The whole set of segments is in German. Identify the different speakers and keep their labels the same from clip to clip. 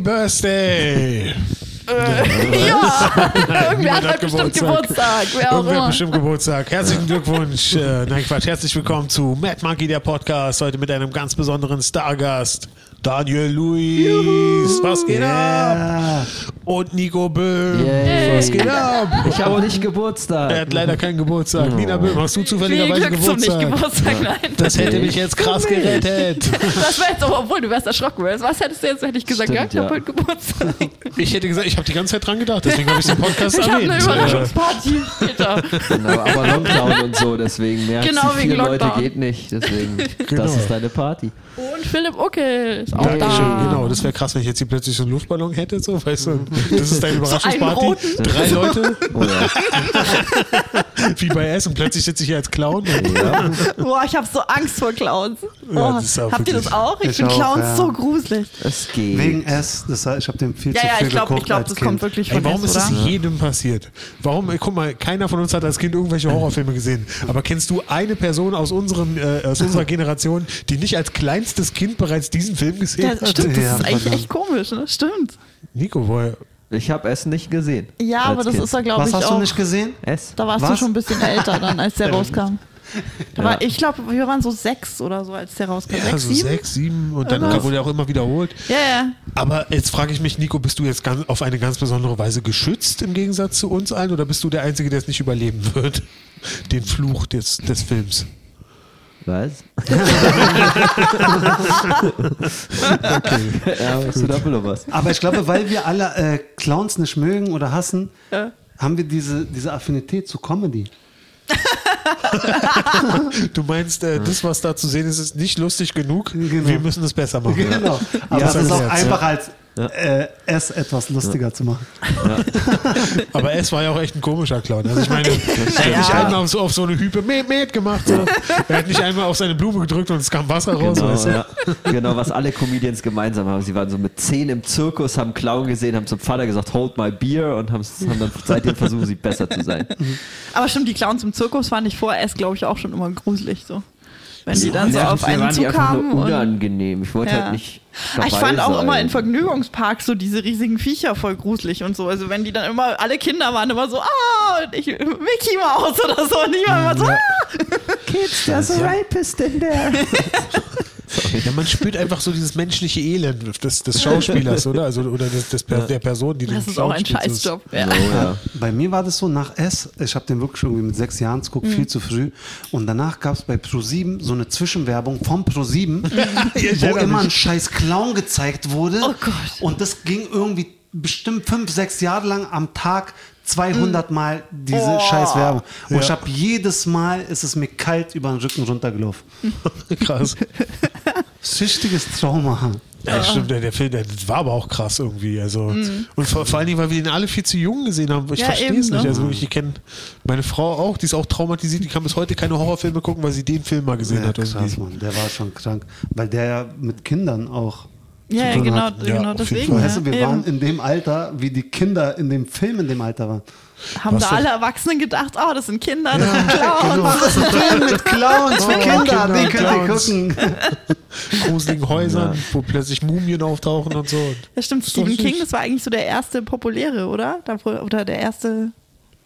Speaker 1: Birthday!
Speaker 2: ja, irgendwer hat
Speaker 1: hat
Speaker 2: halt bestimmt
Speaker 1: Geburtstag.
Speaker 2: Geburtstag. Wer auch
Speaker 1: Irgendwer hat
Speaker 2: immer.
Speaker 1: bestimmt Geburtstag. Herzlichen Glückwunsch. Äh, nein, Quatsch. Herzlich willkommen zu Mad Monkey, der Podcast. Heute mit einem ganz besonderen Stargast. Daniel Luis. Was geht ab?
Speaker 3: Ja.
Speaker 1: Und Nico Böhm.
Speaker 3: Yay.
Speaker 1: Was geht ab?
Speaker 3: Ich habe nicht
Speaker 1: Er
Speaker 3: Geburtstag.
Speaker 1: hat leider keinen Geburtstag. Nina Böhm, hast du
Speaker 2: Viel
Speaker 1: zufälligerweise
Speaker 2: Glück zum
Speaker 1: Geburtstag?
Speaker 2: Nicht-Geburtstag, nein.
Speaker 1: Das hätte mich jetzt krass gerettet.
Speaker 2: Das war jetzt aber, obwohl du wärst erschrocken. weil Was hättest du jetzt, hätte ich gesagt,
Speaker 3: Stimmt,
Speaker 2: ja, ich
Speaker 3: ja.
Speaker 2: habe heute Geburtstag.
Speaker 1: Ich hätte gesagt, ich habe die ganze Zeit dran gedacht, deswegen habe ich den Podcast
Speaker 2: Ich habe
Speaker 1: erwähnt.
Speaker 2: eine Überraschungsparty später.
Speaker 3: Genau, aber Lockdown und so, deswegen mehr
Speaker 2: Genau,
Speaker 3: als
Speaker 2: wegen
Speaker 3: viele Leute
Speaker 2: Lockdown.
Speaker 3: geht nicht. Deswegen, das ist deine Party.
Speaker 2: Und Philipp Uckel ist auch
Speaker 1: Dankeschön,
Speaker 2: da.
Speaker 1: genau. Das wäre krass, wenn ich jetzt hier plötzlich so einen Luftballon hätte, so, weißt du,
Speaker 4: Mhm.
Speaker 1: das ist deine Überraschungsparty.
Speaker 2: roten.
Speaker 1: Drei Leute,
Speaker 3: Oder?
Speaker 1: wie bei Essen, plötzlich sitze ich hier als Clown.
Speaker 3: Ja.
Speaker 4: Boah, ich habe so Angst vor Clowns.
Speaker 1: Ja,
Speaker 4: Oh,
Speaker 1: das ist auch
Speaker 4: habt ihr
Speaker 1: wirklich-
Speaker 4: das auch? Ich,
Speaker 5: Ich
Speaker 4: finde
Speaker 5: auch,
Speaker 4: Clowns
Speaker 5: ja.
Speaker 4: so gruselig.
Speaker 3: Es geht.
Speaker 5: Wegen S, das heißt, ich habe dem viel
Speaker 4: Ja,
Speaker 5: zu
Speaker 4: ja,
Speaker 5: viel
Speaker 4: ich glaube,
Speaker 5: geguckt
Speaker 4: ich glaub,
Speaker 5: als
Speaker 4: das
Speaker 5: Kind.
Speaker 4: kommt wirklich von
Speaker 1: Ey, warum
Speaker 4: S,
Speaker 1: ist
Speaker 4: oder?
Speaker 1: das jedem passiert? Warum, ey, guck mal, keiner von uns hat als Kind irgendwelche Horrorfilme gesehen. Aber kennst du eine Person aus, unseren, äh, aus unserer Generation, die nicht als kleinstes Kind bereits diesen Film gesehen
Speaker 4: Ja,
Speaker 1: hat?
Speaker 4: stimmt, das
Speaker 5: Ja,
Speaker 4: ist eigentlich
Speaker 5: verdammt.
Speaker 4: echt komisch, ne? Stimmt.
Speaker 1: Nico, woher?
Speaker 3: Ich habe es nicht gesehen.
Speaker 4: Ja,
Speaker 3: als
Speaker 4: aber das
Speaker 3: Kind.
Speaker 4: ist doch, glaube
Speaker 5: Was
Speaker 4: ich,
Speaker 5: hast
Speaker 4: auch.
Speaker 5: du nicht gesehen?
Speaker 3: Es?
Speaker 4: da warst du
Speaker 5: Was?
Speaker 4: schon ein bisschen älter dann, als der
Speaker 5: Ähm.
Speaker 4: rauskam. Da war,
Speaker 3: Ja.
Speaker 4: ich glaube, wir waren so sechs oder so, als der rauskam.
Speaker 1: Ja,
Speaker 4: sechs,
Speaker 1: so
Speaker 4: sieben?
Speaker 1: sechs, sieben und dann
Speaker 4: Irgendwas.
Speaker 1: wurde er auch immer wiederholt.
Speaker 4: Ja, ja.
Speaker 1: Aber jetzt frage ich mich, Nico, bist du jetzt ganz, auf eine ganz besondere Weise geschützt im Gegensatz zu uns allen oder bist du der Einzige, der es nicht überleben wird? Den Fluch des, des Films.
Speaker 3: Was? ja, bist du da wohl noch was?
Speaker 5: Aber ich glaube, weil wir alle äh, Clowns nicht mögen oder hassen, haben wir diese, diese Affinität zu Comedy.
Speaker 1: Du meinst, äh, das, was da zu sehen ist, ist nicht lustig genug.
Speaker 5: Genau.
Speaker 1: Wir müssen es besser machen.
Speaker 5: Genau. Aber
Speaker 1: Oh, Ja,
Speaker 5: es ist auch
Speaker 1: ja.
Speaker 5: einfach als äh, S etwas lustiger zu machen.
Speaker 1: Aber es war ja auch echt ein komischer Clown. Also ich meine, er hat nicht einmal auf so, auf so eine Hype Met, Met gemacht. So. Er hat nicht einmal auf seine Blume gedrückt und es kam Wasser raus.
Speaker 3: Genau,
Speaker 1: weißt du?
Speaker 3: ja. genau, was alle Comedians gemeinsam haben. Sie waren so mit zehn im Zirkus, haben Clown gesehen, haben zum Vater gesagt, hold my beer und haben, haben dann seitdem versuchen sie besser zu sein.
Speaker 4: Aber stimmt, die Clowns im Zirkus fand ich vor S, glaube ich, auch schon immer gruselig. so. Wenn die dann so
Speaker 3: Ja,
Speaker 4: auf
Speaker 3: mir
Speaker 4: einen
Speaker 3: waren die einfach
Speaker 4: zukamen.
Speaker 3: nur
Speaker 4: und-
Speaker 3: unangenehm. Ich wollte
Speaker 4: Ja.
Speaker 3: halt nicht.
Speaker 4: Ah,
Speaker 3: Dabei
Speaker 4: Ich fand auch
Speaker 3: sein.
Speaker 4: immer in Vergnügungsparks so diese riesigen Viecher voll gruselig und so. Also wenn die dann immer, alle Kinder waren immer so, ah, und ich, Mickey Mouse oder so. Und ich war immer so, ah.
Speaker 3: Kids, there's a rapist in there.
Speaker 1: Ja, man spürt einfach so dieses menschliche Elend des, des Schauspielers, oder? Also, oder des, des, Per- der Person, die
Speaker 4: Das
Speaker 1: den
Speaker 4: ist
Speaker 1: Clown
Speaker 4: auch ein
Speaker 1: spielt. So ist-
Speaker 4: Scheißjob. Ja.
Speaker 3: ja.
Speaker 5: Bei mir war das so nach S, ich habe den wirklich irgendwie mit sechs Jahren geguckt, viel zu früh. Und danach gab es bei Pro7 so eine Zwischenwerbung vom Pro7, wo
Speaker 1: erinnere
Speaker 5: immer
Speaker 1: mich.
Speaker 5: ein scheiß Clown gezeigt wurde.
Speaker 4: Oh Gott.
Speaker 5: Und das ging irgendwie bestimmt fünf, sechs Jahre lang am Tag 200 Mal diese scheiß Werbung. Und ich habe jedes Mal, ist es mir kalt über den Rücken runtergelaufen.
Speaker 1: Krass.
Speaker 5: Schichtiges Trauma.
Speaker 1: Ja, stimmt, der, der Film, der das war aber auch krass irgendwie. Also. Und vor, vor allen Dingen, weil wir ihn alle viel zu jung gesehen haben. Ich
Speaker 4: Mhm. Ja,
Speaker 1: verstehe
Speaker 4: eben,
Speaker 1: es nicht.
Speaker 4: ne?
Speaker 1: Also wirklich, ich kenne meine Frau auch, die ist auch traumatisiert, die kann bis heute keine Horrorfilme gucken, weil sie den Film mal gesehen
Speaker 5: Ja,
Speaker 1: hat. Also
Speaker 5: krass,
Speaker 1: irgendwie.
Speaker 5: Mann. Der war schon krank. Weil der ja mit Kindern auch
Speaker 4: Ja, ja,
Speaker 5: zu tun
Speaker 4: genau,
Speaker 5: hat.
Speaker 1: Ja,
Speaker 4: genau
Speaker 1: auf jeden
Speaker 4: deswegen.
Speaker 1: Fall.
Speaker 4: Ja.
Speaker 5: Weißt du, wir waren
Speaker 4: Eben.
Speaker 5: in dem Alter, wie die Kinder in dem Film in dem Alter waren.
Speaker 4: Haben
Speaker 1: Was
Speaker 4: da
Speaker 1: das-
Speaker 4: alle Erwachsenen gedacht, oh, das sind Kinder, Oh, das sind
Speaker 1: genau.
Speaker 4: Clowns.
Speaker 5: Das ist ein Film Ah, mit Clowns für
Speaker 1: Oh,
Speaker 5: Kinder,
Speaker 1: Kinder,
Speaker 5: den könnt ihr
Speaker 1: Clowns.
Speaker 5: gucken.
Speaker 1: Gruseligen Häusern, wo plötzlich Mumien auftauchen und so.
Speaker 4: Ja, stimmt,
Speaker 1: doch
Speaker 4: Stephen King,
Speaker 1: süß.
Speaker 4: das war eigentlich so der erste populäre, oder? Da, wo- oder der erste,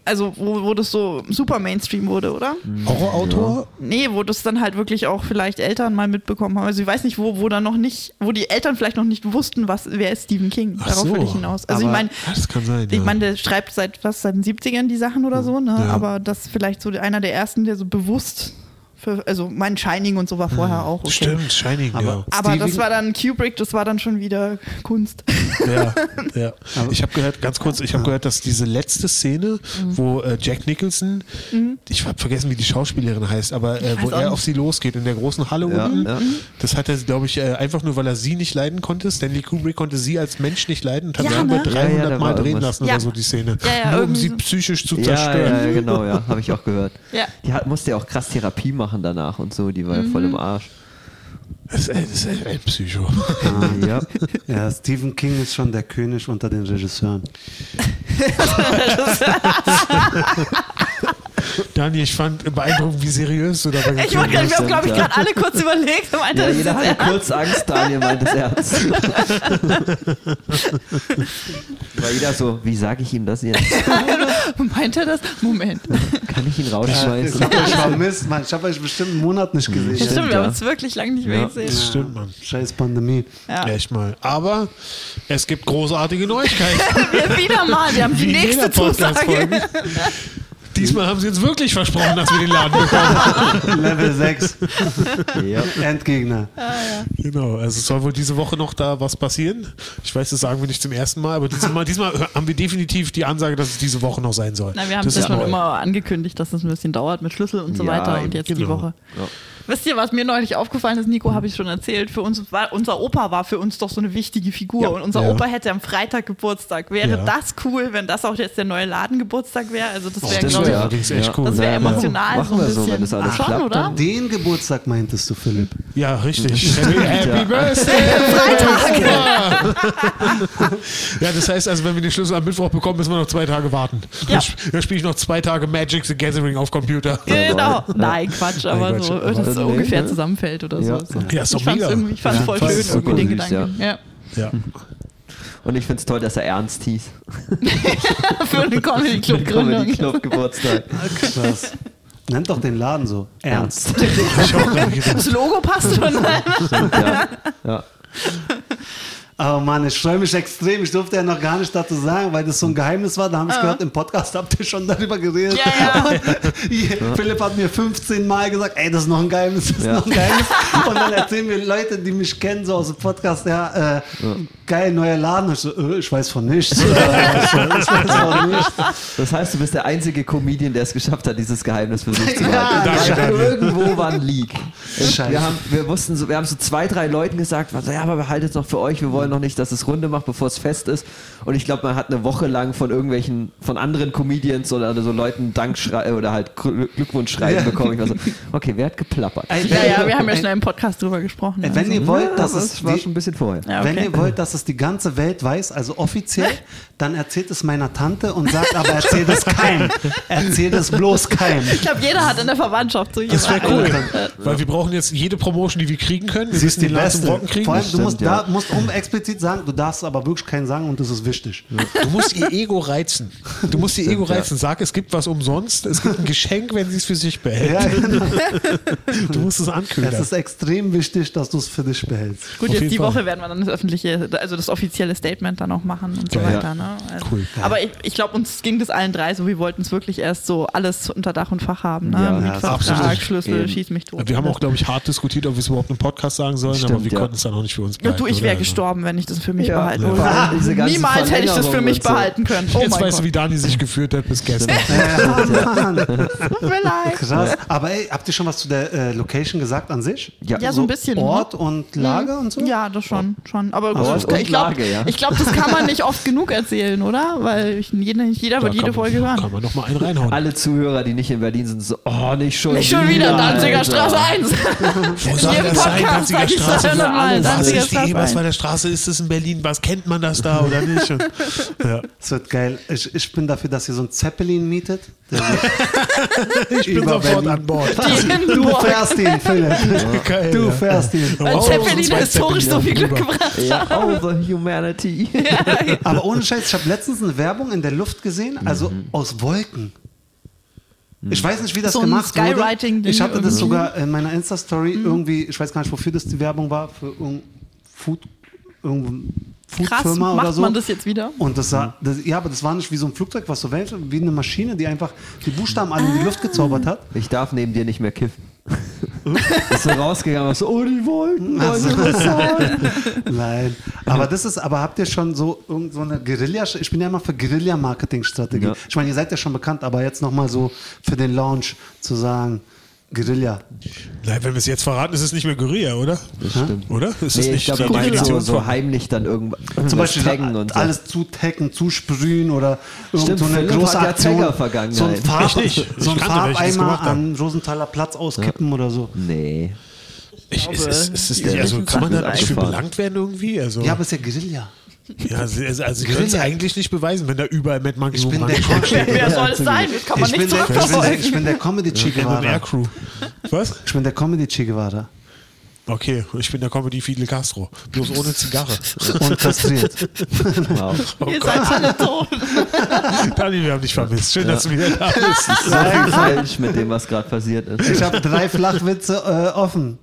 Speaker 4: also wo, wo das so super Mainstream wurde, oder?
Speaker 1: Mhm. Horrorautor?
Speaker 4: Nee, wo das dann halt wirklich auch vielleicht Eltern mal mitbekommen haben. Also ich weiß nicht, wo, wo dann noch nicht, wo die Eltern vielleicht noch nicht wussten, was, wer ist Stephen King.
Speaker 1: Ach
Speaker 4: Darauf
Speaker 1: so,
Speaker 4: will ich hinaus. Also ich
Speaker 5: aber-
Speaker 4: meine,
Speaker 1: Ja, das kann sein.
Speaker 4: ich
Speaker 1: ja. Mhm.
Speaker 4: meine, der schreibt seit was, seit den 70ern die Sachen oder so, ne?
Speaker 1: Ja.
Speaker 4: Aber das ist vielleicht so einer der ersten, der so bewusst für, also mein Shining und so war vorher auch. Okay.
Speaker 1: Mhm. Stimmt, Shining,
Speaker 5: Aber-
Speaker 4: Aber das
Speaker 5: Stephen-
Speaker 4: war dann Kubrick, das war dann schon wieder Kunst.
Speaker 1: ja. ja, ja. Ich habe gehört, ganz kurz, ich
Speaker 3: Ah.
Speaker 1: habe gehört, dass diese letzte Szene,
Speaker 4: Mhm.
Speaker 1: wo äh, Jack Nicholson, ich habe vergessen, wie die Schauspielerin heißt, aber äh, wo
Speaker 4: weiß
Speaker 1: er
Speaker 4: auch nicht.
Speaker 1: auf sie losgeht in der großen Halle
Speaker 3: Ja,
Speaker 1: unten,
Speaker 3: ja.
Speaker 1: das hat er, glaube ich, äh, einfach nur, weil er sie nicht leiden konnte. Stanley Kubrick konnte sie als Mensch nicht leiden und hat
Speaker 4: Ja,
Speaker 1: sie über
Speaker 4: ne?
Speaker 1: 300
Speaker 3: Ja, ja, da
Speaker 1: Mal
Speaker 3: war
Speaker 1: drehen
Speaker 3: irgendwas.
Speaker 1: lassen
Speaker 4: Ja.
Speaker 1: oder so die Szene,
Speaker 4: Ja, ja,
Speaker 1: nur um
Speaker 4: irgendwie
Speaker 1: sie
Speaker 4: so.
Speaker 1: psychisch zu
Speaker 3: Ja,
Speaker 1: zerstören.
Speaker 3: ja, ja, genau, ja, habe ich auch gehört.
Speaker 4: Ja.
Speaker 3: Die hat, musste ja auch krass Therapie machen danach und so, die war ja
Speaker 4: Mhm.
Speaker 3: voll im Arsch.
Speaker 1: Das, ist, das ist echt ein Psycho.
Speaker 3: Ah, Ja.
Speaker 5: Ja, Stephen King ist schon der König unter den Regisseuren.
Speaker 1: Dani, ich fand beeindruckend, wie seriös du dabei
Speaker 4: Ich wollte gerade, wir haben, glaube ich,
Speaker 3: Ja.
Speaker 4: gerade alle kurz überlegt und meinte,
Speaker 3: Ja,
Speaker 4: das ist
Speaker 3: jeder hatte
Speaker 4: sehr
Speaker 3: kurz Angst, Daniel meint es ernst. Weil jeder so, wie sage ich ihm das jetzt?
Speaker 4: Meint er das? Moment.
Speaker 3: Kann ich ihn
Speaker 5: Ich
Speaker 3: rausschmeißen?
Speaker 5: hab euch vermisst, Mann. Ich hab euch bestimmt einen Monat nicht
Speaker 4: Stimmt,
Speaker 5: gesehen.
Speaker 3: Stimmt,
Speaker 4: wir
Speaker 3: ja.
Speaker 4: haben uns wirklich lange nicht mehr
Speaker 3: Ja.
Speaker 4: gesehen.
Speaker 1: Das stimmt, Mann.
Speaker 5: Scheiß Pandemie.
Speaker 4: Ja.
Speaker 1: Echt mal. Aber es gibt großartige Neuigkeiten.
Speaker 4: Wir wieder mal, wir haben die
Speaker 1: Wie in jeder
Speaker 4: nächste Zusage.
Speaker 1: Podcast-Folge. Diesmal haben sie uns wirklich versprochen, dass wir den Laden bekommen.
Speaker 5: Level 6,
Speaker 3: Ja.
Speaker 5: Endgegner.
Speaker 1: Genau, also es soll wohl diese Woche noch da was passieren. Ich weiß, das sagen wir nicht zum ersten Mal, aber diesmal, diesmal haben wir definitiv die Ansage, dass es diese Woche noch sein soll.
Speaker 4: Na, wir haben
Speaker 1: das
Speaker 4: es ja
Speaker 1: ist
Speaker 4: schon
Speaker 1: neu.
Speaker 4: immer angekündigt, dass es ein bisschen dauert mit Schlüssel und so
Speaker 3: Ja,
Speaker 4: weiter
Speaker 3: eben,
Speaker 4: und jetzt die
Speaker 1: genau.
Speaker 4: Woche. Wisst ihr, was mir neulich aufgefallen ist? Nico habe ich schon erzählt. Für uns war, unser Opa war für uns doch so eine wichtige Figur und unser
Speaker 1: Ja.
Speaker 4: Opa hätte am Freitag Geburtstag. Wäre
Speaker 1: Ja.
Speaker 4: das cool, wenn das auch jetzt der neue Ladengeburtstag wäre? Also das wäre,
Speaker 1: stimmt,
Speaker 4: glaube ich,
Speaker 1: ja. Das ist echt cool.
Speaker 4: das wäre
Speaker 1: Ja,
Speaker 4: emotional
Speaker 3: machen,
Speaker 4: so ein
Speaker 3: machen wir
Speaker 4: bisschen.
Speaker 3: so, wenn das alles
Speaker 4: schon,
Speaker 3: klappt.
Speaker 4: oder?
Speaker 3: dann-
Speaker 5: Den Geburtstag meintest du, Philipp.
Speaker 1: Ja, richtig. Happy, happy Birthday! Freitag! ja, das heißt also, wenn wir den Schlüssel am Mittwoch bekommen, müssen wir noch zwei Tage warten.
Speaker 4: Ja.
Speaker 1: Dann sp- Dann spiele ich noch zwei Tage Magic the Gathering auf Computer.
Speaker 4: Genau.
Speaker 3: Ja.
Speaker 4: Nein, Quatsch, aber
Speaker 1: Nein, Quatsch,
Speaker 4: so,
Speaker 1: aber
Speaker 4: dass es
Speaker 3: nee,
Speaker 4: ungefähr
Speaker 3: ne?
Speaker 4: zusammenfällt oder
Speaker 3: Ja.
Speaker 4: so.
Speaker 1: Ja, ist doch
Speaker 4: ich fand's
Speaker 1: mega.
Speaker 4: irgendwie, ich fand's
Speaker 1: Ja,
Speaker 4: voll
Speaker 1: fast
Speaker 4: schön,
Speaker 1: super
Speaker 4: irgendwie den
Speaker 3: süß,
Speaker 4: Gedanken. Ja.
Speaker 1: Ja.
Speaker 3: Und ich finde es toll, dass er ernst hieß.
Speaker 4: Für eine Comedy-Club-Gründung.
Speaker 3: Comedy Club Geburtstag.
Speaker 5: Krass. Nennt doch den Laden so. Ernst.
Speaker 1: Ich auch gerade gedacht.
Speaker 4: Das Logo passt schon. ne?
Speaker 3: ja. ja.
Speaker 5: Aber Mann, ich freue mich extrem. Ich durfte ja noch gar nicht dazu sagen, weil das so ein Geheimnis war. Da haben ich gehört, im Podcast habt ihr schon darüber geredet.
Speaker 4: Ja, ja.
Speaker 5: Und je- Philipp hat mir 15 Mal gesagt, ey, das ist noch ein Geheimnis, das ist
Speaker 3: Ja.
Speaker 5: noch ein Geheimnis. Und dann erzählen mir Leute, die mich kennen, so aus dem Podcast, ja, äh, geil, neuer Laden. Und ich so, äh, ich weiß von nichts. Äh, ich weiß von nichts.
Speaker 3: Das heißt, du bist der einzige Comedian, der es geschafft hat, dieses Geheimnis für sich zu halten.
Speaker 5: Ja,
Speaker 1: danke,
Speaker 3: Weil
Speaker 1: Daniel.
Speaker 3: irgendwo war ein Leak.
Speaker 5: Scheiße.
Speaker 3: Wir haben, wir, wussten so, wir haben so zwei, drei Leuten gesagt, was, ja, aber wir halten es noch für euch, wir wollen noch nicht, dass es Runde macht, bevor es fest ist. Und ich glaube, man hat eine Woche lang von irgendwelchen, von anderen Comedians oder so Leuten Dankschrei oder halt Gl- Glückwunschschreiben bekommen. Ich war so, okay, wer hat geplappert?
Speaker 5: Ey,
Speaker 4: Ja,
Speaker 5: wenn-
Speaker 4: ja, wir haben ja
Speaker 5: ey,
Speaker 4: schon im Podcast drüber gesprochen. also.
Speaker 5: Ey, wenn ihr wollt, dass
Speaker 3: aber
Speaker 5: es
Speaker 3: war
Speaker 5: die-
Speaker 3: schon ein bisschen vorher.
Speaker 4: Ja, okay.
Speaker 5: Wenn ihr wollt, dass es die ganze Welt weiß, also offiziell, dann erzählt es meiner Tante und sagt, aber erzählt es keinem. Erzählt es bloß keinem.
Speaker 4: ich glaube, jeder hat in der Verwandtschaft so
Speaker 1: Das wäre
Speaker 4: jemanden.
Speaker 1: cool, weil wir brauchen jetzt jede Promotion, die wir kriegen können. Wir
Speaker 5: Sie ist
Speaker 1: müssen
Speaker 5: die
Speaker 1: den Laden zum
Speaker 5: beste.
Speaker 1: Brocken kriegen.
Speaker 5: Vor allem, du
Speaker 3: Stimmt,
Speaker 5: musst,
Speaker 3: ja.
Speaker 5: da, musst um explizit sagen, du darfst aber wirklich keinen sagen und das ist wichtig.
Speaker 1: Du musst ihr Ego reizen. Du musst ihr Ego
Speaker 3: Stimmt, ja.
Speaker 1: reizen. Sag, es gibt was umsonst, es gibt ein Geschenk, wenn sie es für sich behält.
Speaker 5: Ja, genau.
Speaker 1: Du musst es
Speaker 5: Es
Speaker 1: anködern.
Speaker 5: ist extrem wichtig, dass du es für dich behältst.
Speaker 4: Gut,
Speaker 1: Auf
Speaker 4: jetzt
Speaker 1: jeden
Speaker 4: die
Speaker 1: Fall.
Speaker 4: Woche werden wir dann das öffentliche, also das offizielle Statement dann auch machen und so
Speaker 1: Ja, ja.
Speaker 4: weiter. Ne? Also,
Speaker 1: Cool.
Speaker 4: Aber ich, ich glaube, uns ging das allen drei so. Wir wollten es wirklich erst so alles unter Dach und Fach haben. Ne?
Speaker 3: Ja, ja,
Speaker 4: Mietvertrag,
Speaker 1: absolut.
Speaker 4: Schlüssel,
Speaker 3: Eben.
Speaker 4: schieß mich tot.
Speaker 1: Wir haben auch, glaube ich, hart diskutiert, ob wir es überhaupt im Podcast sagen sollen, aber
Speaker 3: Stimmt,
Speaker 1: wir
Speaker 3: ja.
Speaker 1: konnten es dann auch nicht für uns
Speaker 4: Ja,
Speaker 1: behalten.
Speaker 4: du, ich wäre
Speaker 1: oder?
Speaker 4: gestorben, wenn ich das für mich
Speaker 3: Ja.
Speaker 4: behalten
Speaker 3: Ja.
Speaker 4: würde.
Speaker 3: Vor allem diese ganzen
Speaker 4: Niemals hätte ich das für
Speaker 3: Verlängerungen
Speaker 4: mich
Speaker 3: und so.
Speaker 4: behalten können. Oh
Speaker 1: Jetzt
Speaker 4: mein
Speaker 1: weißt du,
Speaker 4: Gott.
Speaker 1: wie Dani sich gefühlt hat bis gestern.
Speaker 4: Tut mir leid.
Speaker 5: Krass. Aber ey, habt ihr schon was zu der äh, Location gesagt an sich?
Speaker 4: Ja, so ein bisschen. ne? Mhm.
Speaker 5: Ort und Lage und so?
Speaker 4: Ja, das schon, schon. Aber
Speaker 3: Aber
Speaker 4: gut,
Speaker 3: und
Speaker 4: ich glaube,
Speaker 3: Lage, ja.
Speaker 4: ich glaub, das kann man nicht oft genug erzählen, oder? Weil ich, jeder, nicht jeder wird
Speaker 1: Da
Speaker 4: jede
Speaker 1: kann man-
Speaker 4: Folge hören.
Speaker 1: Kann man nochmal einen reinhauen.
Speaker 3: Alle Zuhörer, die nicht in Berlin sind, so, oh, nicht schon
Speaker 4: Nicht schon wieder, Danziger
Speaker 3: Alter.
Speaker 4: Straße 1.
Speaker 1: Wo
Speaker 4: In jedem Podcast sag ich das ja
Speaker 3: Straße,
Speaker 4: nochmal.
Speaker 3: alles.
Speaker 1: Was
Speaker 4: Danziger
Speaker 1: ist die
Speaker 4: Straße 1.
Speaker 1: Eberswalder Straße? Ist es in Berlin? Was kennt man das da oder nicht? Und, ja.
Speaker 5: Das wird geil. Ich, ich bin dafür, dass ihr so einen Zeppelin mietet. Der
Speaker 1: Ich bin
Speaker 5: Über
Speaker 1: sofort
Speaker 5: Berlin.
Speaker 1: an Bord.
Speaker 4: Die
Speaker 5: Du
Speaker 4: Hindenburg.
Speaker 5: fährst ihn, Philipp.
Speaker 1: Geil,
Speaker 5: Du
Speaker 1: ja.
Speaker 5: fährst ihn.
Speaker 1: Aber
Speaker 4: Weil
Speaker 1: auch
Speaker 4: Zeppelin
Speaker 1: zwei
Speaker 4: historisch so viel
Speaker 1: Zeppelin
Speaker 4: Glück
Speaker 1: rüber.
Speaker 4: gebracht.
Speaker 3: Ja, oh, the humanity.
Speaker 5: Aber ohne Scheiß, ich habe letztens eine Werbung in der Luft gesehen, also aus Wolken. Ich weiß nicht, wie das
Speaker 4: So ein
Speaker 5: gemacht
Speaker 4: Skywriting-Ding Mhm.
Speaker 5: wurde. Ich hatte das
Speaker 4: irgendwie.
Speaker 5: sogar in meiner Insta-Story irgendwie, ich weiß gar nicht, wofür das die Werbung war, für irgendein Food, irgendein
Speaker 4: Krass,
Speaker 5: Food-Firma oder
Speaker 4: macht
Speaker 5: so.
Speaker 4: man das jetzt wieder?
Speaker 5: und das sah, das, ja, aber das war nicht wie so ein Flugzeug, was so welche, wie eine Maschine, die einfach die Buchstaben alle in die Luft
Speaker 4: Ah.
Speaker 5: gezaubert hat.
Speaker 3: Ich darf neben dir nicht mehr kiffen. Bist du rausgegangen und hast so, oh, die wollten,
Speaker 5: Ach so.
Speaker 3: wollten was sagen.
Speaker 5: Nein. Aber das ist, aber habt ihr schon so irgend so eine Guerilla? Ich bin ja immer für Guerilla-Marketing-Strategie.
Speaker 3: Ja.
Speaker 5: Ich meine, ihr seid ja schon bekannt, aber jetzt nochmal so für den Launch zu sagen, Guerilla.
Speaker 1: Nein, wenn wir es jetzt verraten, ist es nicht mehr Guerilla, oder?
Speaker 3: Das stimmt.
Speaker 1: Oder? Ist das
Speaker 3: Nee, ich
Speaker 1: nicht die
Speaker 3: glaube, er meint so,
Speaker 1: Definition
Speaker 3: so
Speaker 1: von-
Speaker 3: heimlich dann irgendwann
Speaker 5: Zum Beispiel
Speaker 3: taggen und so.
Speaker 5: alles zu taggen, zu sprühen oder
Speaker 3: Stimmt,
Speaker 5: irgend so eine
Speaker 3: Philipp
Speaker 5: große
Speaker 3: hat ja
Speaker 5: Aktion.
Speaker 3: Tagger-Vergangenheit.
Speaker 5: so ein, Farb,
Speaker 1: Ich nicht. Ich
Speaker 5: so
Speaker 1: kannte
Speaker 5: ein
Speaker 1: welche, die das
Speaker 5: Farbeimer
Speaker 1: gemacht haben.
Speaker 5: an Rosenthaler Platz auskippen oder so.
Speaker 3: Nee.
Speaker 1: Ich, ist, ist, ist,
Speaker 4: Ja,
Speaker 1: also
Speaker 4: das
Speaker 1: kann man
Speaker 3: ist
Speaker 1: da nicht für
Speaker 3: abgefahren.
Speaker 1: belangt werden irgendwie? Also,
Speaker 5: Ja, aber ist ja Guerilla.
Speaker 1: Ja, sie- also, also ich kann es
Speaker 5: Grille.
Speaker 1: eigentlich nicht beweisen, wenn da überall Mad Monkey
Speaker 5: Ich bin
Speaker 1: Moon
Speaker 5: der
Speaker 1: rankommt.
Speaker 5: Comedy.
Speaker 4: Wer soll es sein? Das kann man
Speaker 5: Ich bin
Speaker 4: nicht
Speaker 5: der, ich bin der, ich
Speaker 4: zurückverfolgen.
Speaker 5: bin der Comedy Che Guevara.
Speaker 1: MMR Crew. Was?
Speaker 5: Ich bin der Comedy Che Guevara.
Speaker 1: Okay, ich bin der Comedy Fidel Castro. Bloß ohne Zigarre.
Speaker 5: Und kastriert.
Speaker 3: Wow.
Speaker 4: Ihr seid alle tot.
Speaker 1: Dani, wir haben dich vermisst. Schön, dass du wieder da bist.
Speaker 3: So viel falsch mit dem, was gerade passiert ist.
Speaker 5: Ich habe drei Flachwitze äh, offen.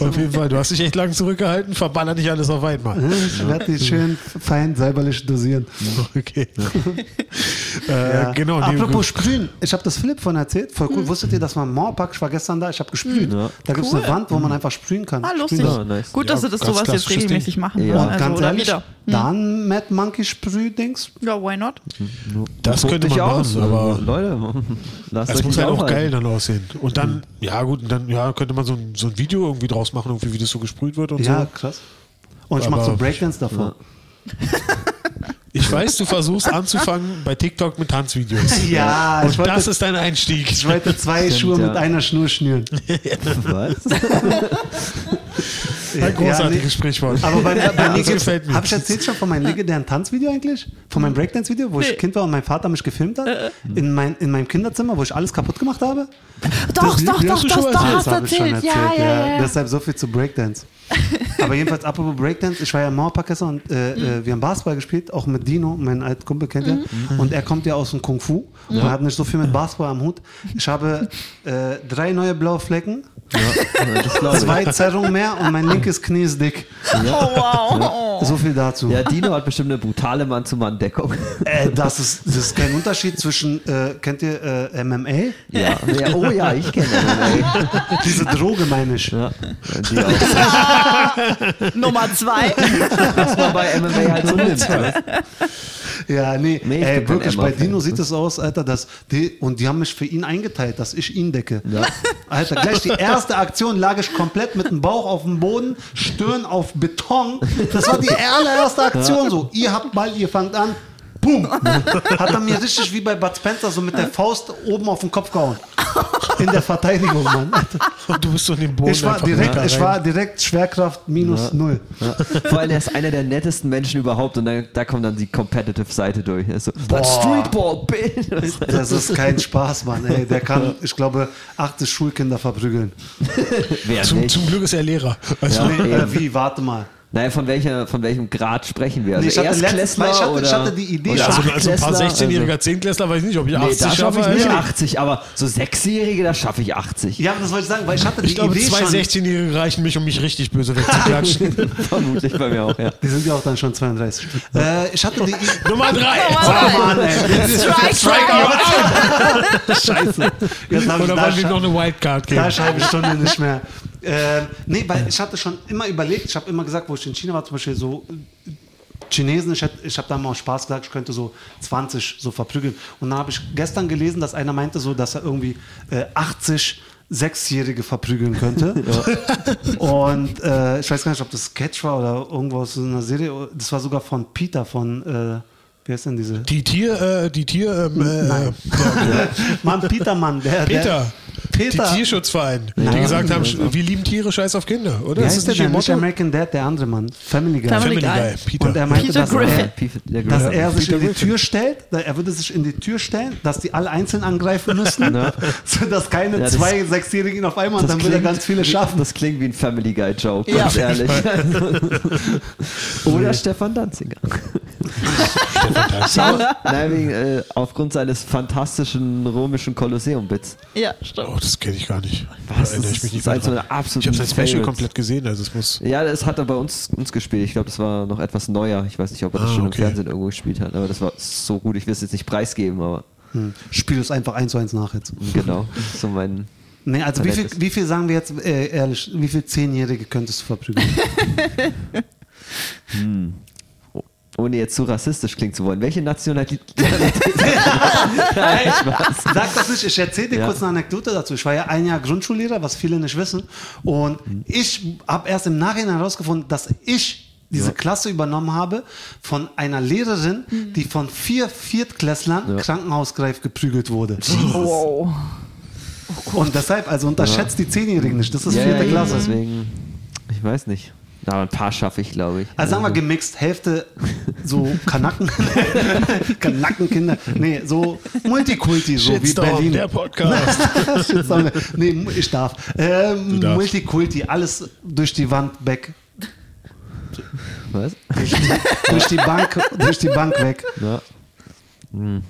Speaker 1: Auf jeden Fall, du hast dich echt lang zurückgehalten. Verballer nicht alles auf einmal.
Speaker 5: Ich werde die schön fein säuberlich dosieren.
Speaker 1: Okay. Äh,
Speaker 5: Ja.
Speaker 1: Genau. nee,
Speaker 5: Apropos Sprühen, ich habe das Philipp von erzählt. Voll
Speaker 4: Hm.
Speaker 5: cool. Wusstet ihr, dass man im Moorpark, ich war gestern da, ich habe gesprüht.
Speaker 3: Ja.
Speaker 5: Da gibt es eine Wand, wo man einfach sprühen kann.
Speaker 4: Ah, lustig.
Speaker 5: Sprühen.
Speaker 3: Ja, nice.
Speaker 4: Gut, dass
Speaker 1: Ja,
Speaker 4: sie das
Speaker 1: ganz
Speaker 4: sowas jetzt
Speaker 1: klassisches Ding.
Speaker 4: regelmäßig machen.
Speaker 3: Ja.
Speaker 4: ne?
Speaker 5: Und
Speaker 4: Also,
Speaker 5: ganz
Speaker 4: oder
Speaker 5: ehrlich,
Speaker 4: wieder.
Speaker 5: dann Mad Monkey Sprühdings.
Speaker 4: Ja, why not?
Speaker 1: das
Speaker 3: Guckt
Speaker 1: könnte
Speaker 3: dich
Speaker 1: man
Speaker 3: aus.
Speaker 1: machen, aber
Speaker 3: Leute, lasst
Speaker 1: es
Speaker 3: euch
Speaker 1: muss
Speaker 3: nicht
Speaker 1: halt auch
Speaker 3: aufhalten.
Speaker 1: geil dann aussehen. Und
Speaker 5: Mhm.
Speaker 1: dann, ja gut, und dann ja, könnte man so ein, so ein Video irgendwie draus machen, irgendwie, wie das so gesprüht wird und
Speaker 5: Ja,
Speaker 1: so.
Speaker 5: krass. Und ich mache
Speaker 1: Aber-
Speaker 5: so Breakdance davon.
Speaker 1: Ich weiß, du versuchst anzufangen bei TikTok mit Tanzvideos.
Speaker 5: Ja,
Speaker 1: Und
Speaker 5: ich wollte,
Speaker 1: das ist dein Einstieg.
Speaker 5: ich wollte zwei
Speaker 3: Stimmt,
Speaker 5: Schuhe mit
Speaker 3: ja.
Speaker 5: einer Schnur schnüren.
Speaker 3: Was?
Speaker 1: Ein großartiges Sprichwort.
Speaker 5: Aber bei, bei mir
Speaker 1: das gefällt mir. Hm.
Speaker 5: Habe ich erzählt schon von meinem legendären Tanzvideo eigentlich? Von meinem Breakdance-Video, wo
Speaker 4: Nee.
Speaker 5: ich Kind war und mein Vater mich gefilmt
Speaker 1: Äh,
Speaker 5: hat? In, mein, in meinem Kinderzimmer, wo ich alles kaputt gemacht habe?
Speaker 4: Doch,
Speaker 1: Das-
Speaker 4: doch,
Speaker 1: das
Speaker 4: doch,
Speaker 1: hast du
Speaker 4: doch,
Speaker 1: schon
Speaker 4: doch,
Speaker 1: erzählt,
Speaker 4: hast du erzählt. Ja, ja, ja.
Speaker 5: Deshalb so viel zu Breakdance. Aber jedenfalls, apropos Breakdance, ich war ja im Mauerpark gestern und äh,
Speaker 4: Mhm.
Speaker 5: äh, wir haben Basketball gespielt, auch mit Dino, mein alten Kumpel kennt ihr.
Speaker 4: Mhm.
Speaker 5: Und er kommt ja aus dem Kung Fu und hat nicht so viel mit Basketball am Hut. Ich habe äh, drei neue blaue Flecken,
Speaker 3: Ja, das glaube
Speaker 5: zwei Zerrungen mehr und mein linkes Knie ist dick.
Speaker 3: ich. Ja.
Speaker 4: Oh, wow.
Speaker 5: So viel dazu.
Speaker 3: ja, Dino hat bestimmt eine brutale Mann-zu-Mann-Deckung.
Speaker 5: Äh, das, ist, das ist kein Unterschied zwischen, äh, kennt ihr äh, MMA?
Speaker 3: Ja. ja. Oh ja, ich kenne den. ey.
Speaker 5: Diese Droge meine ich.
Speaker 3: Ja. Die auch.
Speaker 4: Nummer zwei.
Speaker 3: Was man bei MMA halt so nimmt. ne?
Speaker 5: Ja, nee,
Speaker 3: Nee, ich
Speaker 5: ey,
Speaker 3: bin kein
Speaker 5: wirklich, bei
Speaker 3: MMA-Fan.
Speaker 5: Dino sieht es aus, Alter, dass die, und die haben mich für ihn eingeteilt, dass ich ihn decke.
Speaker 3: Ja.
Speaker 5: Alter, gleich die erste Aktion lag ich komplett mit dem Bauch auf dem Boden, Stirn auf Beton. Das war die allererste Aktion so. Ihr habt Ball, ihr fangt an. Boom. Hat er mir richtig wie bei Bud Spencer so mit der Faust oben auf den Kopf gehauen. In der Verteidigung, Mann. Alter.
Speaker 1: du bist so in den Boden
Speaker 5: Ich war
Speaker 1: einfach
Speaker 5: direkt,
Speaker 1: runter
Speaker 5: ich
Speaker 1: rein.
Speaker 5: war direkt Schwerkraft minus null.
Speaker 3: Ja. Vor allem, er ist einer der nettesten Menschen überhaupt und dann, da kommt dann die Competitive-Seite durch. Er ist so, That's Streetball, bitch.
Speaker 5: Das ist kein Spaß, Mann. Ey, der kann, ich glaube, 80 Schulkinder verprügeln.
Speaker 3: Wer
Speaker 1: zum,
Speaker 3: nicht?
Speaker 1: zum Glück ist er Lehrer. Also,
Speaker 3: Ja.
Speaker 5: Nee,
Speaker 3: eben.
Speaker 5: äh, wie, warte mal.
Speaker 3: Naja, von, welcher, von welchem Grad sprechen wir? Also
Speaker 5: Nee, ich hatte letztens-
Speaker 3: Erstklässler
Speaker 5: weil ich hatte-
Speaker 3: oder,
Speaker 5: ich hatte die Idee
Speaker 3: oder
Speaker 5: schon.
Speaker 1: also, also ein paar
Speaker 3: Achtklässler?
Speaker 1: 16-jähriger Zehnklässler weiß ich nicht, ob ich
Speaker 3: Also, nee,
Speaker 1: 80
Speaker 3: da schaffe
Speaker 1: schaffe.
Speaker 3: ich nicht
Speaker 1: Alter.
Speaker 3: 80, aber so Sechsjährige, da schaffe ich 80.
Speaker 5: Ja, aber das wollte ich sagen, weil ich hatte die
Speaker 1: Ich glaube,
Speaker 5: Idee
Speaker 1: zwei
Speaker 5: schon.
Speaker 1: 16-Jährige reichen mich, um mich richtig böse wegzuklatschen.
Speaker 3: Vermutlich bei mir auch, ja.
Speaker 5: Die sind ja auch dann schon 32. Äh, ich hatte die Idee.
Speaker 1: Nummer 3!
Speaker 4: Nummer drei.
Speaker 5: Mann, ey. Scheiße. Jetzt habe ich
Speaker 1: Oder
Speaker 5: da,
Speaker 1: wollen wir
Speaker 5: scha-
Speaker 1: noch eine Wildcard
Speaker 5: da
Speaker 1: geben?
Speaker 5: ist halbe Stunde nicht mehr. Äh, nee, weil ich hatte schon immer überlegt, ich habe immer gesagt, wo ich in China war, zum Beispiel so äh, Chinesen, ich, hätt- ich habe da mal aus Spaß gesagt, ich könnte so 20 so verprügeln. Und dann habe ich gestern gelesen, dass einer meinte so, dass er irgendwie äh, 80 Sechsjährige verprügeln könnte. Und äh, ich weiß gar nicht, ob das Sketch war oder irgendwo aus einer Serie. Das war sogar von Peter von, äh, wer ist denn diese?
Speaker 1: Die Tier, äh, die Tier, ähm, äh,
Speaker 5: Mann, Peter Mann. Der,
Speaker 1: Peter.
Speaker 5: Der, Peter.
Speaker 1: Die Tierschutzverein, die gesagt haben, sch- wir lieben Tiere, scheiß auf Kinder, oder? Ist
Speaker 5: Wie heißt
Speaker 1: das
Speaker 5: der
Speaker 1: nicht ihr
Speaker 5: denn? Nicht
Speaker 1: Motto?
Speaker 5: American Dad, der andere Mann. Family Guy.
Speaker 1: Family
Speaker 4: Family
Speaker 1: Guy,
Speaker 4: Guy.
Speaker 1: Peter.
Speaker 5: Und er meinte,
Speaker 4: Peter
Speaker 5: dass
Speaker 4: Griffin.
Speaker 5: er,
Speaker 3: Der
Speaker 5: dass
Speaker 3: gehört.
Speaker 5: er sich
Speaker 1: Peter
Speaker 5: in die
Speaker 1: Griffin.
Speaker 5: Tür stellt, er würde sich in die Tür stellen, dass die alle einzeln angreifen müssen, sodass keine
Speaker 3: Ja, das-
Speaker 5: zwei Sechsjährigen auf einmal und dann würde er ganz viele
Speaker 3: wie-
Speaker 5: schaffen.
Speaker 3: Das klingt wie ein Family Guy Joke,
Speaker 4: Ja.
Speaker 3: ganz ehrlich. Oder Stefan Danzinger. Aber, nein, wegen, äh, aufgrund seines fantastischen römischen Kolosseum-Bits.
Speaker 4: Ja, stimmt.
Speaker 1: Oh, das kenne ich gar nicht.
Speaker 3: Was?
Speaker 1: Da erinnere
Speaker 3: Das
Speaker 1: ich mich
Speaker 3: ist
Speaker 1: nicht
Speaker 3: eins
Speaker 1: mehr
Speaker 3: meiner
Speaker 1: dran. Ich
Speaker 3: absoluten
Speaker 1: habe sein Special
Speaker 3: Favorites.
Speaker 1: komplett gesehen, also es muss.
Speaker 3: Ja, das hat er bei uns, uns gespielt. Ich glaube, das war noch etwas neuer. Ich weiß nicht, ob er das
Speaker 1: Ah,
Speaker 3: schon
Speaker 1: okay.
Speaker 3: im Fernsehen irgendwo gespielt hat, aber das war so gut. Ich will es jetzt nicht preisgeben, aber
Speaker 5: Hm. Spiel es einfach eins zu eins nach jetzt.
Speaker 3: genau. So mein.
Speaker 5: Nee, also wie viel,
Speaker 3: Verletzt.
Speaker 5: wie viel sagen wir jetzt äh, ehrlich, wie viel Zehnjährige könntest du verprügeln?
Speaker 3: Ohne jetzt zu rassistisch klingen zu wollen. Welche Nationalität? Nein, Spaß.
Speaker 5: Sag das nicht, ich erzähle dir
Speaker 3: Ja.
Speaker 5: kurz eine Anekdote dazu. Ich war ja ein Jahr Grundschullehrer, was viele nicht wissen. Und
Speaker 3: Mhm.
Speaker 5: ich habe erst im Nachhinein herausgefunden, dass ich diese Klasse übernommen habe von einer Lehrerin, die von vier Viertklässlern krankenhausgreif geprügelt wurde.
Speaker 4: Wow.
Speaker 5: Und deshalb, also unterschätzt die Zehnjährigen nicht. Das ist
Speaker 3: Ja,
Speaker 5: vierte
Speaker 3: ja,
Speaker 5: Klasse.
Speaker 3: Deswegen, ich weiß nicht. Na, ein paar schaffe ich, glaube ich.
Speaker 5: Also sagen wir gemixt, Hälfte so Kanaken, Kanackenkinder, nee, so Multikulti, so wie
Speaker 1: Shitstorm,
Speaker 5: Berlin.
Speaker 1: der Podcast.
Speaker 5: Shitstorm. nee, ich darf. Ähm,
Speaker 1: darfst.
Speaker 5: Multikulti, alles durch die Wand weg.
Speaker 3: Was?
Speaker 5: Durch die Bank, durch die Bank weg.
Speaker 3: Ja. Hm.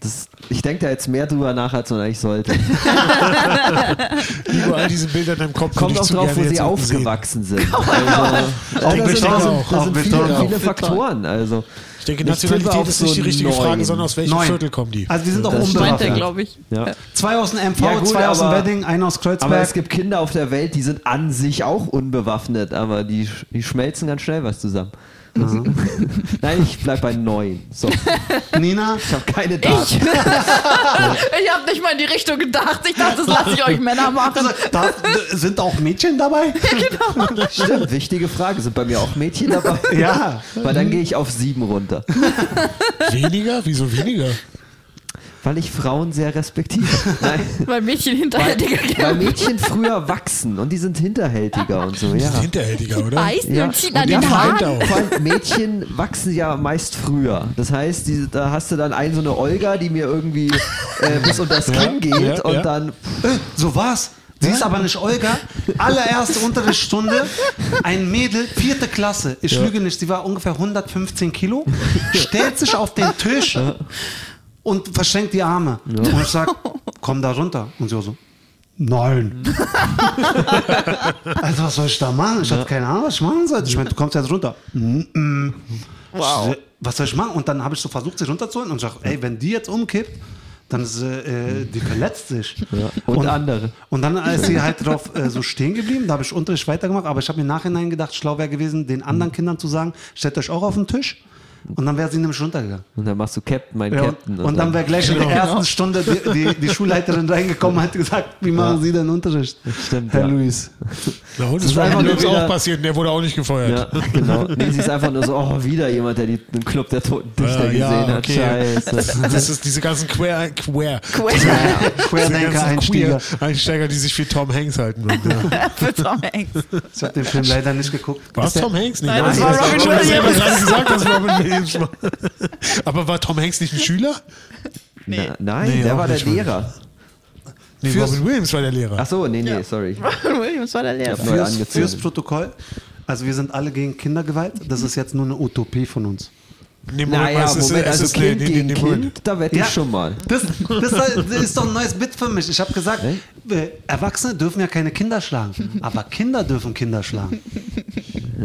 Speaker 3: Das, ich denke da jetzt mehr drüber nach, als man eigentlich sollte.
Speaker 1: Über all diese Bilder in deinem Kopf.
Speaker 3: Kommt
Speaker 1: würde ich
Speaker 3: auch
Speaker 1: zu
Speaker 3: drauf,
Speaker 1: gerne
Speaker 3: wo
Speaker 1: jetzt
Speaker 3: sie
Speaker 1: unten sehen.
Speaker 3: aufgewachsen sind. Also, da
Speaker 5: Auch
Speaker 3: sind, da
Speaker 5: Betonung,
Speaker 3: sind, da
Speaker 5: auch
Speaker 3: sind viele,
Speaker 5: Betonung.
Speaker 3: viele Faktoren. Also,
Speaker 1: Ich denke,
Speaker 3: Nicht
Speaker 1: Nationalität
Speaker 3: drüber
Speaker 1: ist
Speaker 3: auf
Speaker 1: nicht die
Speaker 3: so
Speaker 1: richtige
Speaker 3: neun.
Speaker 1: Frage, sondern aus Äh, welchem
Speaker 5: Neun.
Speaker 1: Viertel kommen die?
Speaker 5: Also die sind auch
Speaker 3: Das
Speaker 2: Meint er,
Speaker 5: unbewaffnet.
Speaker 2: glaube ich.
Speaker 3: Ja.
Speaker 5: Zwei aus dem MV,
Speaker 3: Ja, gut,
Speaker 5: zwei aus dem
Speaker 3: aber-
Speaker 5: Wedding, einer aus Kreuzberg.
Speaker 3: Aber es gibt Kinder auf der Welt, die sind an sich auch unbewaffnet, aber die, sch- die schmelzen ganz schnell was zusammen.
Speaker 1: Mhm.
Speaker 3: Nein, ich bleib bei neun. So, ich
Speaker 5: Nina,
Speaker 3: habe keine Daten.
Speaker 2: Ich habe nicht mal in die Richtung gedacht. Ich dachte, das lasse ich euch Männer machen.
Speaker 5: da, sind auch Mädchen dabei?
Speaker 3: Stimmt, wichtige Frage. Sind bei mir auch Mädchen dabei?
Speaker 5: Ja.
Speaker 3: Weil
Speaker 1: Mhm.
Speaker 3: dann gehe ich auf sieben runter.
Speaker 1: Weniger? Wieso weniger?
Speaker 3: Weil ich Frauen sehr respektiere. Nein.
Speaker 2: Weil Mädchen hinterhältiger
Speaker 3: Weil
Speaker 2: gehen.
Speaker 3: Mädchen früher wachsen und die sind hinterhältiger und so,
Speaker 1: Die
Speaker 3: ja.
Speaker 1: sind hinterhältiger, oder?
Speaker 2: Beißen
Speaker 3: Ja.
Speaker 2: und ziehen an
Speaker 3: Und ja,
Speaker 2: den
Speaker 3: vor allem-
Speaker 2: Haaren.
Speaker 1: Haaren.
Speaker 3: Vor allem Mädchen wachsen ja meist früher. Das heißt, die, da hast du dann einen so eine Olga, die mir irgendwie äh, bis unter das Kinn geht
Speaker 1: ja,
Speaker 3: und
Speaker 1: ja.
Speaker 3: dann
Speaker 5: Äh, So war's. Sie ist aber nicht Olga. Allererste Unterrichtsstunde, ein Mädel, vierte Klasse. Ich lüge nicht, sie war ungefähr 115 Kilo, stellt sich auf den Tisch und verschränkt die Arme. Und ich sag, komm da runter. Und sie auch so, nein. also was soll ich da machen? Ich hatte keine Ahnung, was ich machen sollte. Ich meine, du kommst jetzt runter. Wow. Was soll ich machen? Und dann habe ich so versucht, sie runterzuholen und ich sag, ey, wenn die jetzt umkippt, dann ist, äh, äh, die verletzt sich.
Speaker 3: und andere.
Speaker 5: Und dann ist sie halt drauf äh, so stehen geblieben. Da habe ich Unterricht weitergemacht. Aber ich habe mir im Nachhinein gedacht, schlau wäre gewesen, den anderen Kindern zu sagen, stellt euch auch auf den Tisch. Und dann wäre sie nämlich runtergegangen.
Speaker 3: und dann machst du Captain, mein
Speaker 5: Ja,
Speaker 3: Captain. Also,
Speaker 5: und, und dann wäre gleich in
Speaker 1: Genau.
Speaker 5: der ersten Stunde die, die, die Schulleiterin reingekommen und hat gesagt, wie machen Sie denn Unterricht?
Speaker 3: Stimmt,
Speaker 5: Herr
Speaker 3: ja.
Speaker 5: Luis.
Speaker 1: Na, und das
Speaker 3: ist
Speaker 1: war
Speaker 3: einfach
Speaker 1: bei
Speaker 3: nur
Speaker 1: uns auch
Speaker 3: wieder-
Speaker 1: passiert und der wurde auch nicht gefeuert.
Speaker 3: ja, genau. Nee, sie ist einfach nur so, oh, wieder jemand, der die, den Club der Toten Dichter
Speaker 1: Ah,
Speaker 3: gesehen
Speaker 1: ja,
Speaker 3: hat.
Speaker 1: okay.
Speaker 3: Scheiße.
Speaker 1: Das ist diese ganzen Queer, Queer, diese
Speaker 5: Querdenker,
Speaker 1: ganzen
Speaker 5: Einstieger.
Speaker 1: Queer Einsteiger, die sich für Tom Hanks halten. würden, Ja.
Speaker 4: Für Tom Hanks.
Speaker 5: Ich habe den Film leider nicht geguckt.
Speaker 1: War es Tom Hanks nicht?
Speaker 4: Nein, das
Speaker 1: Ja,
Speaker 4: war
Speaker 1: ich hab
Speaker 4: Robin
Speaker 1: schon
Speaker 4: Williams.
Speaker 1: selber gerade gesagt, dass Robin Williams war. Aber war Tom Hanks nicht ein Schüler?
Speaker 4: Nee.
Speaker 3: Na, nein,
Speaker 1: Nee,
Speaker 3: der
Speaker 1: auch
Speaker 3: war der
Speaker 1: nicht, Mann.
Speaker 3: Lehrer.
Speaker 1: Nee,
Speaker 5: Fürs-
Speaker 1: Robin Williams war der Lehrer.
Speaker 3: Ach so, nee, nee, sorry.
Speaker 4: Robin Williams war der Lehrer.
Speaker 3: Ja. Neu
Speaker 5: Fürs,
Speaker 3: angezündet.
Speaker 5: fürs Protokoll. Also wir sind alle gegen Kindergewalt. Das ist jetzt nur eine Utopie von uns.
Speaker 1: Nee,
Speaker 3: Naja,
Speaker 1: es ist-
Speaker 3: Moment,
Speaker 1: es
Speaker 3: also
Speaker 1: ist- nee,
Speaker 3: Kind
Speaker 1: nee, nee,
Speaker 3: gegen
Speaker 1: nee, Moment.
Speaker 3: Kind, da wette ich schon mal.
Speaker 5: Das, das, das ist doch ein neues Bit für mich. Ich habe gesagt, äh, Erwachsene dürfen ja keine Kinder schlagen, aber Kinder dürfen Kinder schlagen.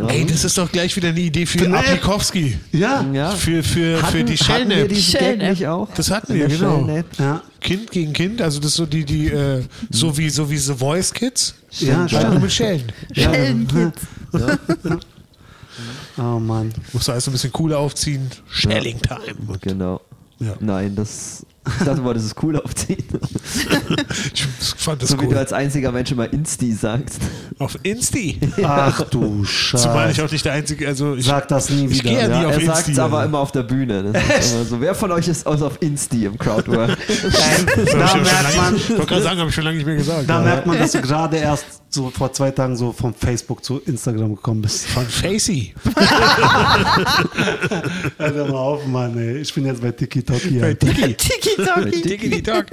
Speaker 1: Ey, das ist doch gleich wieder eine Idee für
Speaker 5: Nee.
Speaker 1: Aplikowski.
Speaker 5: Ja.
Speaker 3: Ja.
Speaker 1: Für, für, für die
Speaker 3: hatten wir
Speaker 1: Shellnap.
Speaker 3: diesen Gag
Speaker 4: Shellnap.
Speaker 3: nicht auch?
Speaker 1: Das hatten
Speaker 3: In
Speaker 1: wir,
Speaker 3: der
Speaker 1: genau.
Speaker 3: Shellnap?
Speaker 5: Ja,
Speaker 1: Kind gegen Kind, also das ist so die, die, äh, so wie, so wie The Voice Kids.
Speaker 5: ja
Speaker 1: Einfach nur
Speaker 5: stimmt.
Speaker 1: mit Schellen.
Speaker 4: Schellenkids.
Speaker 5: Oh Mann.
Speaker 1: Musst du also ein bisschen cooler aufziehen. Shelling Time. Und
Speaker 3: Genau.
Speaker 1: Ja.
Speaker 3: Nein, das. Ich dachte mal, das ist cool aufziehen.
Speaker 1: ich fand das
Speaker 3: so wie du
Speaker 1: cool.
Speaker 3: als einziger Mensch immer Insti sagst.
Speaker 1: Auf Insti.
Speaker 5: Ach du
Speaker 1: Zumal ich
Speaker 5: Scheiße.
Speaker 1: auch nicht der Einzige, also ich,
Speaker 5: Sag das nie
Speaker 1: ich gehe
Speaker 5: wieder.
Speaker 1: ja, nie
Speaker 3: Ja,
Speaker 1: auf
Speaker 3: er sagt es
Speaker 1: Insti.
Speaker 3: aber immer auf der Bühne. Das ist immer so. Wer von euch ist aus auf Insti im Crowdwork?
Speaker 1: Das hab
Speaker 5: Da
Speaker 1: ich ja schon
Speaker 5: merkt
Speaker 1: lange-
Speaker 5: man,
Speaker 1: Ich wollte gerade sagen, habe ich schon lange nicht mehr gesagt.
Speaker 5: da
Speaker 1: Ja.
Speaker 5: merkt man, dass du gerade erst so vor zwei Tagen so von Facebook zu Instagram gekommen bist.
Speaker 1: Von Facey.
Speaker 5: Alter, mal auf, Mann, ey. Ich bin jetzt bei TikTok hier.
Speaker 1: Tiki.
Speaker 4: Tiki-Toki.
Speaker 1: Tiki Talk.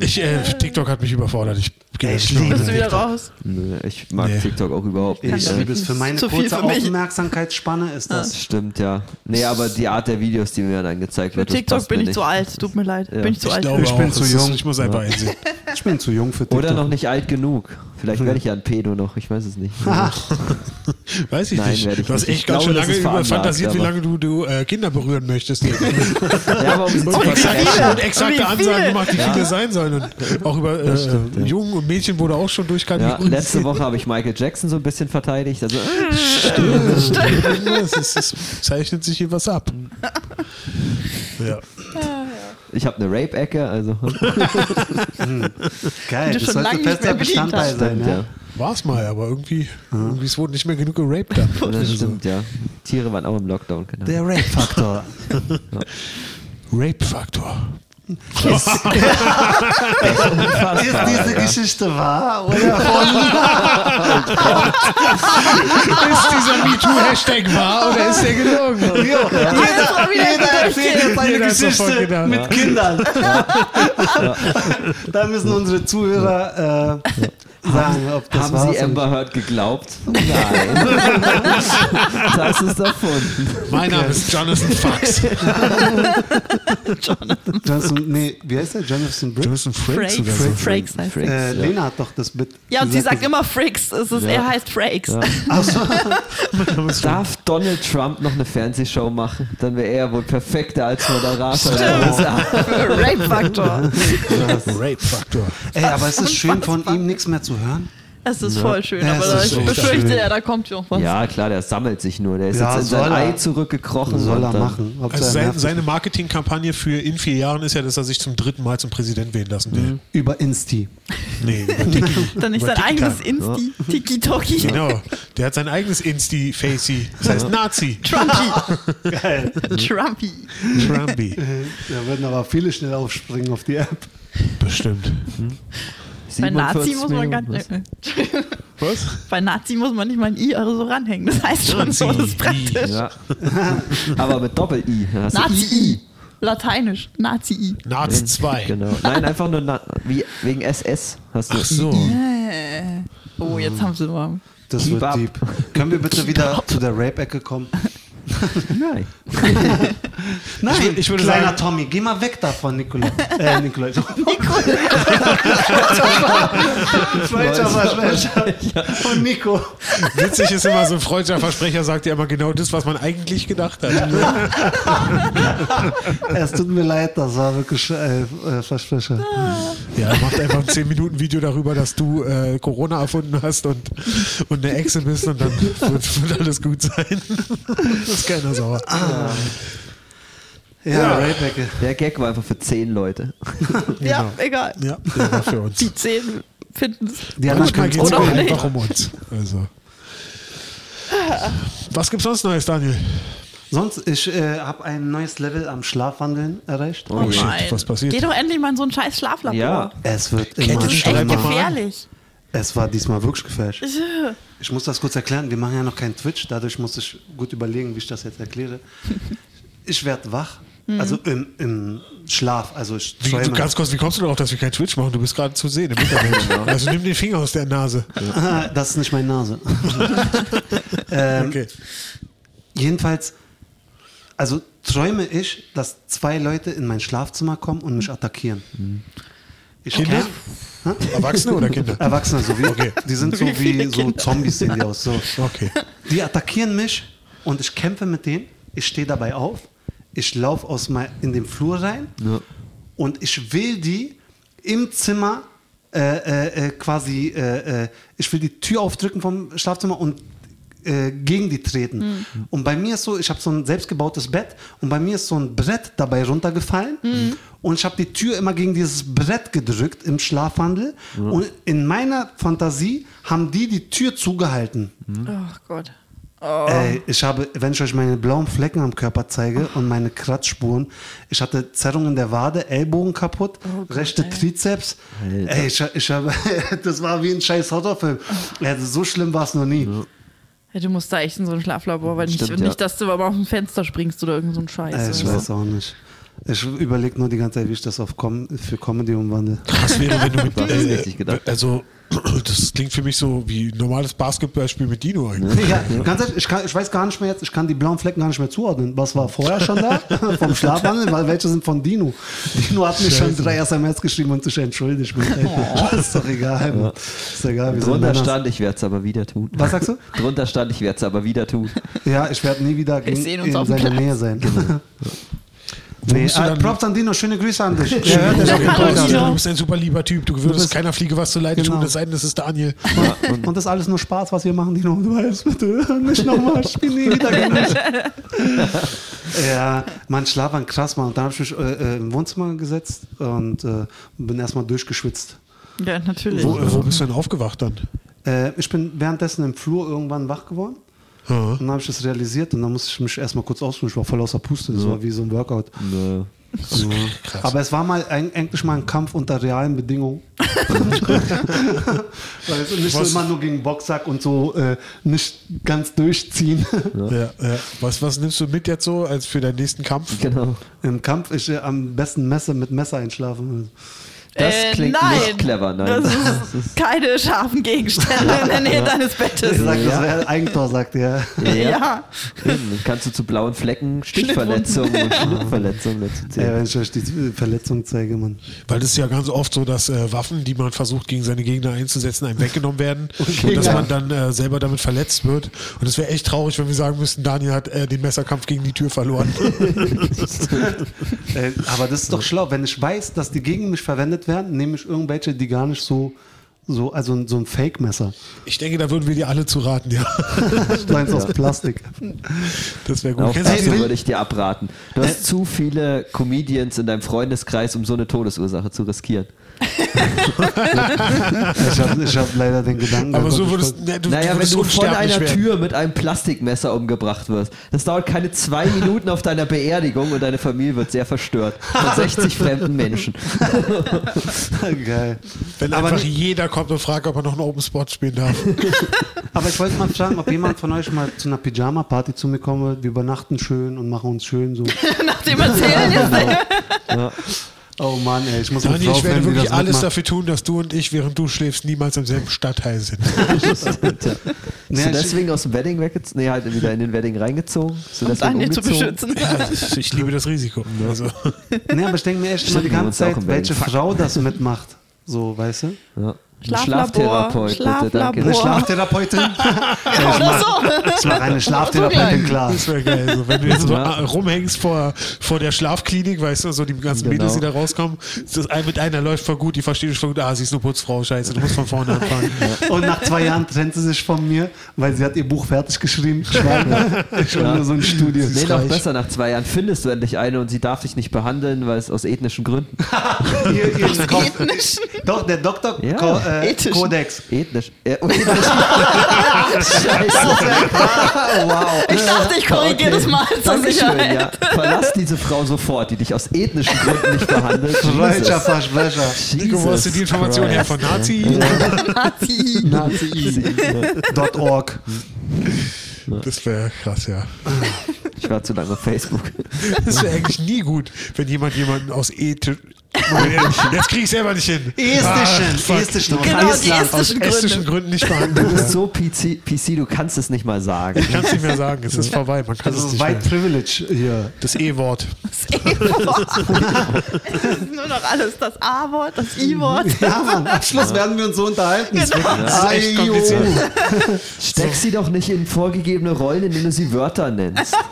Speaker 1: Ich, äh, TikTok hat mich überfordert. Ich gehe
Speaker 5: Ich
Speaker 1: nicht mehr rein.
Speaker 5: liebe
Speaker 4: Bist du wieder raus?
Speaker 3: Nö, ich mag
Speaker 1: Nee.
Speaker 3: TikTok auch überhaupt nicht.
Speaker 5: Ich
Speaker 3: Ja.
Speaker 5: liebe es. Für meine
Speaker 4: Zu viel
Speaker 5: kurze
Speaker 4: für mich.
Speaker 5: Aufmerksamkeitsspanne ist das.
Speaker 3: Das stimmt, ja. Nee, aber die Art der Videos, die mir dann gezeigt
Speaker 4: Für
Speaker 3: wird, das
Speaker 4: TikTok
Speaker 3: passt
Speaker 4: bin
Speaker 3: mir
Speaker 4: ich
Speaker 3: nicht.
Speaker 4: zu alt. Tut mir leid. Bin ich zu
Speaker 1: Ich
Speaker 4: alt.
Speaker 1: glaube
Speaker 5: Ich bin
Speaker 1: auch,
Speaker 5: zu
Speaker 1: es
Speaker 5: jung.
Speaker 1: Ist, ich muss einfach einsehen.
Speaker 5: Ich bin zu jung für TikTok.
Speaker 3: Oder noch nicht alt genug. Vielleicht werde ich ja ein Pedo noch, ich weiß es nicht.
Speaker 1: Weiß ich
Speaker 3: Nein,
Speaker 1: nicht.
Speaker 3: werde ich
Speaker 1: du hast
Speaker 3: nicht.
Speaker 1: echt
Speaker 3: Ich
Speaker 1: ganz
Speaker 3: glaube,
Speaker 1: schön
Speaker 3: das
Speaker 1: lange
Speaker 3: ist
Speaker 1: über
Speaker 3: veranlagt,
Speaker 1: fantasiert, wie
Speaker 3: aber-
Speaker 1: lange du, du äh, Kinder berühren möchtest. Und
Speaker 3: ja, aber um sie zu
Speaker 1: exakt-
Speaker 3: verstecken.
Speaker 1: und exakte
Speaker 4: Wie
Speaker 1: Ansagen
Speaker 4: viele?
Speaker 1: gemacht, wie
Speaker 3: Ja.
Speaker 1: viele sein sollen. Und auch über äh, Jungen und Mädchen wurde auch schon
Speaker 3: Ja,
Speaker 1: durchkalkuliert.
Speaker 3: letzte Woche habe ich Michael Jackson so ein bisschen verteidigt. Also, äh,
Speaker 1: es, ist, es zeichnet sich hier was ab. Ja.
Speaker 3: ich habe eine Rape-Ecke, also.
Speaker 5: Geil,
Speaker 4: Die
Speaker 5: das
Speaker 4: schon lange nicht
Speaker 5: sollte fester
Speaker 4: mehr bedient
Speaker 5: Bestandteil
Speaker 4: hast.
Speaker 5: sein.
Speaker 3: Stimmt,
Speaker 5: Ja.
Speaker 3: ja.
Speaker 1: War's mal, aber irgendwie, irgendwie es wurde nicht mehr genug geraped. dann.
Speaker 3: Das stimmt, ja. Tiere waren auch im Lockdown, genau.
Speaker 5: Der Rape-Faktor.
Speaker 1: Rape-Faktor.
Speaker 3: Ist,
Speaker 5: Ist diese Geschichte wahr oder von
Speaker 1: Ist dieser MeToo-Hashtag wahr oder ist der gelogen?
Speaker 5: Jo, jeder, jeder erzählt jetzt eine
Speaker 1: Jeder hat's sofort
Speaker 5: Geschichte
Speaker 1: gedacht.
Speaker 5: mit Kindern. Da müssen unsere Zuhörer äh, sagen, ob das
Speaker 3: haben
Speaker 5: wahr
Speaker 3: Sie
Speaker 5: ist oder
Speaker 3: Amber Heard geglaubt? Nein. das ist erfunden.
Speaker 1: Mein Name ist Jonathan Fox.
Speaker 5: nicht. Jonathan, nee, wie heißt der? Jonathan Britt?
Speaker 1: Jonathan Frakes oder so.
Speaker 4: Frakes. Frakes heißt
Speaker 3: Frakes,
Speaker 5: Äh,
Speaker 3: ja.
Speaker 5: Lena hat doch das Bit.
Speaker 4: Ja, und sie
Speaker 5: gesagt,
Speaker 4: sagt immer Frakes. Es ist,
Speaker 3: Ja.
Speaker 4: Er heißt Frakes.
Speaker 3: Ja. Darf Donald Trump noch eine Fernsehshow machen? Dann wäre er wohl perfekter als Moderator. der USA.
Speaker 4: Rape Factor.
Speaker 1: Rape Factor.
Speaker 5: Ey, aber ist es schön, von ihm nichts mehr zu hören?
Speaker 4: Es ist voll schön,
Speaker 5: Ja,
Speaker 4: aber
Speaker 5: es
Speaker 4: da-
Speaker 5: ist
Speaker 4: ich
Speaker 5: so
Speaker 4: befürchte,
Speaker 5: schön.
Speaker 4: ja, da kommt noch was.
Speaker 3: Ja, klar, der sammelt sich nur. Der ist
Speaker 5: Ja,
Speaker 3: jetzt in sein
Speaker 5: soll er.
Speaker 3: Ei zurückgekrochen.
Speaker 5: Soll
Speaker 3: und
Speaker 5: er
Speaker 3: dann-
Speaker 5: machen. Hauptsache,
Speaker 1: Also
Speaker 5: er
Speaker 1: sein,
Speaker 5: nervt
Speaker 1: seine Marketingkampagne für in vier Jahren ist ja, dass er sich zum dritten Mal zum Präsident wählen lassen
Speaker 3: Mhm.
Speaker 1: will.
Speaker 5: sich. Über Insti.
Speaker 1: Nee, über Tiki.
Speaker 4: Dann nicht
Speaker 1: Über
Speaker 4: sein eigenes
Speaker 1: TikTok.
Speaker 4: Insti, Tiki-Toki,
Speaker 1: Genau. Der hat sein eigenes Insti-Facey. Das heißt Nazi.
Speaker 4: Trumpy,
Speaker 5: Geil.
Speaker 4: Trumpy.
Speaker 1: Trumpy.
Speaker 5: Äh, Da würden aber viele schnell aufspringen auf die App.
Speaker 1: Bestimmt.
Speaker 4: Bei Nazi
Speaker 3: 47
Speaker 4: muss man gar
Speaker 3: Millionen, was?
Speaker 4: nicht.
Speaker 1: Was?
Speaker 4: Bei Nazi muss man nicht mal ein I oder so ranhängen. Das heißt schon so, das ist praktisch.
Speaker 3: Ja. Aber mit Doppel-I. Da hast du
Speaker 4: Nazi-I. Lateinisch. Nazi-I.
Speaker 1: Naz 2.
Speaker 3: Genau. Nein, einfach nur na, wie, wegen SS. Hast du
Speaker 1: Ach so.
Speaker 4: Oh, jetzt haben sie mal.
Speaker 5: Das
Speaker 3: Keep
Speaker 5: wird
Speaker 3: up.
Speaker 5: deep. Können wir bitte wieder zu der Rape-Ecke kommen?
Speaker 3: Nein.
Speaker 5: Nein,
Speaker 1: würd- ich würde
Speaker 5: kleiner
Speaker 1: sagen-
Speaker 5: Tommy, geh mal weg davon, Nikola. Äh, Nikola. Falscher Versprecher von Nico.
Speaker 1: Witzig ist immer, so ein freudscher Versprecher sagt ja immer genau das, was man eigentlich gedacht hat.
Speaker 5: Es tut mir leid, das war wirklich äh, äh, Versprecher.
Speaker 1: Ja, er macht einfach ein 10-Minuten-Video darüber, dass du äh, Corona erfunden hast und, und eine Echse bist und dann wird, wird alles gut sein. ist keiner sauer.
Speaker 5: Ja,
Speaker 1: Ja.
Speaker 5: Rape-Ecke.
Speaker 3: Der Gag war einfach für zehn Leute.
Speaker 4: Ja, egal.
Speaker 1: Ja, der war für uns.
Speaker 4: Die zehn finden es.
Speaker 5: Die anderen
Speaker 1: Manchmal geht
Speaker 5: können es
Speaker 1: es
Speaker 4: oder auch nicht.
Speaker 1: einfach um uns. Also. Was gibt's sonst Neues, Daniel?
Speaker 5: Sonst, ich äh, habe ein neues Level am Schlafwandeln erreicht.
Speaker 1: Oh, shit,
Speaker 4: Nein.
Speaker 1: was passiert?
Speaker 4: Geh doch endlich mal in so ein scheiß Schlaflabor.
Speaker 3: Ja.
Speaker 5: Es wird
Speaker 1: Kennt
Speaker 5: immer
Speaker 1: ihr
Speaker 4: Das ist echt
Speaker 1: Schreiber.
Speaker 5: schlimmer.
Speaker 4: gefährlich.
Speaker 5: Es war diesmal wirklich gefälscht. Ich muss das kurz erklären. Wir machen ja noch keinen Twitch, dadurch muss ich gut überlegen, wie ich das jetzt erkläre. Ich werde wach, also im, im Schlaf. Also ich
Speaker 1: Wie,
Speaker 5: träume.
Speaker 1: ganz kurz, wie kommst du darauf, dass wir kein Twitch machen? Du bist gerade zu sehen im Internet. Also nimm den Finger aus der Nase.
Speaker 5: Ah, das ist nicht meine Nase. ähm,
Speaker 1: Okay.
Speaker 5: Jedenfalls, also träume ich, dass zwei Leute in mein Schlafzimmer kommen und mich attackieren. Ich
Speaker 1: Mhm. Kinder?
Speaker 5: Hä?
Speaker 1: Erwachsene oder Kinder?
Speaker 5: Erwachsene, so wie.
Speaker 1: Okay.
Speaker 5: Die sind so wie so Zombies sehen die aus. So.
Speaker 1: Okay.
Speaker 5: Die attackieren mich und ich kämpfe mit denen. Ich stehe dabei auf. Ich laufe aus mein, in den Flur rein und ich will die im Zimmer äh, äh, äh, quasi, äh, äh, ich will die Tür aufdrücken vom Schlafzimmer und äh, gegen die treten. Und bei mir ist so, ich habe so ein selbstgebautes Bett und bei mir ist so ein Brett dabei runtergefallen und ich habe die Tür immer gegen dieses Brett gedrückt im Schlafwandel und in meiner Fantasie haben die die Tür zugehalten.
Speaker 4: Ach Gott.
Speaker 5: Ey, ich habe, wenn ich euch meine blauen Flecken am Körper zeige und meine Kratzspuren, ich hatte Zerrungen der Wade, Ellbogen kaputt, rechte Trizeps. Ey, ich, ich habe, das war wie ein scheiß Horrorfilm. Ja, so schlimm war es noch nie.
Speaker 4: Ja, du musst da echt in so ein Schlaflabor, weil nicht,
Speaker 3: Stimmt, ja.
Speaker 4: nicht, dass du aber auf ein Fenster springst oder irgend so ein
Speaker 5: Ey,
Speaker 4: Scheiß.
Speaker 5: ich
Speaker 4: oder
Speaker 5: weiß
Speaker 4: so.
Speaker 5: auch nicht. Ich überlege nur die ganze Zeit, wie ich das auf Com für Comedy umwandle.
Speaker 1: Was wäre, wenn du mit.
Speaker 3: Das ist richtig gedacht.
Speaker 1: Also, das klingt für mich so wie ein normales Basketballspiel mit Dino eigentlich.
Speaker 5: Ja, ganz ehrlich, ich, kann, ich weiß gar nicht mehr jetzt, ich kann die blauen Flecken gar nicht mehr zuordnen. Was war vorher schon da vom Schlafwandel? Weil welche sind von Dino? Dino hat mir schon drei SMS geschrieben und sich entschuldigt. Ist doch egal. Mann. Ist doch egal. wir sind
Speaker 3: Drunter
Speaker 5: Männer.
Speaker 3: stand, ich werde es aber wieder tun.
Speaker 5: Was sagst du?
Speaker 3: Drunter stand, ich werde es aber wieder tun.
Speaker 5: Ja, ich werde nie wieder gegen,
Speaker 4: sehen uns
Speaker 5: in
Speaker 4: auf dem
Speaker 5: seiner
Speaker 4: Platz.
Speaker 5: Nähe sein. nee,
Speaker 1: musst du
Speaker 5: äh,
Speaker 1: dann-
Speaker 5: Props an Dino, schöne Grüße an dich.
Speaker 1: Ja,
Speaker 5: Der hört den
Speaker 1: du,
Speaker 5: auf dem
Speaker 1: bist,
Speaker 5: Podcast.
Speaker 1: du bist ein super lieber Typ. Du würdest
Speaker 5: bist-
Speaker 1: keiner Fliege was zu leiden
Speaker 5: Genau.
Speaker 1: tun, es sei denn, es ist Daniel.
Speaker 5: Und, und das ist alles nur Spaß, was wir machen, Dino. Du weißt bitte, äh, nicht nochmal, spiel nie wieder gegen mich. ja, mein Schlaf war krass, Mann. Und dann habe ich mich äh, äh, im Wohnzimmer gesetzt und äh, bin erstmal durchgeschwitzt.
Speaker 4: Ja, natürlich.
Speaker 1: Wo, wo bist du denn aufgewacht dann?
Speaker 5: Äh, ich bin währenddessen im Flur irgendwann wach geworden. Und dann habe ich das realisiert und dann musste ich mich erstmal kurz ausruhen. Ich war voll außer Puste. Das war wie so ein Workout.
Speaker 3: Nö.
Speaker 1: Krass.
Speaker 5: Aber es war mal ein, endlich mal ein Kampf unter realen Bedingungen. Weil es nicht so
Speaker 1: Was-
Speaker 5: immer nur gegen Boxsack und so äh, nicht ganz durchziehen.
Speaker 1: ja, ja. Was, was nimmst du mit jetzt so als für deinen nächsten Kampf?
Speaker 3: Genau.
Speaker 5: Im Kampf ist äh, am besten Messer mit Messer einschlafen.
Speaker 3: Das
Speaker 4: Äh,
Speaker 3: klingt
Speaker 4: nein.
Speaker 3: nicht clever, nein.
Speaker 4: Das ist, keine scharfen Gegenstände in der Nähe deines
Speaker 5: Er
Speaker 1: Äh,
Speaker 4: Bettes.
Speaker 5: sagt,
Speaker 3: Ja.
Speaker 5: das wäre Eigentor, sagt er.
Speaker 4: Ja.
Speaker 3: Eben, dann kannst du zu blauen Flecken Stichverletzungen und Schnittverletzungen dazu
Speaker 5: Ey,
Speaker 3: zählen.
Speaker 5: wenn ich euch die Verletzung zeige, Mann.
Speaker 1: Weil das ist ja ganz oft so, dass äh, Waffen, die man versucht, gegen seine Gegner einzusetzen, einem weggenommen werden und dass
Speaker 5: Ja.
Speaker 1: man dann äh, selber damit verletzt wird. Und es wäre echt traurig, wenn wir sagen müssten, Daniel hat äh, den Messerkampf gegen die Tür verloren.
Speaker 5: Äh, aber das ist doch schlau. Wenn ich weiß, dass die gegen mich verwendet werden, nehme ich irgendwelche, die gar nicht so, so also ein- so ein Fake-Messer.
Speaker 1: ich denke, da würden wir dir alle zu raten, ja.
Speaker 5: So eins aus Plastik.
Speaker 1: Das
Speaker 5: Äh,
Speaker 1: wäre gut.
Speaker 3: Auch
Speaker 1: Kennst du
Speaker 3: das
Speaker 1: das?
Speaker 3: würde ich dir abraten. Du hast zu viele Comedians in deinem Freundeskreis, um so eine Todesursache zu riskieren.
Speaker 5: Ich habe ich hab leider den Gedanken.
Speaker 1: aber so
Speaker 5: gehabt,
Speaker 1: würdest
Speaker 5: ich
Speaker 1: ne, du,
Speaker 3: naja, wenn
Speaker 1: würdest
Speaker 3: du von
Speaker 1: unsterblich
Speaker 3: einer
Speaker 1: werden.
Speaker 3: Tür mit einem Plastikmesser umgebracht wirst, das dauert keine zwei Minuten auf deiner Beerdigung und deine Familie wird sehr verstört. Von 60 fremden Menschen.
Speaker 5: wollte- Geil.
Speaker 1: Wenn
Speaker 5: aber,
Speaker 1: einfach
Speaker 5: nicht-
Speaker 1: jeder kommt und fragt, ob er noch einen Open Spot spielen darf.
Speaker 5: aber ich wollte mal fragen, ob jemand von euch mal zu einer Pyjama-Party zu mir kommen wird. Wir übernachten schön und machen uns schön so.
Speaker 4: Nachdem erzählen jetzt
Speaker 5: Oh Mann, ey, ich muss eine
Speaker 1: Daniel,
Speaker 5: Frau
Speaker 1: ich werde
Speaker 5: finden, die
Speaker 1: wirklich
Speaker 5: das
Speaker 1: alles
Speaker 5: mitmacht.
Speaker 1: dafür tun, dass du und ich, während du schläfst, niemals im selben Stadtteil sind.
Speaker 5: Nee,
Speaker 3: Bist du
Speaker 5: ich-
Speaker 3: deswegen aus dem Wedding weggezogen? Nee, halt wieder in den Wedding reingezogen. Bist du
Speaker 4: um
Speaker 3: deswegen
Speaker 4: Daniel zu beschützen.
Speaker 3: umgezogen?
Speaker 1: Ja, ich, ich liebe das Risiko. Also,
Speaker 5: Nee, aber ich denke mir echt immer
Speaker 3: Stimmt,
Speaker 5: die
Speaker 3: wir
Speaker 5: ganze
Speaker 3: wohnen auch
Speaker 5: Zeit,
Speaker 3: in
Speaker 5: welche
Speaker 3: Berlin.
Speaker 5: Frau das mitmacht. So, weißt du?
Speaker 3: Ja.
Speaker 4: Schlaflabor,
Speaker 5: Eine
Speaker 4: Schlaflabor. Boah.
Speaker 5: Schlaftherapeutin. Ja, ich
Speaker 4: Oder
Speaker 5: mach-
Speaker 4: so.
Speaker 5: ich mache eine Schlaftherapeutin klar.
Speaker 1: das wäre geil. So, wenn du jetzt so
Speaker 3: Ja.
Speaker 1: äh, rumhängst vor, vor der Schlafklinik, weißt du, so die ganzen
Speaker 3: Genau.
Speaker 1: Mädels, die da rauskommen, ist das ein, mit einer läuft voll gut, die versteht dich voll gut, ah, sie ist nur Putzfrau, scheiße, du musst von vorne anfangen.
Speaker 5: Und nach zwei Jahren trennt sie sich von mir, weil sie hat ihr Buch fertig geschrieben. Ich war schon nur so ein Studio.
Speaker 3: Nee, noch
Speaker 1: reich.
Speaker 3: besser, nach zwei Jahren findest du endlich eine und sie darf dich nicht behandeln, weil es aus ethnischen Gründen.
Speaker 5: Ihr, ihr Kopf. Doch, der Doktor
Speaker 3: Ja.
Speaker 5: Ko äh,
Speaker 4: Ethisch.
Speaker 5: Kodex.
Speaker 3: Ethnisch. Äh, ethnisch. Scheiße. wow.
Speaker 4: Ich dachte, ich korrigiere das mal zur
Speaker 3: Dankeschön,
Speaker 4: Sicherheit.
Speaker 3: ja. Verlass diese Frau sofort, die dich aus ethnischen Gründen nicht behandelt.
Speaker 5: Deutscher Versprecher.
Speaker 1: Nico, wo hast du die Information her? Von Nazi?
Speaker 4: Nazi.
Speaker 5: Dot org.
Speaker 1: Das wäre krass, ja.
Speaker 3: Ich war zu lange auf Facebook.
Speaker 1: Das wäre eigentlich nie gut, wenn jemand jemanden aus Eth... Moment, Jetzt krieg ich selber nicht hin.
Speaker 5: Estischen.
Speaker 1: Ah, fuck.
Speaker 5: Estischen. aus
Speaker 4: Genau, die
Speaker 5: Estland.
Speaker 1: Aus
Speaker 4: estischen
Speaker 1: estischen
Speaker 4: Gründe.
Speaker 1: Gründen nicht
Speaker 3: Du
Speaker 1: behandelt.
Speaker 3: bist so PC, PC du kannst es nicht mal sagen.
Speaker 1: Ich kann es nicht mehr sagen, es ist vorbei. Man kann
Speaker 5: Das
Speaker 1: es
Speaker 5: ist
Speaker 1: nicht mehr.
Speaker 5: Also White Privilege hier.
Speaker 1: Das E-Wort.
Speaker 4: Das E-Wort. Es ist nur noch alles das A-Wort, das I-Wort.
Speaker 5: Ja, Ah, Mann. Am Schluss werden wir uns so unterhalten.
Speaker 1: Das ist echt
Speaker 5: Ai, jo.
Speaker 1: kompliziert.
Speaker 3: Steck sie doch nicht in vorgegebene Rollen, in denen du sie Wörter nennst.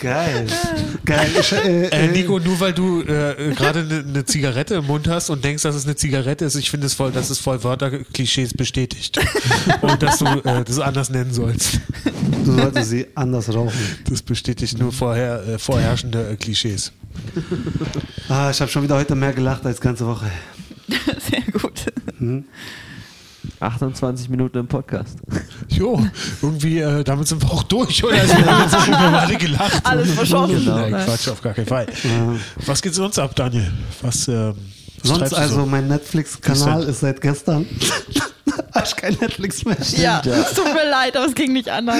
Speaker 5: Geil. Geil. Ich, äh,
Speaker 1: Äh,
Speaker 5: äh,
Speaker 1: Nico, nur weil du äh, äh, gerade eine ne Zigarette im Mund hast und denkst, dass es eine Zigarette ist, ich finde es voll, dass es voll Wörterklischees bestätigt. Und dass du äh, das anders nennen sollst.
Speaker 5: Du solltest sie anders rauchen.
Speaker 1: Das bestätigt nur vorher, äh, vorherrschende äh, Klischees.
Speaker 5: Ah, ich habe schon wieder heute mehr gelacht als ganze Woche.
Speaker 4: Sehr gut.
Speaker 3: 28 Minuten im Podcast.
Speaker 1: Jo, irgendwie, äh, damit sind wir auch durch, oder? Also, wir haben jetzt wir haben alle gelacht.
Speaker 4: Alles verschossen.
Speaker 1: Nein, Quatsch, auf gar keinen Fall. Was geht sonst ab, Daniel? Was, ähm, was
Speaker 5: Sonst
Speaker 1: treibst du
Speaker 5: also,
Speaker 1: so?
Speaker 5: mein Netflix-Kanal
Speaker 1: Ist
Speaker 5: ist seit gestern. Hab ich kein Netflix mehr.
Speaker 4: Ja, es tut mir leid, aber es ging nicht anders.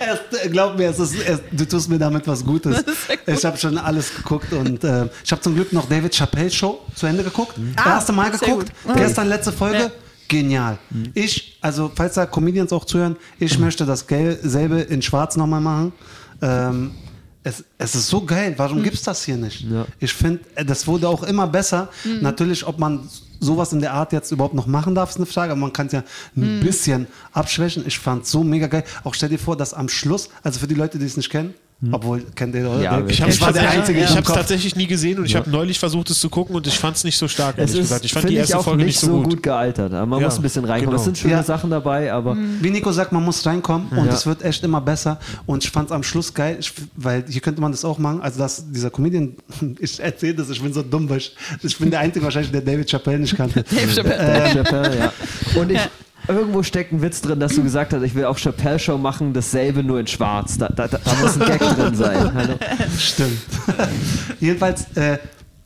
Speaker 5: Es, äh, glaub mir, es ist, es, du tust mir damit was Gutes. Ich habe schon alles geguckt und äh, ich habe zum Glück noch David Chappelle Show zu Ende geguckt.
Speaker 4: Ah,
Speaker 5: Erste Mal
Speaker 4: sehr
Speaker 5: geguckt.
Speaker 4: gut. Mhm.
Speaker 5: Gestern letzte Folge.
Speaker 4: Ja.
Speaker 5: Genial. Ich, also falls da Comedians auch zuhören, ich möchte dasselbe in Schwarz nochmal machen. Ähm, es, es ist so geil.
Speaker 4: Mhm.
Speaker 5: Warum gibt's das hier nicht?
Speaker 3: Ja.
Speaker 5: Ich finde, das wurde auch immer besser. Natürlich, ob man sowas in der Art jetzt überhaupt noch machen darf, ist eine Frage, aber man kann es ja ein bisschen abschwächen. Ich fand es so mega geil. Auch stell dir vor, dass am Schluss, also für die Leute, die es nicht kennen, obwohl, kennt ihr oder?
Speaker 3: Mhm. Ja, wir
Speaker 1: Ich
Speaker 3: kennen
Speaker 1: habe
Speaker 5: ich war der Einzige,
Speaker 1: ich
Speaker 5: ich
Speaker 1: habe
Speaker 5: im
Speaker 1: es
Speaker 5: Kopf.
Speaker 1: tatsächlich nie gesehen und ich habe neulich versucht, es zu gucken und ich fand es nicht so stark,
Speaker 3: Es
Speaker 1: ehrlich
Speaker 3: ist,
Speaker 1: gesagt. Ich fand
Speaker 3: finde
Speaker 1: die erste
Speaker 3: ich, auch
Speaker 1: Folge
Speaker 3: nicht so gut gealtert. Aber man
Speaker 1: Ja,
Speaker 3: muss ein bisschen
Speaker 1: genau.
Speaker 3: reinkommen.
Speaker 1: Mhm.
Speaker 3: Es sind schöne
Speaker 5: Ja.
Speaker 3: Sachen dabei, aber
Speaker 5: Wie Nico sagt, man muss reinkommen und
Speaker 3: Ja.
Speaker 5: es wird echt immer besser. Und ich fand es am Schluss geil, ich, weil hier könnte man das auch machen. Also, dass dieser Comedian, ich erzähle das, ich bin so dumm, weil ich, ich bin der Einzige wahrscheinlich, der David Chappelle nicht kannte.
Speaker 4: Dave Chappelle.
Speaker 3: Dave Chappelle, ja. Ähm, Und ich, irgendwo steckt ein Witz drin, dass du gesagt hast, ich will auch Chappelle Show machen, dasselbe nur in schwarz. Da, da, da, da muss ein Gag drin sein. Hallo.
Speaker 5: Stimmt. Jedenfalls, äh,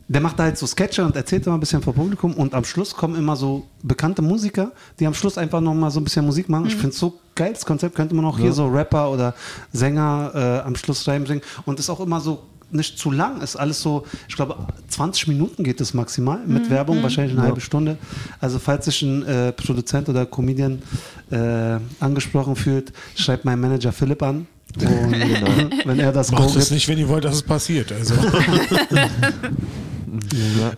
Speaker 5: der macht da halt so Sketche und erzählt immer ein bisschen vor Publikum und am Schluss kommen immer so bekannte Musiker, die am Schluss einfach nochmal so ein bisschen Musik machen.
Speaker 1: Mhm.
Speaker 5: Ich finde es so geil, das Konzept könnte man auch hier so Rapper oder Sänger äh, am Schluss reinbringen und ist auch immer so nicht zu lang, ist alles so, ich glaube 20 Minuten geht es maximal mit
Speaker 1: Mhm.
Speaker 5: Werbung, wahrscheinlich eine halbe Stunde. Also falls sich ein äh, Produzent oder Comedian äh, angesprochen fühlt, schreibt mein Manager Philipp an. Und äh, wenn er das Go
Speaker 1: Macht es
Speaker 5: gibt,
Speaker 1: nicht, wenn ihr wollt, dass es passiert. Also.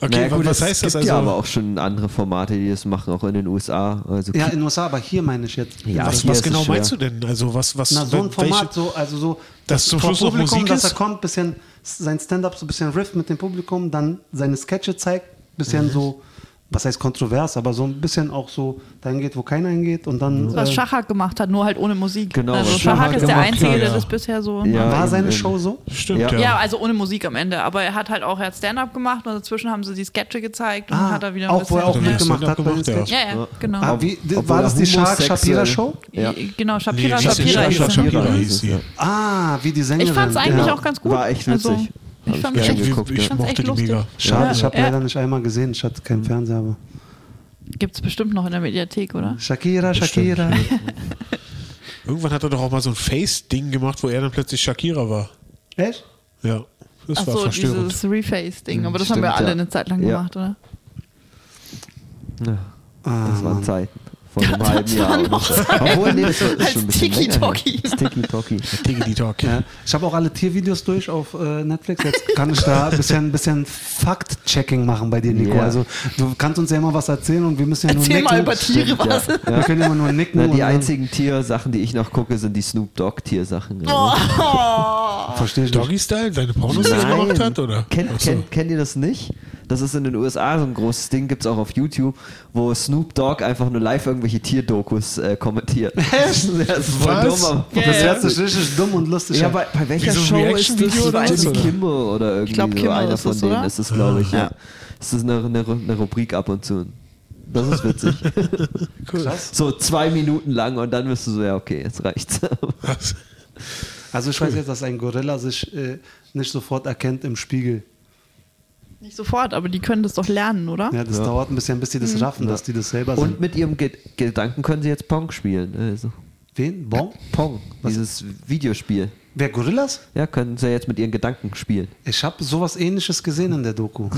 Speaker 1: Okay, wa- was heißt das
Speaker 3: es gibt ja
Speaker 1: also?
Speaker 3: aber auch schon andere Formate, die das machen, auch in den USA. Also
Speaker 5: Ja, in USA, aber hier meine ich jetzt.
Speaker 3: Ja,
Speaker 1: was
Speaker 3: hier
Speaker 1: was
Speaker 3: ist es
Speaker 1: genau meinst du
Speaker 3: schwer.
Speaker 1: denn? Also was, was,
Speaker 5: Na, so ein
Speaker 1: welche-
Speaker 5: Format, so, also so,
Speaker 1: Dass zum
Speaker 5: vor
Speaker 1: Schluss noch Musik
Speaker 5: dass er
Speaker 1: ist?
Speaker 5: kommt, bisschen sein Stand-up, so ein bisschen Riff mit dem Publikum, dann seine Sketche zeigt,
Speaker 1: Mhm.
Speaker 5: bisschen so, was heißt kontrovers, aber so ein bisschen auch so dahin geht, wo keiner hingeht und dann
Speaker 4: Was
Speaker 5: äh,
Speaker 4: Schachak gemacht hat, nur halt ohne Musik.
Speaker 3: Genau,
Speaker 4: also
Speaker 3: was
Speaker 4: Schachak
Speaker 3: Schachak
Speaker 4: ist der
Speaker 3: gemacht
Speaker 4: Einzige,
Speaker 1: hat.
Speaker 4: der
Speaker 1: Ja.
Speaker 4: das bisher so.
Speaker 3: Ja.
Speaker 5: war
Speaker 3: in-
Speaker 5: seine
Speaker 3: in-
Speaker 5: Show so.
Speaker 1: Stimmt, ja.
Speaker 3: Ja.
Speaker 4: Ja, also ohne Musik am Ende. Aber er hat halt auch, er hat Stand-up gemacht und dazwischen haben sie die Sketche gezeigt
Speaker 3: Ah,
Speaker 4: und dann hat er wieder ein
Speaker 5: Ah, auch wo er auch
Speaker 1: Hat er wieder
Speaker 5: mitgemacht
Speaker 1: Stand-up
Speaker 5: hat. bei den
Speaker 1: gemacht, ja.
Speaker 4: ja,
Speaker 5: Sketchen.
Speaker 4: ja, genau.
Speaker 5: Ah, wie,
Speaker 3: Obwohl
Speaker 5: war
Speaker 3: er
Speaker 5: das die Shark
Speaker 3: homosexuell-
Speaker 5: Shapira Show?
Speaker 3: Ja.
Speaker 4: Genau, Shapira,
Speaker 1: nicht
Speaker 4: Shapira.
Speaker 1: Shakira,
Speaker 4: hieß er.
Speaker 1: Shakira
Speaker 3: Shakira
Speaker 1: hieß
Speaker 3: hieß
Speaker 1: sie.
Speaker 3: sie.
Speaker 5: Ah, wie die Sängerin.
Speaker 4: Ich fand's eigentlich
Speaker 5: ja.
Speaker 4: auch ganz gut.
Speaker 3: War echt witzig.
Speaker 4: Also,
Speaker 3: Hab
Speaker 4: ich
Speaker 3: ich
Speaker 4: fand
Speaker 1: Ja,
Speaker 4: es
Speaker 1: ich,
Speaker 3: gerne
Speaker 4: echt,
Speaker 1: ich,
Speaker 3: geguckt,
Speaker 1: ich
Speaker 4: ja.
Speaker 1: mochte
Speaker 4: Fand's
Speaker 1: die
Speaker 4: echt
Speaker 1: mega.
Speaker 5: Schade, ich habe
Speaker 4: Ja.
Speaker 5: leider nicht einmal gesehen, ich hatte keinen Fernseher, aber.
Speaker 4: gibt's bestimmt noch in der Mediathek, oder?
Speaker 5: Shakira,
Speaker 1: Bestimmt.
Speaker 5: Shakira.
Speaker 1: Irgendwann hat er doch auch mal so ein Face-Ding gemacht, wo er dann plötzlich Shakira war.
Speaker 5: Echt?
Speaker 1: Ja, das war
Speaker 4: Achso,
Speaker 1: verstörend.
Speaker 4: dieses Reface-Ding. Aber das
Speaker 3: Stimmt,
Speaker 4: haben wir alle
Speaker 3: ja.
Speaker 4: eine Zeit lang
Speaker 3: Ja.
Speaker 4: gemacht, oder?
Speaker 3: Ja,
Speaker 5: Ah,
Speaker 3: das waren
Speaker 5: Mann.
Speaker 3: Zeiten. Vor einem halben
Speaker 4: war
Speaker 3: Jahr. oder
Speaker 4: noch
Speaker 3: so. Obwohl, nee, das ist
Speaker 4: Als
Speaker 3: schon ein bisschen länger her.
Speaker 4: Tiki-Toki.
Speaker 3: Das Tiki-Toki.
Speaker 1: Diggity Talk.
Speaker 5: Ja, ich habe auch alle Tiervideos durch auf äh, Netflix. Jetzt kann ich da ein bisschen, ein bisschen Fact-Checking machen bei dir, Nico.
Speaker 3: Ja.
Speaker 5: Also du kannst uns ja immer was erzählen und wir müssen ja nur
Speaker 4: Erzähl
Speaker 5: nicken.
Speaker 4: mal über Tiere was.
Speaker 3: Ja.
Speaker 5: Wir können ja immer nur nicken.
Speaker 3: Na,
Speaker 5: und
Speaker 3: die
Speaker 5: dann-
Speaker 3: einzigen Tiersachen, die ich noch gucke, sind die Snoop Dogg-Tiersachen.
Speaker 4: Oh.
Speaker 5: Ah, Verstehe ich nicht.
Speaker 1: Doggy Style, deine Pornos, die er gemacht hat, oder? Also,
Speaker 3: Kennt,
Speaker 1: Achso.
Speaker 3: kennt, kennt ihr das nicht? Das ist in den USA so ein großes Ding, gibt es auch auf YouTube, wo Snoop Dogg einfach nur live irgendwelche Tierdokus äh, kommentiert. Echt? Das ist voll
Speaker 1: Was?
Speaker 3: dumm. aber-
Speaker 5: Das hört sich richtig dumm und lustig
Speaker 3: Ja,
Speaker 5: an.
Speaker 3: bei, bei welcher
Speaker 1: Wie so ein
Speaker 3: Show ist
Speaker 1: Reaction-Video
Speaker 3: das? Ich
Speaker 1: oder
Speaker 3: weiß
Speaker 1: was,
Speaker 3: nicht,
Speaker 1: oder?
Speaker 3: Kimmel oder irgendwie
Speaker 4: glaub,
Speaker 3: so
Speaker 4: Kimmel
Speaker 3: einer
Speaker 4: ist
Speaker 3: von
Speaker 4: es,
Speaker 3: denen.
Speaker 4: oder?
Speaker 3: Das ist, glaube ich, ja.
Speaker 4: Ja.
Speaker 3: Das ist eine, eine, eine Rubrik ab und zu. Das ist witzig.
Speaker 5: Krass.
Speaker 3: so zwei Minuten lang und dann bist du so, ja, okay, jetzt reicht's.
Speaker 1: Was?
Speaker 5: Also ich weiß jetzt, dass ein Gorilla sich äh, nicht sofort erkennt im Spiegel.
Speaker 4: Nicht sofort, aber die können das doch lernen, oder?
Speaker 5: Ja, das dauert ein bisschen, bis die
Speaker 4: Mhm.
Speaker 5: das raffen, dass die das selber
Speaker 3: und
Speaker 5: sind.
Speaker 3: mit ihrem Ge Gedanken können sie jetzt Pong spielen. Also
Speaker 5: Wen? Bon?
Speaker 3: Pong, dieses Videospiel.
Speaker 5: Wer Gorillas?
Speaker 3: Ja, können sie jetzt mit ihren Gedanken spielen.
Speaker 5: Ich habe sowas ähnliches gesehen in der Doku.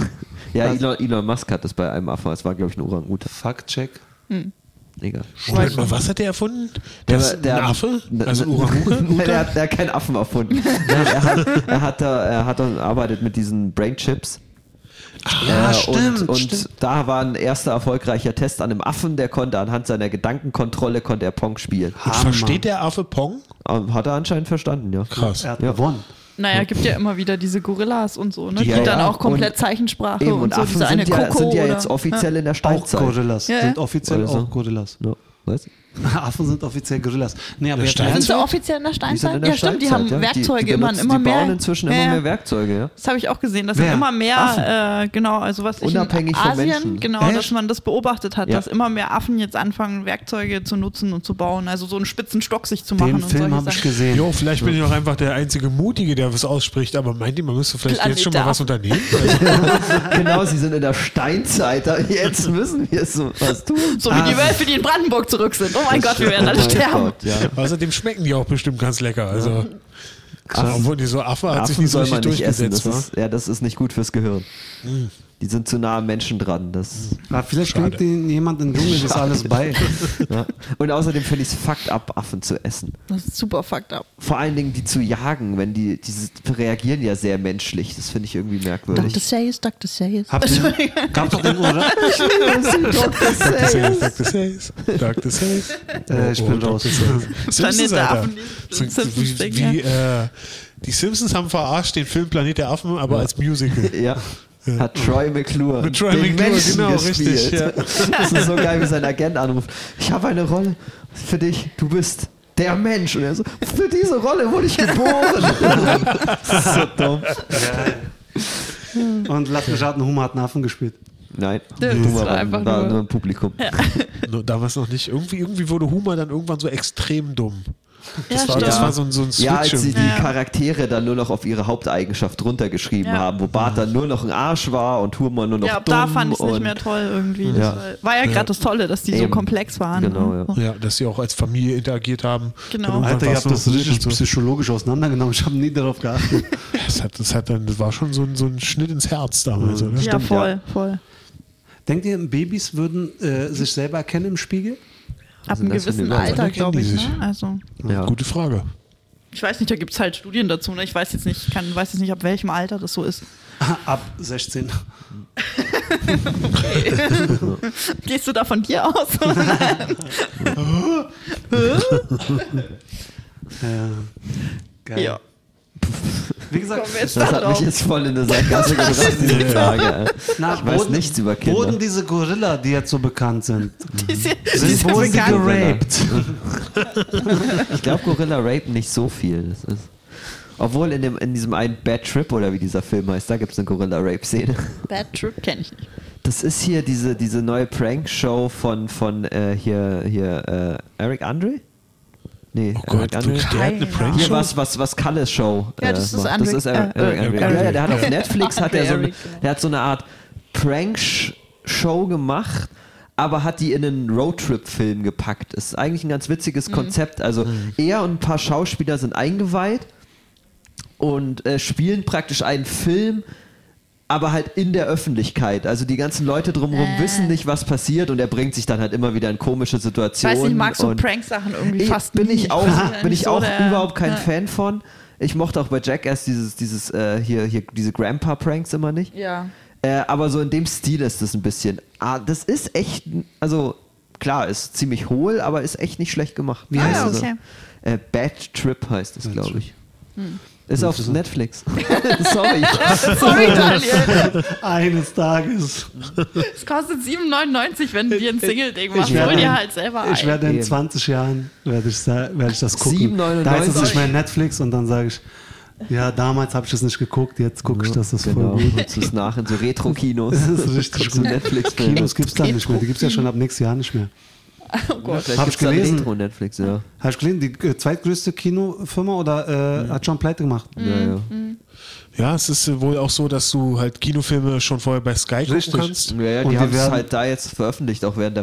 Speaker 3: Ja,
Speaker 5: Also-
Speaker 3: Elon, Elon Musk hat das bei einem Affen. Es war, glaube ich, ein Orang-Utan.
Speaker 5: Fact-Check.
Speaker 3: Egal.
Speaker 1: Moment mal, was hat er erfunden? Das
Speaker 3: Der- der-
Speaker 1: ein Affe?
Speaker 3: der-
Speaker 1: Also ein Orang-Utan?
Speaker 3: Nein, er hat, er hat keinen Affen erfunden. Nein, er hat, er hat, da- er hat dann arbeitet mit diesen Brainchips.
Speaker 5: Ja,
Speaker 3: Äh,
Speaker 5: Ah, stimmt.
Speaker 3: Und, und
Speaker 5: stimmt.
Speaker 3: da war ein erster erfolgreicher Test an einem Affen, der konnte anhand seiner Gedankenkontrolle konnte er Pong spielen.
Speaker 1: Und Versteht der Affe Pong?
Speaker 3: Ähm, Hat er anscheinend verstanden, ja.
Speaker 1: Krass.
Speaker 5: Er hat
Speaker 3: Ja.
Speaker 5: gewonnen.
Speaker 4: Naja, gibt ja immer wieder diese Gorillas und so, ne? Die
Speaker 3: Ja,
Speaker 4: dann
Speaker 3: ja.
Speaker 4: auch komplett
Speaker 3: Und-
Speaker 4: Zeichensprache
Speaker 3: Eben,
Speaker 4: und,
Speaker 3: und
Speaker 4: so.
Speaker 3: Affen
Speaker 4: diese eine
Speaker 3: sind, ja,
Speaker 4: Coco
Speaker 3: sind ja
Speaker 4: oder-
Speaker 3: jetzt offiziell in der
Speaker 5: Auch
Speaker 3: Steinzeit.
Speaker 5: Gorillas.
Speaker 4: Ja, ja.
Speaker 5: Sind offiziell
Speaker 3: Oder so.
Speaker 5: auch Gorillas.
Speaker 3: Ja, was?
Speaker 5: Affen sind offiziell Gorillas. Nee, aber jetzt
Speaker 1: Stein-
Speaker 5: mal
Speaker 4: Sind
Speaker 5: ernst-
Speaker 4: sie offiziell in der
Speaker 3: Die sind
Speaker 4: Steinzeit?
Speaker 3: in der
Speaker 4: ja, stimmt, die haben
Speaker 3: Steinzeit, ja.
Speaker 4: Werkzeuge
Speaker 3: die, die
Speaker 4: immer,
Speaker 3: benutzen-
Speaker 4: immer mehr.
Speaker 3: Die bauen inzwischen immer
Speaker 4: Ja, ja.
Speaker 3: mehr Werkzeuge, ja.
Speaker 4: Das habe ich auch gesehen, dass
Speaker 5: Wer?
Speaker 4: sind immer mehr,
Speaker 3: Affen?
Speaker 4: äh, genau, also was ich
Speaker 3: Unabhängig
Speaker 4: in
Speaker 3: vom
Speaker 4: Asien,
Speaker 3: Menschen.
Speaker 4: genau,
Speaker 5: Echt?
Speaker 4: dass man das beobachtet hat,
Speaker 3: Ja.
Speaker 4: dass immer mehr Affen jetzt anfangen, Werkzeuge zu nutzen und zu bauen, also so einen spitzen Stock sich zu machen
Speaker 5: Den
Speaker 4: und
Speaker 5: Film
Speaker 4: solche
Speaker 5: habe ich
Speaker 4: Sachen.
Speaker 5: gesehen.
Speaker 1: Jo, vielleicht bin ich auch einfach der einzige Mutige, der was ausspricht, aber meint ihr, man müsste vielleicht
Speaker 4: Planet
Speaker 1: jetzt schon mal
Speaker 4: der
Speaker 1: was unternehmen? Also,
Speaker 3: genau, sie sind in der Steinzeit. da- Jetzt müssen wir so was tun. Ah,
Speaker 4: So wie die Wölfe, die in Brandenburg zurück sind. Oh mein Gott, wir werden alle
Speaker 3: Oh mein
Speaker 4: sterben.
Speaker 3: Gott, ja.
Speaker 1: außerdem also, schmecken die auch bestimmt ganz lecker. Also, Obwohl die so Affe hat sich
Speaker 3: Affen
Speaker 1: nicht so
Speaker 3: soll man
Speaker 1: richtig
Speaker 3: nicht essen.
Speaker 1: durchgesetzt.
Speaker 3: Das
Speaker 1: wa? Hm.
Speaker 3: ist, ja, das ist nicht gut fürs Gehirn. Die sind zu nah am Menschen dran. Das,
Speaker 5: Aber vielleicht
Speaker 1: Schade.
Speaker 5: bringt ihnen jemand im Dschungel das alles bei.
Speaker 1: Hm.
Speaker 3: ja. Und außerdem finde ich es fucked up, Affen zu essen.
Speaker 4: Das ist super fucked up.
Speaker 3: Vor allen Dingen die zu jagen, wenn die, die reagieren ja sehr menschlich. Das finde ich irgendwie merkwürdig.
Speaker 4: Dr. Sayes, Dr. Sayes.
Speaker 5: Habt ihr, gab doch den Ur-
Speaker 1: Dr. Sales, Dr. Sales, Dr. Sales.
Speaker 5: Äh,
Speaker 1: Oh,
Speaker 5: ich bin raus.
Speaker 4: Planet der Affen, die
Speaker 1: So,
Speaker 4: Simpsons
Speaker 1: wie,
Speaker 4: Ding,
Speaker 1: wie, äh, die Simpsons haben verarscht den Film Planet der Affen, aber als Musical.
Speaker 3: Ja. Hat Troy McClure
Speaker 1: Mit Troy
Speaker 3: den
Speaker 1: McClure,
Speaker 3: Menschen
Speaker 1: genau,
Speaker 3: gespielt.
Speaker 1: richtig, ja.
Speaker 3: Das ist so geil, wie sein Agent anruft. Ich habe eine Rolle für dich. Du bist der Mensch. Und er so, für diese Rolle wurde ich geboren. das ist so dumm.
Speaker 5: Und lass mich raten, Hummer hat einen Affen gespielt.
Speaker 3: Nein,
Speaker 4: Das ist
Speaker 3: Humor
Speaker 4: einfach
Speaker 3: war
Speaker 4: nur-
Speaker 3: nur ein Publikum.
Speaker 1: Nur Damals noch nicht. Irgendwie, irgendwie wurde Humor dann irgendwann so extrem dumm. Das,
Speaker 4: Ja,
Speaker 1: war, das
Speaker 4: stimmt.
Speaker 1: war so ein, so ein Switch.
Speaker 3: Ja, als sie
Speaker 1: irgendwie.
Speaker 3: die Charaktere dann nur noch auf ihre Haupteigenschaft runtergeschrieben
Speaker 4: Ja.
Speaker 3: haben, wo Bart dann nur noch ein Arsch war und Humor nur noch
Speaker 4: Ja, ab
Speaker 3: dumm.
Speaker 4: da fand ich es nicht
Speaker 3: und-
Speaker 4: mehr toll irgendwie.
Speaker 3: Ja.
Speaker 4: Das war- war ja gerade das Tolle, dass die so
Speaker 3: Eben.
Speaker 4: komplex ne? waren.
Speaker 3: Genau, ja.
Speaker 1: ja, dass sie auch als Familie interagiert haben.
Speaker 4: Genau.
Speaker 1: Und irgendwann
Speaker 5: Alter, ihr
Speaker 1: war's
Speaker 5: habt das
Speaker 1: noch gut
Speaker 5: richtig
Speaker 1: und so.
Speaker 5: psychologisch auseinandergenommen. Ich habe nie darauf geachtet.
Speaker 1: Das, hat, das, hat dann, das war schon so ein, so ein Schnitt ins Herz damals,
Speaker 5: Mhm.
Speaker 1: oder?
Speaker 4: Ja, voll, voll.
Speaker 5: Denkt ihr, Babys würden äh, sich selber erkennen im Spiegel?
Speaker 4: Ab
Speaker 3: Also
Speaker 4: einem
Speaker 3: das sind die
Speaker 4: gewissen
Speaker 3: Leute.
Speaker 1: Dann
Speaker 4: Alter,
Speaker 1: kennen
Speaker 4: glaube
Speaker 1: die
Speaker 4: ich.
Speaker 1: sich.
Speaker 4: Ne? Also,
Speaker 3: Ja.
Speaker 1: Gute Frage. Oh
Speaker 4: ich weiß nicht, da gibt es halt Studien dazu. Ne? Ich weiß jetzt nicht, kann, weiß jetzt nicht, ab welchem Alter das so ist.
Speaker 5: Ab 16.
Speaker 4: Gehst du da von dir aus?
Speaker 5: Äh, geil.
Speaker 4: ja.
Speaker 5: Wie gesagt,
Speaker 4: Kommen wir jetzt
Speaker 3: Das hat
Speaker 4: darauf.
Speaker 3: mich jetzt voll in eine Sackgasse gebracht, diese Frage.
Speaker 5: na,
Speaker 3: Ich weiß nichts über Kinder.
Speaker 5: Wurden diese Gorilla, die jetzt so bekannt sind,
Speaker 4: Die ist ja- die
Speaker 5: sind,
Speaker 4: ist ja
Speaker 5: wurden sie
Speaker 4: bekannt.
Speaker 5: geraped?
Speaker 3: Ich glaube, Gorilla rapen nicht so viel. Das ist obwohl in, dem, in diesem einen Bad Trip oder wie dieser Film heißt, da gibt es eine Gorilla-Rape-Szene.
Speaker 4: Bad Trip kenne ich nicht.
Speaker 3: Das ist hier diese, diese neue Prank-Show von, von äh, hier, hier äh, Eric Andre? Nee,
Speaker 1: Oh Gott,
Speaker 3: Eric Andre.
Speaker 1: der hat eine
Speaker 4: Keine
Speaker 3: Hier
Speaker 1: Prankshow.
Speaker 3: was, was, was Kalles Show. äh,
Speaker 4: Ja, das ist
Speaker 3: macht.
Speaker 4: Andre-
Speaker 3: Das ist Eric,
Speaker 4: äh,
Speaker 3: Eric
Speaker 1: Eric
Speaker 3: Andre. Ja, ja, der hat
Speaker 1: Andre.
Speaker 3: auf Netflix hat er so, eine,
Speaker 4: Eric,
Speaker 3: der hat so eine Art Prank-Show gemacht, aber hat die in einen Roadtrip-Film gepackt. Ist eigentlich ein ganz
Speaker 4: Mhm.
Speaker 3: witziges Konzept. Also er und ein paar Schauspieler sind eingeweiht und äh, spielen praktisch einen Film, aber halt in der Öffentlichkeit. Also die ganzen Leute drumherum wissen nicht, was passiert und er bringt sich dann halt immer wieder in komische
Speaker 4: Ich
Speaker 3: Situationen.
Speaker 4: Äh. weiß nicht, ich mag so
Speaker 3: und
Speaker 4: Prank-Sachen irgendwie
Speaker 3: Nee,
Speaker 4: fast
Speaker 3: bin
Speaker 4: nie.
Speaker 3: ich auch,
Speaker 4: bin
Speaker 3: bin
Speaker 4: nicht
Speaker 3: ich
Speaker 4: so
Speaker 3: auch
Speaker 4: der-
Speaker 3: überhaupt kein
Speaker 4: Ja.
Speaker 3: Fan von. Ich mochte auch bei Jackass dieses, dieses äh, hier, hier diese Grandpa-Pranks immer nicht.
Speaker 4: Ja.
Speaker 3: Äh, aber so in dem Stil ist das ein bisschen. Ah, das ist echt, also klar, ist ziemlich hohl, aber ist echt nicht schlecht gemacht.
Speaker 5: Wie
Speaker 4: Ah,
Speaker 5: heißt
Speaker 4: ja,
Speaker 5: es?
Speaker 3: Also,
Speaker 4: okay.
Speaker 3: äh, Bad Trip heißt es,
Speaker 5: Bad
Speaker 3: glaube
Speaker 5: Trip.
Speaker 3: ich.
Speaker 4: Hm.
Speaker 3: Ist auf Netflix. Sorry.
Speaker 4: Sorry, Daniel.
Speaker 5: Eines Tages.
Speaker 4: Es kostet 7,99, wenn du dir ein Single-Ding machst.
Speaker 5: werde-
Speaker 4: Hol dir halt selber ein.
Speaker 5: Ich werde in
Speaker 3: Eben.
Speaker 5: 20 Jahren werde ich, sa- werde ich das gucken.
Speaker 3: 7,99.
Speaker 5: Da ist es nicht mehr Netflix und dann sage ich, ja, damals habe ich es nicht geguckt, jetzt gucke ich das, das ist
Speaker 3: genau,
Speaker 5: voll gut.
Speaker 3: holst du es nach in so Retro-Kinos.
Speaker 5: Das ist richtig
Speaker 3: Guckst du
Speaker 5: gut.
Speaker 3: Netflix-Kinos.
Speaker 5: Kinos gibt es da nicht mehr, die gibt es ja schon ab nächstes Jahr nicht mehr.
Speaker 4: oh Gott.
Speaker 3: Vielleicht
Speaker 5: Hab
Speaker 3: gibt's
Speaker 5: ich
Speaker 3: dann
Speaker 5: gelesen.
Speaker 3: Retro-Netflix, ja.
Speaker 5: Habe ich gelesen, die äh, zweitgrößte Kinofirma oder äh, hat schon pleite gemacht?
Speaker 3: ja,
Speaker 4: Hm.
Speaker 3: ja.
Speaker 1: Ja, es ist äh, wohl auch so, dass du halt Kinofilme schon vorher bei Sky
Speaker 5: Richtig.
Speaker 1: gucken kannst.
Speaker 3: Ja, ja
Speaker 5: Und
Speaker 3: die
Speaker 5: die
Speaker 3: haben es
Speaker 5: werden-
Speaker 3: halt da jetzt veröffentlicht, auch während der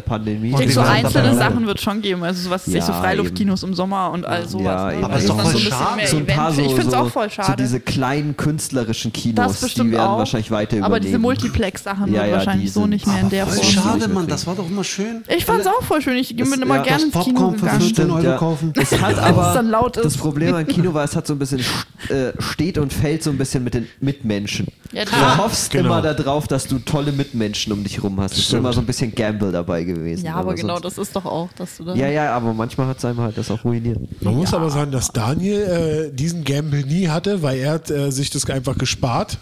Speaker 4: Ich
Speaker 3: Pandemie.
Speaker 5: Und die
Speaker 4: denke, so
Speaker 5: waren
Speaker 4: einzelne
Speaker 5: dabei.
Speaker 4: Sachen wird schon geben. Also sowas
Speaker 3: Ja,
Speaker 4: ja, so Freiluftkinos im Sommer und all sowas.
Speaker 3: Ja,
Speaker 4: ne?
Speaker 3: eben. Also
Speaker 5: Aber ist
Speaker 4: Dass
Speaker 5: doch
Speaker 4: man
Speaker 5: voll
Speaker 4: so ein bisschen
Speaker 5: schade.
Speaker 4: mehr
Speaker 3: so ein paar
Speaker 4: Event-
Speaker 3: so,
Speaker 4: ich finde es
Speaker 3: so,
Speaker 4: auch voll
Speaker 3: so
Speaker 4: schade.
Speaker 3: diese kleinen künstlerischen Kinos,
Speaker 4: das bestimmt
Speaker 3: die werden
Speaker 4: auch.
Speaker 3: wahrscheinlich weiter übernehmen.
Speaker 4: aber diese Multiplex-Sachen
Speaker 3: Ja,
Speaker 4: wird
Speaker 3: ja, die
Speaker 4: wahrscheinlich so
Speaker 3: sind-
Speaker 4: nicht mehr in der
Speaker 5: Voll
Speaker 3: Aber
Speaker 4: Form.
Speaker 3: ist
Speaker 5: schade,
Speaker 3: nicht
Speaker 5: Mann,
Speaker 3: wirklich.
Speaker 5: das war doch immer schön.
Speaker 4: Ich fand's auch voll schön. Ich bin
Speaker 3: Das-
Speaker 4: immer
Speaker 3: ja,
Speaker 4: gerne
Speaker 5: das
Speaker 4: ins Kino
Speaker 5: Popcorn für
Speaker 4: gegangen.
Speaker 5: 15 Euro
Speaker 3: ja.
Speaker 5: kaufen.
Speaker 3: Es hat
Speaker 4: Dass es
Speaker 3: aber
Speaker 4: dann laut ist.
Speaker 3: das Problem am Kino war, es hat so ein bisschen äh, steht und fällt so ein bisschen mit den Mitmenschen.
Speaker 4: Ja,
Speaker 3: du
Speaker 4: klar.
Speaker 3: hoffst
Speaker 1: Genau.
Speaker 3: immer darauf, dass du tolle Mitmenschen um dich rum hast. Es ist
Speaker 1: Stimmt.
Speaker 3: immer so ein bisschen Gamble dabei gewesen.
Speaker 4: Ja, aber genau, das
Speaker 3: sonst-
Speaker 4: ist doch auch, dass du da.
Speaker 3: Ja, ja, aber manchmal hat es einem halt das auch ruiniert.
Speaker 1: Man muss aber sagen, dass Daniel äh, diesen Gamble nie hatte, weil er hat, äh, sich das einfach gespart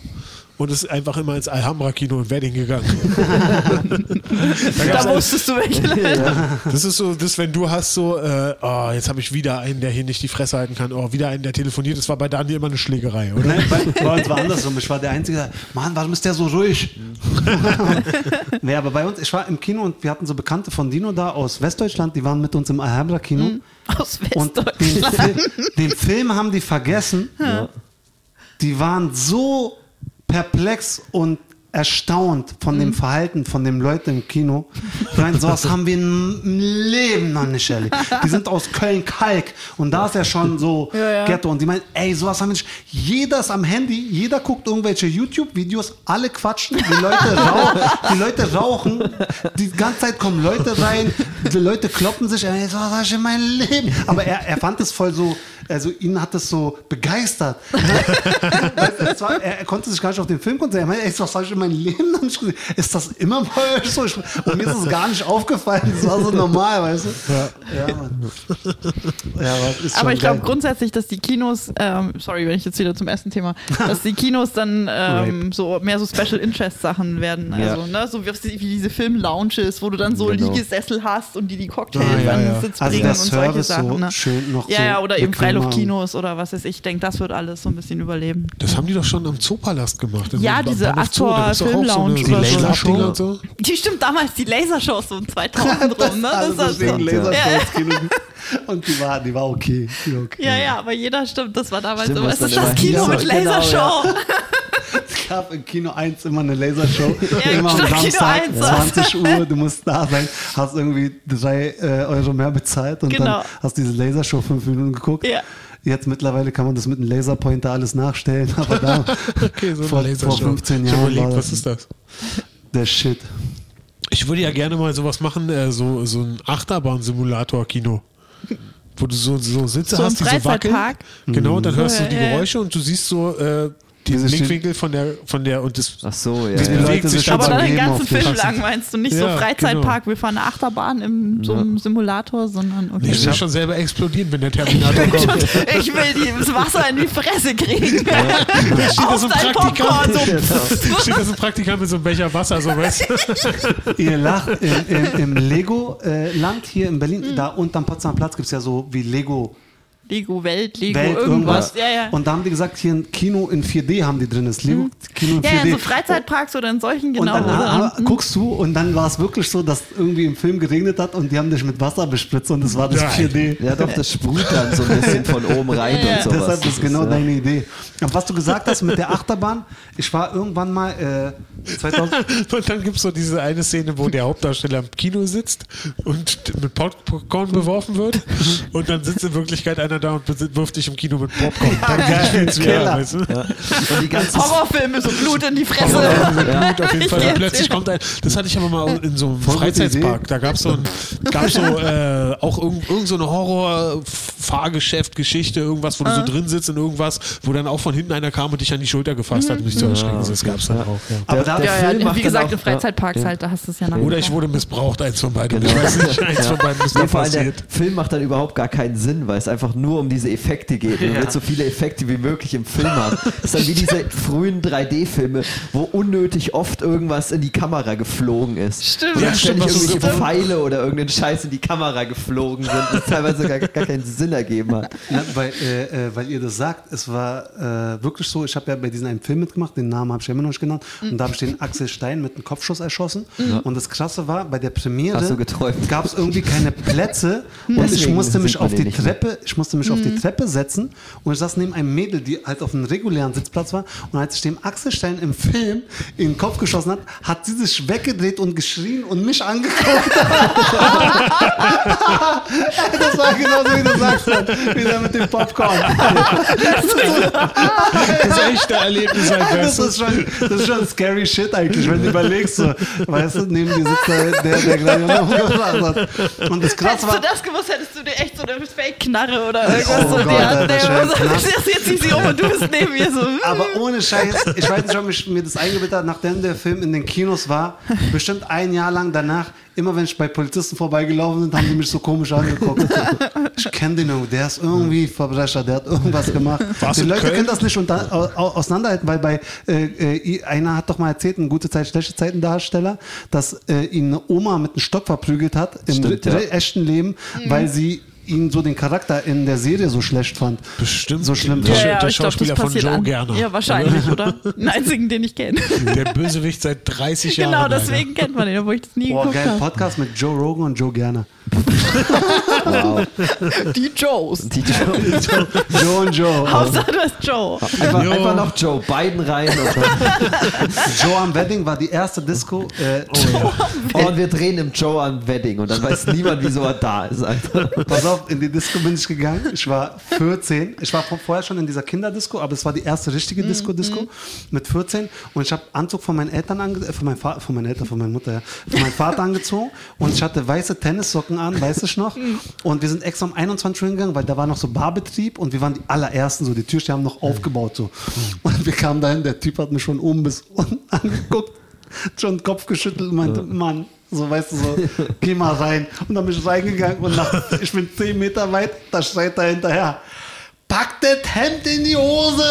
Speaker 1: und ist einfach immer ins Alhambra-Kino in Wedding gegangen. da gab's
Speaker 4: Da wusstest du, welche Leute.
Speaker 1: Das ist so, das, wenn du hast so, äh, oh, jetzt habe ich wieder einen, der hier nicht die Fresse halten kann, oh, wieder einen, der telefoniert. Das war bei Daniel immer eine Schlägerei, oder?
Speaker 5: Nein, bei, bei uns war andersrum. Ich war der Einzige, der, Mann, warum ist der so ruhig? nee, aber bei uns, ich war im Kino und wir hatten so Bekannte von Dino da aus Westdeutschland, die waren mit uns im Alhambra-Kino.
Speaker 4: Aus
Speaker 5: Und den,
Speaker 4: Westdeutschland.
Speaker 5: Film, den Film haben die vergessen. Die waren so perplex und erstaunt von dem Verhalten von den Leuten im Kino. Ich meine, sowas haben wir im Leben noch nicht erlebt. Die sind aus Köln-Kalk und da ist ja schon so Ghetto. Und die meinen, ey, sowas haben wir nicht. Jeder ist am Handy, jeder guckt irgendwelche YouTube-Videos, alle quatschen, die Leute, rauchen, die Leute rauchen, die ganze Zeit kommen Leute rein, die Leute kloppen sich, ey, sowas habe ich in meinem Leben. Aber er, er fand es voll so, also ihn hat es so begeistert. Weißt du, es war, er, er konnte sich gar nicht auf den Film konzentrieren. Er meinte, ey, was habe ich in meinem Leben noch nicht gesehen? Ist das immer bei euch so? Ich, und mir ist es gar nicht aufgefallen. Das war so normal, weißt du? Ja, ja, Mann. ja aber, ist schon
Speaker 4: Aber ich glaube
Speaker 5: geil.
Speaker 4: grundsätzlich, dass die Kinos, ähm, sorry, wenn ich jetzt wieder zum ersten Thema, dass die Kinos dann ähm, so mehr so Special Interest Sachen werden.
Speaker 3: Ja.
Speaker 4: Also, ne, so wie, wie diese Film-Lounges, wo du dann so
Speaker 3: Genau.
Speaker 4: Liegesessel hast und die die Cocktails
Speaker 1: Ah, ja,
Speaker 4: an den
Speaker 1: ja.
Speaker 4: Sitz
Speaker 5: Also
Speaker 4: bringen
Speaker 5: der
Speaker 4: und solche
Speaker 5: Service
Speaker 4: Sachen.
Speaker 5: so
Speaker 4: ne?
Speaker 5: schön noch
Speaker 4: Ja,
Speaker 5: so
Speaker 4: ja, oder eben
Speaker 5: bequem
Speaker 4: Isle of
Speaker 5: Mann.
Speaker 4: Kinos oder was weiß ich. Ich denke, das wird alles so ein bisschen überleben.
Speaker 1: Das haben die doch schon am Zoopalast gemacht. Also
Speaker 4: Ja,
Speaker 1: am
Speaker 4: diese
Speaker 1: Bahnhof Zoo,
Speaker 4: Astor
Speaker 1: da gibt's doch auch
Speaker 4: Film Lounge
Speaker 1: So eine,
Speaker 4: oder
Speaker 1: so
Speaker 4: so.
Speaker 1: eine Schlappdinger und so.
Speaker 4: Die stimmt damals die Lasershows so um 2000 rum, ne?
Speaker 5: Also
Speaker 4: Das war so.
Speaker 5: Und die war, die war okay. Die war okay.
Speaker 4: Ja, ja, aber jeder stimmt, das war damals
Speaker 3: Stimmt,
Speaker 4: immer.
Speaker 3: was
Speaker 4: Es ist
Speaker 3: dann
Speaker 4: das
Speaker 3: immer
Speaker 4: Kino
Speaker 3: hieß,
Speaker 4: mit
Speaker 3: aber- genau,
Speaker 4: Lasershow.
Speaker 5: Es gab im Kino 1 immer eine Lasershow.
Speaker 4: Ja,
Speaker 5: immer am
Speaker 4: stimmt, Kino
Speaker 5: Samstag,
Speaker 4: 1.
Speaker 5: 20 Uhr, du musst da sein. Hast irgendwie 3 äh, Euro mehr bezahlt und
Speaker 4: Genau.
Speaker 5: dann hast diese Lasershow 5 Minuten geguckt.
Speaker 4: Ja.
Speaker 5: Jetzt mittlerweile kann man das mit einem Laserpointer alles nachstellen, aber da
Speaker 1: Okay, so eine
Speaker 5: vor,
Speaker 1: Lasershow.
Speaker 5: vor 15
Speaker 1: Ich hab
Speaker 5: Jahren
Speaker 1: überlegt,
Speaker 5: war
Speaker 1: was
Speaker 5: das
Speaker 1: ist das?
Speaker 5: der Shit.
Speaker 1: Ich würde ja gerne mal sowas machen, äh, so, so ein Achterbahn-Simulator-Kino. Wo du so, so Sitze
Speaker 4: So ein
Speaker 1: hast, die so wackeln.
Speaker 4: Freizeitpark?
Speaker 1: Genau, und dann hörst du
Speaker 4: Cool,
Speaker 1: die
Speaker 4: ja, ja.
Speaker 1: Geräusche und du siehst so äh, den
Speaker 5: Diese
Speaker 1: Blickwinkel von der, von der und das.
Speaker 3: Ach so, ja.
Speaker 1: Wie bewegt
Speaker 5: Die
Speaker 3: ja.
Speaker 5: Leute
Speaker 1: sich
Speaker 5: sind schon
Speaker 1: aber
Speaker 4: Aber dann den
Speaker 5: vergeben
Speaker 4: ganzen
Speaker 5: auf den
Speaker 4: Film
Speaker 5: Taxi.
Speaker 4: lang meinst du nicht
Speaker 1: Ja,
Speaker 4: so Freizeitpark, wir fahren eine Achterbahn in so einem Simulator, sondern okay.
Speaker 1: Ich will schon selber explodieren, wenn der Terminator
Speaker 4: Ich
Speaker 1: kommt.
Speaker 4: will- Ich will das Wasser in die Fresse kriegen. Auf
Speaker 1: so ein
Speaker 4: sein
Speaker 1: Praktikant.
Speaker 4: Popcorn. So.
Speaker 1: Steht da so ein Praktikant mit so einem Becher Wasser, so weißt du?
Speaker 5: Ihr lacht im, im, im Lego-Land hier in
Speaker 4: Mhm.
Speaker 5: Berlin, da unterm Potsdamer Platz gibt es ja so wie Lego.
Speaker 4: Lego Welt, Lego
Speaker 5: Welt,
Speaker 4: irgendwas.
Speaker 5: irgendwas.
Speaker 4: Ja, ja.
Speaker 5: Und da haben die gesagt, hier ein Kino in 4D haben die drin, das Lego Kino in 4D.
Speaker 4: ja, ja, in so Freizeitparks oder in solchen genau.
Speaker 5: und dann
Speaker 4: oder?
Speaker 5: ha- guckst du und dann war es wirklich so, dass irgendwie im Film geregnet hat und die haben dich mit Wasser bespritzt und das war das
Speaker 1: Nein.
Speaker 5: 4D.
Speaker 3: ja, doch, das sprüht dann so ein bisschen von oben rein
Speaker 4: Ja, ja.
Speaker 3: und sowas.
Speaker 5: Deshalb ist
Speaker 3: Das äh,
Speaker 5: genau
Speaker 3: ja.
Speaker 5: deine Idee. Und was du gesagt hast mit der Achterbahn, ich war irgendwann mal äh, 2000,
Speaker 1: Und dann gibt es so diese eine Szene, wo der Hauptdarsteller im Kino sitzt und mit Popcorn beworfen wird. Und dann sitzt in Wirklichkeit einer da und wirft dich im Kino mit Popcorn. Dann spielt's wieder,
Speaker 5: Killer.
Speaker 1: weißt du?
Speaker 3: Und die ganze
Speaker 4: Horrorfilme, so Blut in die Fresse.
Speaker 1: Also Gut, auf jeden
Speaker 4: Ich
Speaker 1: Fall. Und
Speaker 4: geh jetzt
Speaker 1: plötzlich
Speaker 4: wieder.
Speaker 1: kommt ein, das hatte ich aber mal in so einem
Speaker 5: Voll gute
Speaker 1: Freizeitspark.
Speaker 5: Idee.
Speaker 1: Da gab es so, ein, gab's so äh, auch irgend, irgend so eine Horror-Fahrgeschäft-Geschichte, irgendwas, wo du so drin sitzt in irgendwas, wo dann auch von hinten einer kam und dich an die Schulter gefasst hat und dich so erschrecken. Das gab es dann auch. Ja.
Speaker 5: aber da,
Speaker 3: der-
Speaker 4: Ja,
Speaker 3: Film
Speaker 4: ja,
Speaker 3: macht
Speaker 4: wie
Speaker 3: dann
Speaker 4: gesagt,
Speaker 3: auch-
Speaker 4: in Freizeitparks halt, da hast du es ja nach.
Speaker 1: Oder ich wurde missbraucht, eins von beiden. Ich
Speaker 3: Genau.
Speaker 1: weiß nicht, eins von beiden ist
Speaker 3: Nee,
Speaker 1: mir
Speaker 3: vor allem der
Speaker 1: passiert.
Speaker 3: Film macht dann überhaupt gar keinen Sinn, weil es einfach nur um diese Effekte geht. Und Man
Speaker 5: Ja.
Speaker 3: wird so viele Effekte wie möglich im Film haben. Das ist dann wie diese frühen 3D-Filme, wo unnötig oft irgendwas in die Kamera geflogen ist.
Speaker 4: Stimmt.
Speaker 3: Wo
Speaker 1: Ja,
Speaker 3: dann
Speaker 1: stimmt,
Speaker 3: ständig
Speaker 1: was du
Speaker 3: irgendwelche
Speaker 1: so-
Speaker 3: Pfeile oder irgendein Scheiß in die Kamera geflogen sind, das teilweise gar, gar keinen Sinn ergeben hat.
Speaker 5: na, weil, äh, äh, weil ihr das sagt, es war äh, wirklich so, ich habe ja bei diesem einen Film mitgemacht, den Namen habe ich ja immer noch nicht genannt, und da habe ich den Axel Stein mit einem Kopfschuss erschossen. Und das Krasse war, bei der
Speaker 3: Hast
Speaker 5: Premiere
Speaker 3: du geträumt?
Speaker 5: gab es irgendwie keine Plätze und ich
Speaker 3: Deswegen
Speaker 5: musste mich
Speaker 3: sieht man
Speaker 5: auf
Speaker 3: den
Speaker 5: die
Speaker 3: nicht mehr.
Speaker 5: Treppe Treppe, ich musste mich auf die Treppe setzen und ich saß neben einem Mädel, die halt auf einem regulären Sitzplatz war. Und als ich dem Axelstein im Film in den Kopf geschossen hat, hat sie sich weggedreht und geschrien und mich angeguckt. das war genauso, wie du sagst, wie der mit dem Popcorn.
Speaker 1: Das ist echt ein Erlebnis halt, weißt
Speaker 5: Das
Speaker 1: du?
Speaker 5: ist, schon, das ist schon scary shit eigentlich, wenn du überlegst, so, weißt du, neben dir sitzt der, der, der gleich umgebracht hat. Und das krass
Speaker 4: Hättest du
Speaker 5: war,
Speaker 4: das gewusst, hättest du dir echt so eine Fake-Knarre oder
Speaker 1: Oh
Speaker 4: irgendwas so
Speaker 5: Gott,
Speaker 4: in die Hand
Speaker 5: Alter,
Speaker 4: nehmen.
Speaker 5: schön.
Speaker 4: Also, das- Jetzt zieh sie um und du bist neben mir so. hm.
Speaker 5: Aber ohne Scheiß, ich weiß nicht, ob ich mir das eingebildet habe, nachdem der Film in den Kinos war, bestimmt ein Jahr lang danach, immer wenn ich bei Polizisten vorbeigelaufen bin, haben die mich so komisch angeguckt. Ich kenne den irgendwie, der ist irgendwie Verbrecher, der hat irgendwas gemacht.
Speaker 1: Warst
Speaker 5: die
Speaker 1: du in
Speaker 5: Leute
Speaker 1: Köln?
Speaker 5: können das nicht unter, au, au- auseinanderhalten, weil bei, äh, äh, i- einer hat doch mal erzählt, ein gute Zeit, schlechte Zeiten Darsteller, dass äh, ihn eine Oma mit einem Stock verprügelt hat im
Speaker 3: Stimmt, ja.
Speaker 5: re- echten Leben, weil sie ihn so den Charakter in der Serie so schlecht fand.
Speaker 1: Bestimmt.
Speaker 5: So schlimm.
Speaker 1: Ja,
Speaker 5: war.
Speaker 1: ja. der Schauspieler von Joe
Speaker 4: an-
Speaker 1: Gerner.
Speaker 4: Ja, wahrscheinlich, oder? Den einzigen, den ich kenne.
Speaker 1: Der Bösewicht seit 30 Jahren.
Speaker 4: genau,
Speaker 1: Alter.
Speaker 4: deswegen kennt man den, obwohl ich das nie
Speaker 5: Boah,
Speaker 4: geguckt
Speaker 5: geil,
Speaker 4: habe.
Speaker 5: Podcast mit Joe Rogan und Joe Gerner.
Speaker 3: Wow.
Speaker 4: Die Joes.
Speaker 3: Die, die,
Speaker 5: Joe und Joe.
Speaker 4: Hauptsache, du hast Joe.
Speaker 3: einfach,
Speaker 1: Jo.
Speaker 3: einfach noch Joe Biden rein und, dann,
Speaker 5: Joe am Wedding war die erste Disco. Äh,
Speaker 3: oh, und wir drehen im Joe an Wedding und dann weiß niemand, wieso er da ist. Alter.
Speaker 5: oh, Pass auf, in die Disco bin ich gegangen. Ich war 14. Ich war vor- vorher schon in dieser Kinderdisco, aber es war die erste richtige Disco-Disco mit 14. Und ich habe Anzug von meinen Eltern angezogen, äh, von, meinem Fa- von meinen Eltern, von meiner Mutter, ja, von meinem Vater angezogen. Und ich hatte weiße Tennissocken an, weiß ich noch. Und wir sind extra um 21 Uhr hingegangen, weil da war noch so Barbetrieb und wir waren die allerersten. So, die Türsteher haben noch aufgebaut. So. Und wir kamen dahin, der Typ hat mich von oben bis unten angeguckt, schon den Kopf geschüttelt und meinte, Mann. So, weißt du, so, geh mal rein. Und dann bin ich reingegangen und nach, ich bin 10 Meter weit, da schreit er hinterher. Pack das Hemd in die Hose!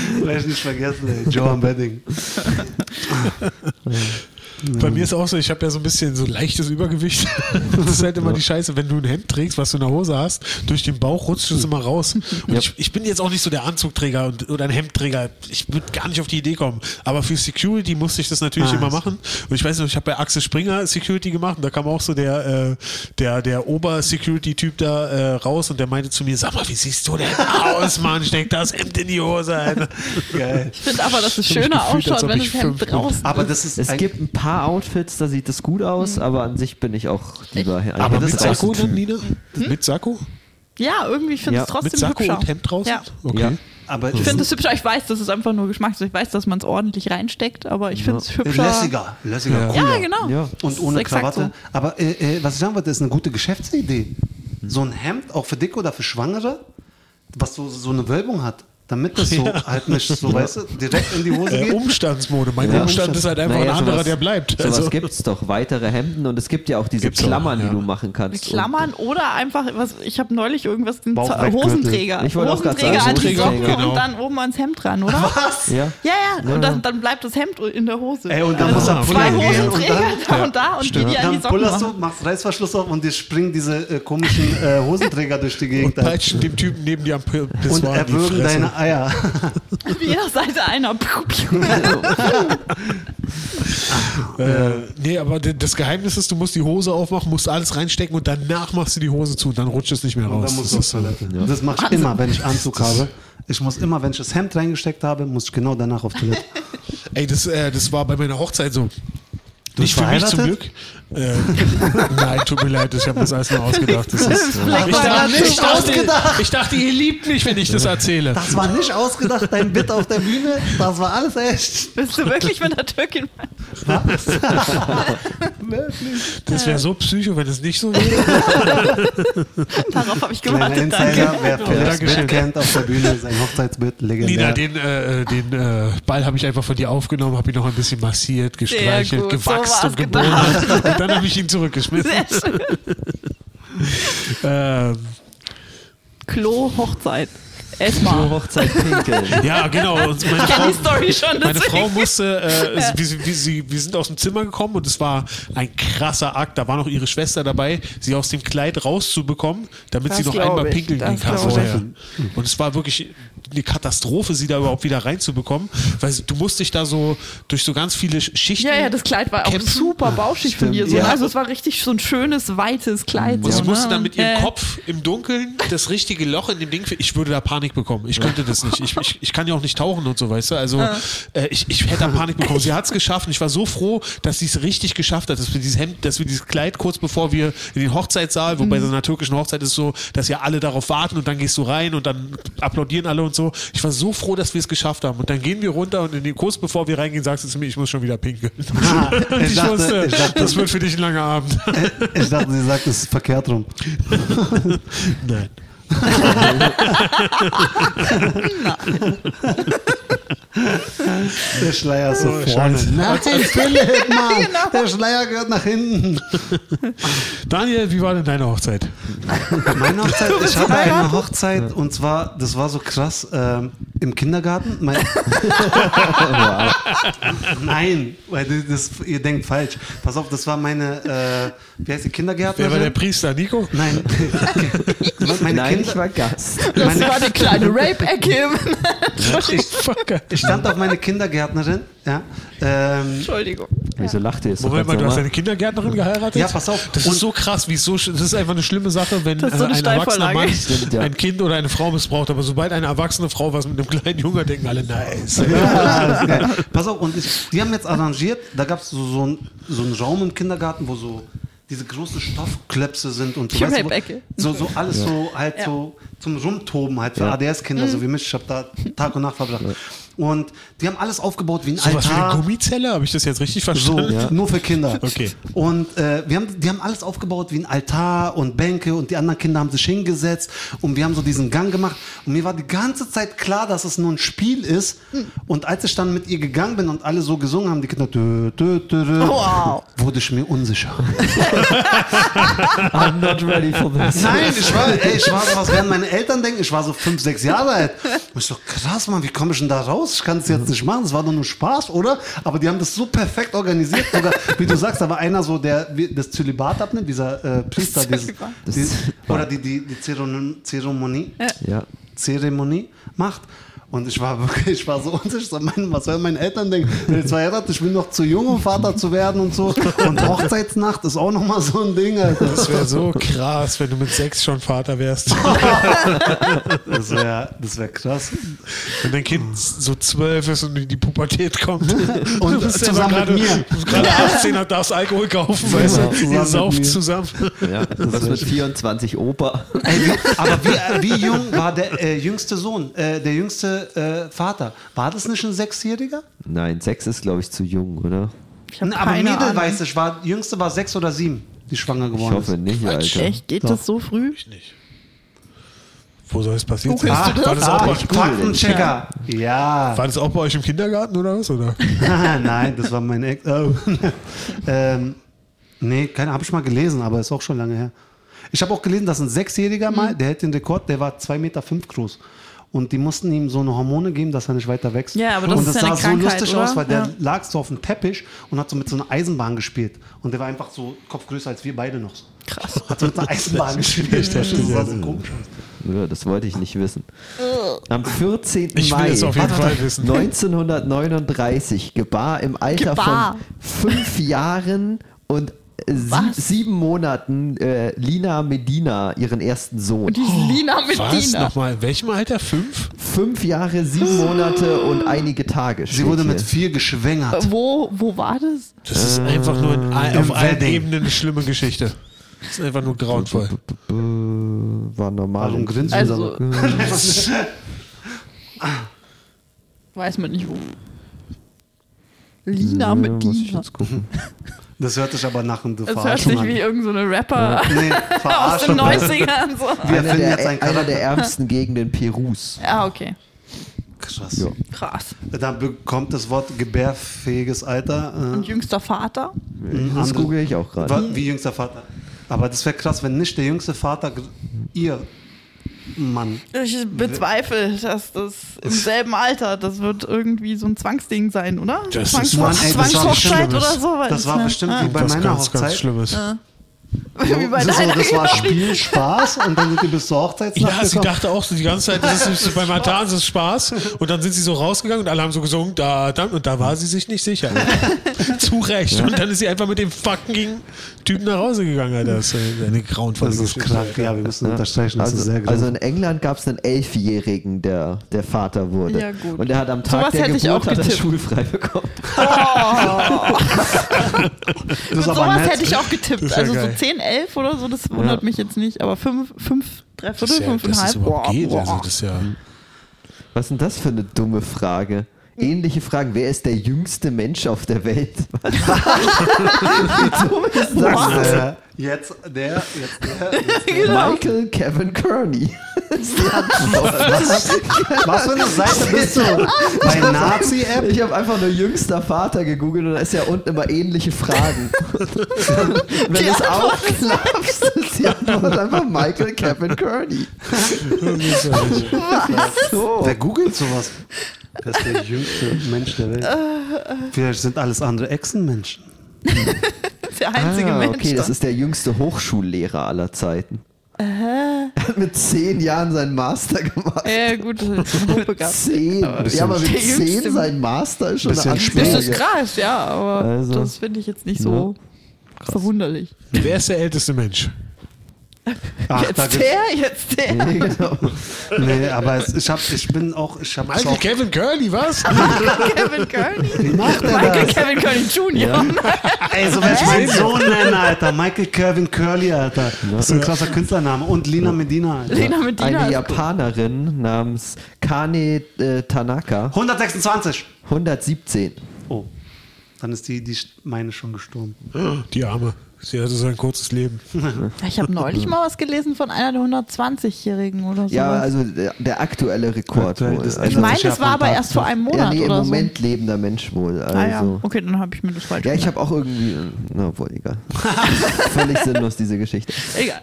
Speaker 5: Vielleicht nicht vergessen, ey. Joe am Bedding.
Speaker 1: Bei mir ist auch so, ich habe ja so ein bisschen so leichtes Übergewicht. das ist halt immer die Scheiße, wenn du ein Hemd trägst, was du in der Hose hast, durch den Bauch rutscht es immer raus. Und ich, ich bin jetzt auch nicht so der Anzugträger und, oder ein Hemdträger. Ich würde gar nicht auf die Idee kommen. Aber für Security musste ich das natürlich
Speaker 5: Ah,
Speaker 1: immer
Speaker 5: so.
Speaker 1: machen. Und ich weiß noch, ich habe bei Axel Springer Security gemacht und da kam auch so der, äh, der, der Ober-Security-Typ da äh, raus und der meinte zu mir, sag mal, wie siehst du denn aus, Mann? Steck das Hemd in die Hose. Alter.
Speaker 5: Geil.
Speaker 4: Ich finde aber, dass es
Speaker 1: Ich hab mich
Speaker 4: schöner
Speaker 1: gefühlt, als
Speaker 4: ausschaut,
Speaker 1: ob
Speaker 4: wenn
Speaker 1: ich
Speaker 4: es Hemd
Speaker 1: fünf bin.
Speaker 4: draußen
Speaker 5: Aber das ist
Speaker 3: Es
Speaker 5: ein-
Speaker 3: gibt ein paar Outfits, da sieht es gut aus, aber an sich bin ich auch lieber ein
Speaker 1: Hm. Aber mit Sakko
Speaker 3: Außentyp.
Speaker 1: dann, Nina? Mit Sakko?
Speaker 4: Ja, irgendwie ich finde
Speaker 3: Ja,
Speaker 4: es
Speaker 1: Mit
Speaker 4: trotzdem
Speaker 1: Sakko
Speaker 4: hübscher.
Speaker 1: und Hemd draußen?
Speaker 4: Ja.
Speaker 1: Okay.
Speaker 3: Ja.
Speaker 5: aber
Speaker 4: Ich
Speaker 5: es
Speaker 4: finde
Speaker 5: ist
Speaker 4: es hübscher. Ich weiß, das ist einfach nur Geschmackssache. Ich weiß, dass man es ordentlich reinsteckt, aber ich finde es hübscher.
Speaker 5: lässiger, lässiger, cooler.
Speaker 4: Ja, genau.
Speaker 3: Ja.
Speaker 5: Und
Speaker 4: Das
Speaker 5: ohne
Speaker 4: ist exakt
Speaker 5: Krawatte. Aber äh, äh, was ich sagen wollte, ist eine gute Geschäftsidee. So ein Hemd, auch für Dicke oder für Schwangere, was so, so eine Wölbung hat. Damit das so halt nicht so, weißt du, direkt in die Hose
Speaker 1: Äh,
Speaker 5: geht.
Speaker 1: Umstandsmode. Mein
Speaker 5: Ja,
Speaker 1: Umstand ist halt einfach
Speaker 3: Naja,
Speaker 1: ein anderer,
Speaker 3: sowas-
Speaker 1: der bleibt.
Speaker 3: Sowas
Speaker 1: Also,
Speaker 3: gibt's doch, weitere Hemden und es gibt ja auch diese
Speaker 1: Gibt's auch,
Speaker 3: Klammern,
Speaker 1: ja.
Speaker 3: die du machen kannst.
Speaker 4: Klammern oder einfach, was, ich habe neulich irgendwas, den
Speaker 5: Bauch
Speaker 4: Zo-
Speaker 5: weg,
Speaker 4: Hosenträger.
Speaker 3: Gürtel. Ich wollte auch grad
Speaker 4: Hosenträger
Speaker 3: sagen,
Speaker 4: an die Socke
Speaker 1: Hosenträger, genau.
Speaker 4: und dann oben ans Hemd dran, oder?
Speaker 5: Was?
Speaker 3: Und, ja.
Speaker 4: Ja, ja,
Speaker 3: Ja.
Speaker 4: und dann, dann bleibt das Hemd in der Hose.
Speaker 5: Ey, und dann muss er
Speaker 4: Zwei
Speaker 5: pullern gehen und
Speaker 4: Hosenträger
Speaker 5: dann,
Speaker 4: da und da und die, die an die
Speaker 5: dann
Speaker 4: Socken
Speaker 5: pullerst du,
Speaker 4: machen.
Speaker 5: machst Reißverschluss auf und dir springen diese äh, komischen äh, Hosenträger durch die
Speaker 1: und
Speaker 5: Gegend. Alter.
Speaker 1: peitschen dem Typen neben dir am P-
Speaker 5: halt und
Speaker 1: Pissoir in die
Speaker 5: erwürgen
Speaker 1: Fresse.
Speaker 5: deine Eier.
Speaker 4: Auf jeder Seite einer. Piu, piu.
Speaker 1: Äh, nee, aber d- das Geheimnis ist, du musst die Hose aufmachen, musst alles reinstecken und danach machst du die Hose zu und dann rutscht es nicht mehr
Speaker 5: Und
Speaker 1: raus.
Speaker 5: dann musst
Speaker 1: Das
Speaker 5: du
Speaker 1: ist
Speaker 5: auf
Speaker 1: so-
Speaker 5: Toilette. Das mache ich immer, wenn ich Anzug habe. Ich muss immer, wenn ich das Hemd reingesteckt habe, muss ich genau danach auf Toilette.
Speaker 1: Ey, das, äh, das war bei meiner Hochzeit so.
Speaker 5: Du
Speaker 1: nicht
Speaker 5: bist
Speaker 1: für mich zum Glück.
Speaker 5: verheiratet?
Speaker 1: Äh, nein, tut mir leid, ich habe mir das alles nur ausgedacht. Das ist,
Speaker 4: Vielleicht war er
Speaker 5: nicht ausgedacht.
Speaker 1: ich dachte, ihr liebt mich, wenn ich das erzähle.
Speaker 5: Das war nicht ausgedacht, dein Bit auf der Bühne. Das war alles echt.
Speaker 4: Bist du wirklich mit der Türkin?
Speaker 5: Ne?
Speaker 1: Das wäre so psycho, wenn es nicht so wäre.
Speaker 4: Darauf habe ich
Speaker 5: Kleiner
Speaker 4: gewartet, danke.
Speaker 5: Insider, wer Philipps
Speaker 1: Dankeschön.
Speaker 5: Bit kennt auf der Bühne, ist ein Hochzeitsbit,
Speaker 1: Nina,
Speaker 5: legendär.
Speaker 4: Genau.
Speaker 1: den, äh, den äh, Ball habe ich einfach von dir aufgenommen, habe ihn noch ein bisschen massiert, gestreichelt,
Speaker 4: gut,
Speaker 1: gewachst
Speaker 4: so war's
Speaker 1: und geboren. Und dann habe ich ihn zurückgeschmissen.
Speaker 4: Sehr schön.
Speaker 1: Ähm,
Speaker 4: Klo-Hochzeit. Erstmal.
Speaker 3: Hochzeit pinkeln.
Speaker 1: ja, genau. Und meine
Speaker 4: Ich kenne
Speaker 1: Frau,
Speaker 4: die Story schon,
Speaker 1: meine Frau
Speaker 4: deswegen.
Speaker 1: musste, äh, es- wir, wir, sie, wir sind aus dem Zimmer gekommen und es war ein krasser Akt. Da war noch ihre Schwester dabei, sie aus dem Kleid rauszubekommen, damit
Speaker 4: Das
Speaker 1: sie noch
Speaker 4: glaub
Speaker 1: einmal
Speaker 4: ich,
Speaker 1: pinkeln
Speaker 4: das
Speaker 1: gehen kann
Speaker 4: glaub ich.
Speaker 1: vorher. Und es war wirklich eine Katastrophe, sie da überhaupt wieder reinzubekommen, weil sie- du musst dich da so durch so ganz viele Schichten
Speaker 4: Ja, ja, das Kleid war auch
Speaker 1: Kämpfen.
Speaker 4: super bauschig von ihr. So.
Speaker 1: Ja.
Speaker 4: Also es war richtig so ein schönes, weites Kleid.
Speaker 1: Und
Speaker 4: so,
Speaker 1: sie musste
Speaker 4: ne?
Speaker 1: dann mit ihrem
Speaker 4: Ja.
Speaker 1: Kopf im Dunkeln das richtige Loch in dem Ding. fi- Ich würde da Panik bekommen. Ich könnte das nicht. Ich, ich, ich kann ja auch nicht tauchen und so, weißt du. Also äh, ich, ich hätte da Panik bekommen. Sie hat es geschafft. Ich war so froh, dass sie es richtig geschafft hat, dass wir dieses Hemd, dass wir dieses Kleid kurz bevor wir in den Hochzeitssaal, wobei so einer türkischen Hochzeit ist es so, dass ja alle darauf warten und dann gehst du rein und dann applaudieren alle und so. Ich war so froh, dass wir es geschafft haben. Und dann gehen wir runter und in den kurz bevor wir reingehen, sagst du zu mir, ich muss schon wieder pinkeln. Und
Speaker 5: ich
Speaker 1: ich
Speaker 5: dachte-
Speaker 1: wusste,
Speaker 5: ich dachte-
Speaker 1: das wird für dich ein langer Abend.
Speaker 5: Ich dachte, sie sagt, es ist verkehrt rum.
Speaker 1: Nein.
Speaker 5: Der Schleier ist so
Speaker 1: Oh,
Speaker 5: vorne.
Speaker 1: Scheiße.
Speaker 5: Nein, Philipp, Mann. Der Schleier gehört nach hinten.
Speaker 1: Daniel, wie war denn deine Hochzeit?
Speaker 5: Meine Hochzeit, ich hatte eine Hochzeit und zwar, das war so krass, ähm, im Kindergarten. Mein Nein, weil das, das, ihr denkt falsch. Pass auf, das war meine, äh, wie heißt die
Speaker 1: Wer war der
Speaker 5: Kindergärtnerin?
Speaker 1: Priester? Nico?
Speaker 5: Nein, meine
Speaker 3: Nein, ich
Speaker 5: Kinder,
Speaker 3: war Gast.
Speaker 4: Das
Speaker 5: meine,
Speaker 4: war die kleine Rape-Ecke.
Speaker 1: Fucker.
Speaker 5: ich stand auf meine Kindergärtnerin. Ja, ähm,
Speaker 4: Entschuldigung.
Speaker 3: Wieso lacht ihr? Ist doch
Speaker 1: Moment mal,
Speaker 3: ganz
Speaker 1: du hast
Speaker 3: normal.
Speaker 1: eine Kindergärtnerin geheiratet?
Speaker 5: Ja, pass auf.
Speaker 1: Das
Speaker 5: Und-
Speaker 1: ist so krass, wie es so, sch- das ist einfach eine schlimme Sache, wenn
Speaker 4: Das ist so
Speaker 1: äh,
Speaker 4: eine
Speaker 1: ein erwachsener Mann
Speaker 4: Steilvorlage.
Speaker 3: Stimmt, ja.
Speaker 1: ein Kind oder eine Frau missbraucht. Aber sobald eine erwachsene Frau was mit einem kleinen Junge denken alle, nice.
Speaker 5: Ja, ist geil. Pass auf, und ich, die haben jetzt arrangiert, da gab es so, so, einen- so einen Raum im Kindergarten, wo so diese großen Stoffklöpse sind und so,
Speaker 4: Die
Speaker 5: weißt du, wo-
Speaker 4: Rape-Ecke.
Speaker 5: so, so alles so halt so zum Rumtoben halt für ADS-Kinder, so wie mich. Ich habe da Tag und Nacht verbracht. Und die haben alles aufgebaut wie ein
Speaker 1: So was wie eine
Speaker 5: Altar.
Speaker 1: Gummizelle? Habe ich das jetzt richtig
Speaker 5: So,
Speaker 1: verstanden?
Speaker 5: nur für Kinder.
Speaker 1: Okay.
Speaker 5: Und äh, wir haben, die haben alles aufgebaut wie ein Altar und Bänke und die anderen Kinder haben sich hingesetzt und wir haben so diesen Gang gemacht. Und mir war die ganze Zeit klar, dass es nur ein Spiel ist. Und als ich dann mit ihr gegangen bin und alle so gesungen haben, die Kinder, tö, tö, tö, tö,
Speaker 4: Wow.
Speaker 5: wurde ich mir unsicher.
Speaker 3: I'm not ready for this.
Speaker 5: Nein, ich war, ey, ich war so, was werden meine Eltern denken? Ich war so fünf, sechs Jahre alt. Und ich so, krass, Mann, wie komme ich denn da raus? raus, ich kann es jetzt nicht machen, es war doch nur Spaß, oder? Aber die haben das so perfekt organisiert, sogar, wie du sagst, da war einer so, der wie- das Zölibat abnimmt, dieser äh, Priester, dieses,
Speaker 4: Zölibat.
Speaker 5: dieses, oder die, die, die Zeremonie, Zeremonie,
Speaker 3: Ja.
Speaker 5: Zeremonie macht. Und ich war wirklich, ich war so unsicher, so, mein, was werden meine Eltern denken? Wenn ich zwei heirate, ich bin noch zu jung, um Vater zu werden und so. Und Hochzeitsnacht ist auch nochmal so ein Ding, Alter.
Speaker 1: Das wäre so krass, wenn du mit sechs schon Vater wärst.
Speaker 5: Das wäre das wär krass.
Speaker 1: Wenn dein Kind so zwölf ist und in die Pubertät kommt.
Speaker 5: Und
Speaker 1: du bist
Speaker 5: zusammen
Speaker 1: aber gerade,
Speaker 5: mit mir.
Speaker 1: du bist gerade 18 und darfst Alkohol kaufen, weißt
Speaker 5: Genau,
Speaker 1: du?
Speaker 5: zusammen
Speaker 1: Ihr
Speaker 5: mit
Speaker 1: sauft
Speaker 5: mir.
Speaker 1: zusammen.
Speaker 3: ja. Was mit 24 Opa?
Speaker 5: Ey, wie, aber wie, äh, wie jung war der äh, jüngste Sohn, äh, der jüngste äh, Vater? War das nicht ein Sechsjähriger?
Speaker 3: Nein, 6 ist, glaube ich, zu jung, oder?
Speaker 4: Ich hab
Speaker 5: Na, aber
Speaker 4: keine
Speaker 5: Mädel
Speaker 4: Ahnung.
Speaker 5: weiß ich, war, jüngste war sechs oder sieben, die schwanger
Speaker 3: Ich
Speaker 5: geworden
Speaker 3: hoffe
Speaker 5: ist.
Speaker 3: nicht, Alter.
Speaker 4: Echt, geht das so früh?
Speaker 1: Wo soll es passiert sein?
Speaker 5: Ah,
Speaker 1: War das, auch
Speaker 5: ah,
Speaker 1: bei,
Speaker 3: bei-
Speaker 5: Faktenchecker. Ja.
Speaker 1: war das auch bei euch im Kindergarten oder was? Oder?
Speaker 5: Nein, das war mein Ex. Oh. ähm, nee, keine, habe ich mal gelesen, aber ist auch schon lange her. Ich habe auch gelesen, dass ein Sechsjähriger mal,
Speaker 4: Mhm.
Speaker 5: der hält den Rekord, der war 2,5 Meter fünf groß. Und die mussten ihm so eine Hormone geben, dass er nicht weiter wächst.
Speaker 4: Ja, aber das
Speaker 5: und
Speaker 4: ist
Speaker 5: das
Speaker 4: ja eine
Speaker 5: sah
Speaker 4: Krankheit,
Speaker 5: so lustig
Speaker 4: oder?
Speaker 5: aus, weil der
Speaker 4: Ja.
Speaker 5: lag so auf dem Teppich und hat so mit so einer Eisenbahn gespielt. Und der war einfach so kopfgrößer als wir beide noch. Krass. Hat so mit einer Eisenbahn gespielt. Das sah so komisch aus.
Speaker 3: Oder? Das wollte ich nicht wissen. Am 14.
Speaker 1: Ich will
Speaker 3: Mai
Speaker 1: es auf jeden Fall wissen.
Speaker 3: 1939 gebar im Alter
Speaker 4: Gebar.
Speaker 3: von fünf Jahren und sie sieben Monaten äh, Lina Medina ihren ersten Sohn.
Speaker 2: Die
Speaker 4: Oh,
Speaker 2: ist Lina mit
Speaker 1: Was?
Speaker 2: Dina.
Speaker 1: Nochmal, in welchem Alter? Fünf?
Speaker 3: Fünf Jahre, sieben Monate und einige Tage.
Speaker 5: Sie
Speaker 3: steht
Speaker 5: wurde mit
Speaker 3: hier.
Speaker 5: vier geschwängert.
Speaker 4: Wo, wo war das?
Speaker 1: Das ist einfach nur in, all- auf
Speaker 5: Äh, im
Speaker 1: allen
Speaker 5: Wedding.
Speaker 1: Ebenen eine schlimme Geschichte. Das ist einfach nur grauenvoll.
Speaker 3: B- Äh, war normal.
Speaker 5: Warum grinst du
Speaker 4: Also-
Speaker 5: da noch?
Speaker 4: Weiß man nicht wo. Lina mit
Speaker 3: muss ich
Speaker 4: Dina.
Speaker 3: jetzt gucken.
Speaker 5: Das hört sich aber nach einem
Speaker 4: Das hört sich wie irgendein so eine Rapper
Speaker 5: Nee,
Speaker 4: aus den
Speaker 5: verarschen.
Speaker 4: 90ern. So.
Speaker 5: Wir
Speaker 3: Einer
Speaker 5: finden jetzt
Speaker 3: der,
Speaker 5: einen
Speaker 3: einer
Speaker 5: Charakter.
Speaker 3: der ärmsten Gegenden Perus.
Speaker 4: Ja, okay.
Speaker 5: Krass.
Speaker 3: Ja.
Speaker 4: Krass.
Speaker 5: Dann bekommt das Wort gebärfähiges Alter.
Speaker 4: Und jüngster Vater?
Speaker 5: Äh,
Speaker 3: Das
Speaker 5: andere-
Speaker 3: google ich auch gerade.
Speaker 5: Wa- Wie jüngster Vater. Aber das wäre krass, wenn nicht der jüngste Vater gr- ihr Mann.
Speaker 4: Ich bezweifle, dass das im selben Alter, das wird irgendwie so ein Zwangsding sein, oder?
Speaker 1: Das
Speaker 4: Zwangs
Speaker 1: ist- Mann, ey, das war
Speaker 4: Zwangshochzeit
Speaker 1: bestimmt-
Speaker 4: oder ne? Ah. so.
Speaker 5: Das war bestimmt wie bei
Speaker 1: Was
Speaker 5: meiner
Speaker 1: ganz,
Speaker 5: Hochzeit.
Speaker 1: ganz Schlimmes.
Speaker 4: Wie bei
Speaker 5: das, ist so,
Speaker 4: deiner,
Speaker 5: das war
Speaker 4: genau.
Speaker 5: Spiel, Spaß und dann sind die bis zur Hochzeitsnacht
Speaker 1: Ja, sie
Speaker 5: gekommen.
Speaker 1: dachte auch so die ganze Zeit, das ist bei Matan, das ist Spaß. Und dann sind sie so rausgegangen und alle haben so gesungen, da, dann, und da war sie sich nicht sicher. Zu Recht. Und dann ist sie einfach mit dem fucking Typen nach Hause gegangen, Alter. Das ist eine grauenvolle
Speaker 5: Das ist
Speaker 1: Geschichte.
Speaker 5: krank. Ja, wir müssen unterstreichen, das ist
Speaker 3: Also,
Speaker 5: sehr krass.
Speaker 3: also in England gab es einen Elfjährigen, der, der Vater wurde.
Speaker 4: Ja, gut.
Speaker 3: Und er hat am Tag
Speaker 4: Sowas
Speaker 3: der
Speaker 4: hätte ich
Speaker 3: Geburt
Speaker 4: auch
Speaker 3: hat er
Speaker 4: getippt.
Speaker 3: schulfrei bekommen.
Speaker 4: Oh.
Speaker 5: das ist aber
Speaker 4: Sowas
Speaker 5: nett.
Speaker 4: hätte ich auch getippt.
Speaker 1: Das wär
Speaker 4: Also so
Speaker 1: geil.
Speaker 4: 10, 11 oder so, das wundert mich jetzt nicht. Aber 5, 5, 3
Speaker 1: Das ist
Speaker 4: Viertel,
Speaker 1: ja, dass das
Speaker 4: 5,5.
Speaker 1: überhaupt geht.
Speaker 4: boah,
Speaker 1: Also
Speaker 4: boah.
Speaker 1: das ist ja,
Speaker 3: Was ist denn das für eine dumme Frage? Ähnliche Fragen. Wer ist der jüngste Mensch auf der Welt? Wie dumm ist das? denn?
Speaker 5: Äh, jetzt der, jetzt der. Jetzt der.
Speaker 4: genau.
Speaker 3: Michael Kevin Kearney.
Speaker 5: Was für eine Seite bist du? Bei Nazi-App?
Speaker 3: Ich habe einfach nur jüngster Vater gegoogelt und da ist ja unten immer ähnliche Fragen. Wenn du es aufklappst, ist die Antwort einfach Michael Kevin Kearney.
Speaker 4: Oh,
Speaker 3: So.
Speaker 5: Wer googelt sowas? Das ist der jüngste Mensch der Welt. Vielleicht sind alles andere Echsenmenschen.
Speaker 4: Der einzige
Speaker 3: ah,
Speaker 4: Mensch.
Speaker 3: okay, das
Speaker 4: da.
Speaker 3: ist der jüngste Hochschullehrer aller Zeiten. Er hat mit zehn Jahren seinen Master gemacht.
Speaker 4: ja, gut, das ist hochbegabt.
Speaker 3: Zehn. ja, aber mit
Speaker 4: Der jüngste-
Speaker 3: zehn sein Master ist schon
Speaker 5: Bisschen
Speaker 3: eine
Speaker 5: spät.
Speaker 4: Das
Speaker 3: Ansage.
Speaker 4: ist krass, ja, aber
Speaker 3: Also.
Speaker 4: das finde ich jetzt nicht so verwunderlich.
Speaker 1: wer ist der älteste Mensch?
Speaker 5: Ach, da
Speaker 4: Jetzt
Speaker 5: gibt's-
Speaker 4: der, jetzt der.
Speaker 3: Nee, genau.
Speaker 5: Nee, aber es, ich, hab, ich bin auch. Ich hab
Speaker 1: Michael
Speaker 5: auch
Speaker 1: Kevin Curly, was?
Speaker 4: Kevin Kearney.
Speaker 5: wie macht er
Speaker 4: Michael
Speaker 5: das?
Speaker 4: Kevin Kearney Jr.
Speaker 5: Ey, so werde ich meinen Sohn nennen, Alter. Michael Kevin Curly, Alter. Das ist ein krasser Künstlername. Und Lina Medina, Alter.
Speaker 4: Lena Medina.
Speaker 3: Eine
Speaker 4: ist
Speaker 3: Japanerin namens Kane äh, Tanaka,
Speaker 5: 126.
Speaker 3: 117.
Speaker 5: Oh. Dann ist die, die meine schon gestorben.
Speaker 1: Die Arme. Sie hatte so ein kurzes Leben.
Speaker 4: gut. Ich habe neulich mal was gelesen von einer der 120-Jährigen oder so.
Speaker 3: Ja, also der, der aktuelle Rekord.
Speaker 5: Aktuell,
Speaker 3: wohl.
Speaker 5: das
Speaker 3: also,
Speaker 4: ich meine,
Speaker 5: das ist ja
Speaker 4: das war aber
Speaker 5: fantastisch.
Speaker 4: erst vor einem
Speaker 3: ja,
Speaker 4: Monat
Speaker 3: nee, im
Speaker 4: oder
Speaker 3: Moment lebender Mensch wohl.
Speaker 4: so.
Speaker 3: Also.
Speaker 4: Ah, ja. Okay, dann habe ich mir das falsch
Speaker 3: Ja, ich
Speaker 4: gemerkt.
Speaker 3: habe auch irgendwie. Na, wohl egal. Völlig sinnlos, diese Geschichte.
Speaker 4: Egal.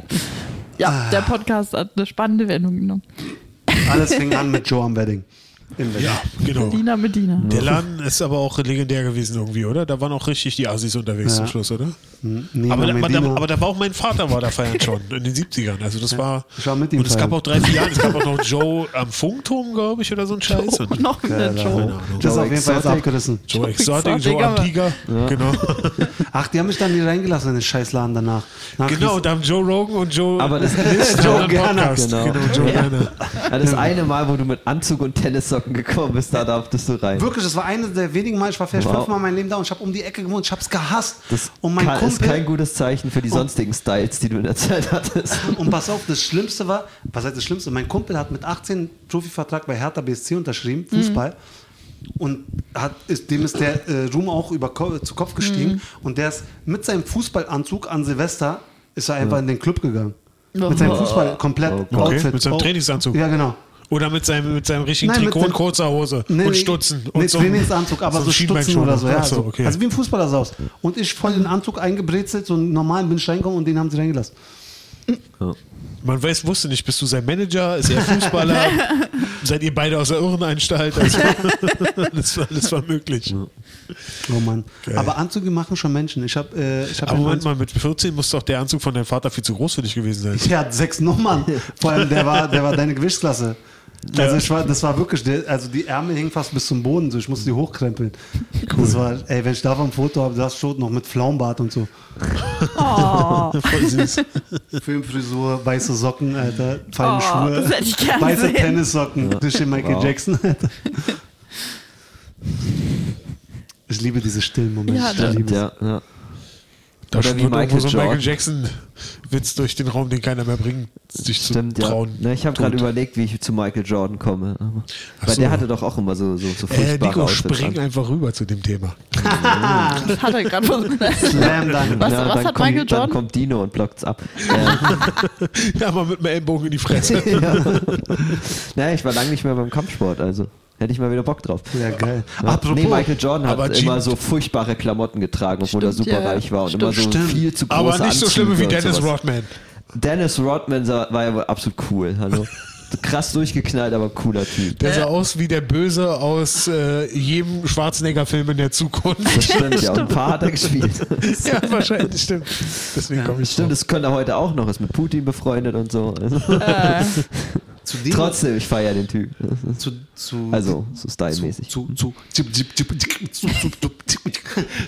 Speaker 4: Ja, der Podcast hat eine spannende Wendung genommen.
Speaker 5: Alles fing an mit Joe am Wedding. in Berlin.
Speaker 1: Ja, genau.
Speaker 4: Dina Medina.
Speaker 1: Der Laden ist aber auch legendär gewesen irgendwie, oder? Da waren auch richtig die Assis unterwegs
Speaker 5: Ja.
Speaker 1: zum Schluss, oder?
Speaker 5: Nee,
Speaker 1: aber, da, aber, da,
Speaker 5: Medina.
Speaker 1: aber da war auch mein Vater war da feiern schon, in den 70ern. Also das war.
Speaker 5: ich war mit ihm
Speaker 1: und es gab
Speaker 5: feiern.
Speaker 1: auch drei, vier Jahre, es gab auch noch Joe am Funkturm, glaube ich, oder so ein Scheiß.
Speaker 4: Oh,
Speaker 1: und
Speaker 4: noch eine Joe.
Speaker 5: das ist auf jeden Fall jetzt
Speaker 3: Exotic.
Speaker 5: abgerissen.
Speaker 1: Joe Exotic,
Speaker 4: Exotic,
Speaker 1: Joe am
Speaker 4: aber-
Speaker 1: Tiger. Genau.
Speaker 5: Ach, die haben mich dann hier reingelassen in den Scheißladen danach. Nach
Speaker 1: genau, da haben Joe Rogan und Joe.
Speaker 3: Aber das
Speaker 1: List
Speaker 3: Joe
Speaker 1: haben einen
Speaker 3: Gerner,
Speaker 1: Podcast.
Speaker 3: genau.
Speaker 1: genau Joe
Speaker 3: Ja.
Speaker 1: Gerner.
Speaker 3: Ja, das eine Mal, wo du mit Anzug und Tennissocken gekommen bist, da darftest du rein.
Speaker 5: Wirklich, das war eine der wenigen Mal, ich war vielleicht
Speaker 3: Wow.
Speaker 5: fünfmal in meinem Leben da und ich habe um die Ecke gewohnt, ich habe es gehasst.
Speaker 3: Das
Speaker 5: und mein
Speaker 3: kann, ist
Speaker 5: Kumpel,
Speaker 3: kein gutes Zeichen für die sonstigen Styles, die du in der Zeit hattest.
Speaker 5: und pass auf, das Schlimmste war, was heißt das Schlimmste? Mein Kumpel hat mit 18 einen Profivertrag bei Hertha BSC unterschrieben, Fußball. Und hat, ist, dem ist der äh, Ruhm auch über Ko zu Kopf gestiegen. Und der ist mit seinem Fußballanzug an Silvester, ist er einfach in den Club gegangen. Mit seinem Fußball komplett.
Speaker 3: Okay,
Speaker 5: Outfit.
Speaker 1: mit seinem
Speaker 5: Oh.
Speaker 1: Trainingsanzug.
Speaker 5: Ja, genau.
Speaker 1: Oder mit seinem, mit seinem richtigen
Speaker 5: Nein, mit
Speaker 1: Trikot und
Speaker 5: dem-
Speaker 1: kurzer Hose
Speaker 5: Nee,
Speaker 1: und
Speaker 5: nee,
Speaker 1: Stutzen.
Speaker 5: Nee,
Speaker 1: und einem-
Speaker 5: Trainingsanzug, aber
Speaker 1: einem
Speaker 5: so, Stutzen
Speaker 1: Schienbeinschmuck.
Speaker 5: oder so. Ja,
Speaker 1: Ach so,
Speaker 5: so.
Speaker 1: okay.
Speaker 5: Also wie ein Fußballer saß. Und ich voll den Anzug eingebrezelt, so einen normalen bin ich reingekommen und den haben sie reingelassen.
Speaker 1: Man weiß, wusste nicht, bist du sein Manager, ist er Fußballer, seid ihr beide aus der Irrenanstalt? Also, das, war, das war möglich.
Speaker 5: Oh Mann. Aber Anzüge machen schon Menschen. Ich habe äh, ich hab
Speaker 1: Aber
Speaker 5: einen
Speaker 1: Moment mal, mit 14 muss doch der Anzug von deinem Vater viel zu groß für dich gewesen sein.
Speaker 5: Der hat sechs Nummern. Vor allem, der war, der war deine Gewichtsklasse. Also ich war, das war wirklich, der, also die Ärmel hingen fast bis zum Boden, so ich musste die hochkrempeln. Das war, ey, wenn ich davon ein Foto habe, das schon noch mit Flaumbart und so.
Speaker 1: Voll süß.
Speaker 5: Filmfrisur, weiße Socken, Alter, feine
Speaker 4: Oh,
Speaker 5: Schuhe,
Speaker 4: das hätte ich gern
Speaker 5: weiße
Speaker 4: sehen.
Speaker 5: Tennissocken, durch den Michael
Speaker 3: Wow.
Speaker 5: Jackson, Alter. Ich liebe diese stillen Momente.
Speaker 4: Ja,
Speaker 5: Ich
Speaker 4: das-
Speaker 5: liebe es.
Speaker 3: ja, ja.
Speaker 1: Da
Speaker 3: Oder
Speaker 1: schon
Speaker 3: wie
Speaker 1: wird
Speaker 3: Michael
Speaker 1: irgendwo so ein Michael
Speaker 3: Jordan.
Speaker 1: Jackson-Witz durch den Raum, den keiner mehr bringt, sich
Speaker 3: Stimmt,
Speaker 1: zu
Speaker 3: ja.
Speaker 1: trauen.
Speaker 3: Na, ich habe gerade
Speaker 1: tut.
Speaker 3: überlegt, wie ich zu Michael Jordan komme. Aber-
Speaker 1: Ach
Speaker 3: Weil
Speaker 1: so.
Speaker 3: der hatte doch auch immer so, so, so
Speaker 1: Äh,
Speaker 3: furchtbare
Speaker 1: Nico,
Speaker 3: Outfits
Speaker 1: spring
Speaker 3: an.
Speaker 1: einfach rüber zu dem Thema.
Speaker 4: Ah, Das hat er gerade versucht.
Speaker 5: Slam Dunk.
Speaker 4: Was- was
Speaker 3: dann
Speaker 4: hat
Speaker 3: kommt,
Speaker 4: Michael
Speaker 3: Dann
Speaker 4: Jordan?
Speaker 3: kommt Dino und blockt's ab. Äh,
Speaker 1: Ja, mal mit dem Ellenbogen in die Fresse.
Speaker 3: naja, ich war lange nicht mehr beim Kampfsport, also hätte ich mal wieder Bock drauf.
Speaker 5: Ja, geil.
Speaker 3: Ja.
Speaker 5: Apropos,
Speaker 3: nee, Michael Jordan hat
Speaker 1: aber Jean-
Speaker 3: immer so furchtbare Klamotten getragen, obwohl er
Speaker 4: Stimmt,
Speaker 3: super
Speaker 4: ja,
Speaker 3: reich war und immer so
Speaker 5: stimmt.
Speaker 3: viel zu große
Speaker 1: Aber nicht so schlimm wie
Speaker 3: Anzüge und
Speaker 1: Dennis
Speaker 3: sowas.
Speaker 1: Rodman.
Speaker 3: Dennis Rodman sah- war ja wohl absolut cool, hallo. Krass durchgeknallt, aber cooler Typ.
Speaker 1: Der sah aus wie der Böse aus äh, jedem Schwarzenegger-Film in der
Speaker 3: Das
Speaker 1: Zukunft.
Speaker 3: stimmt, ja. Und ein paar hat er gespielt.
Speaker 1: ja, wahrscheinlich, stimmt. Deswegen komme ich
Speaker 3: Stimmt,
Speaker 1: drauf.
Speaker 3: das könnte er heute auch noch. Ist mit Putin befreundet und so. Also,
Speaker 5: zu dem,
Speaker 3: trotzdem, ich feiere den Typ.
Speaker 5: zu, zu,
Speaker 3: Also, so
Speaker 5: zu,
Speaker 3: stylmäßig.
Speaker 5: zu, zu, zu, zu, zu,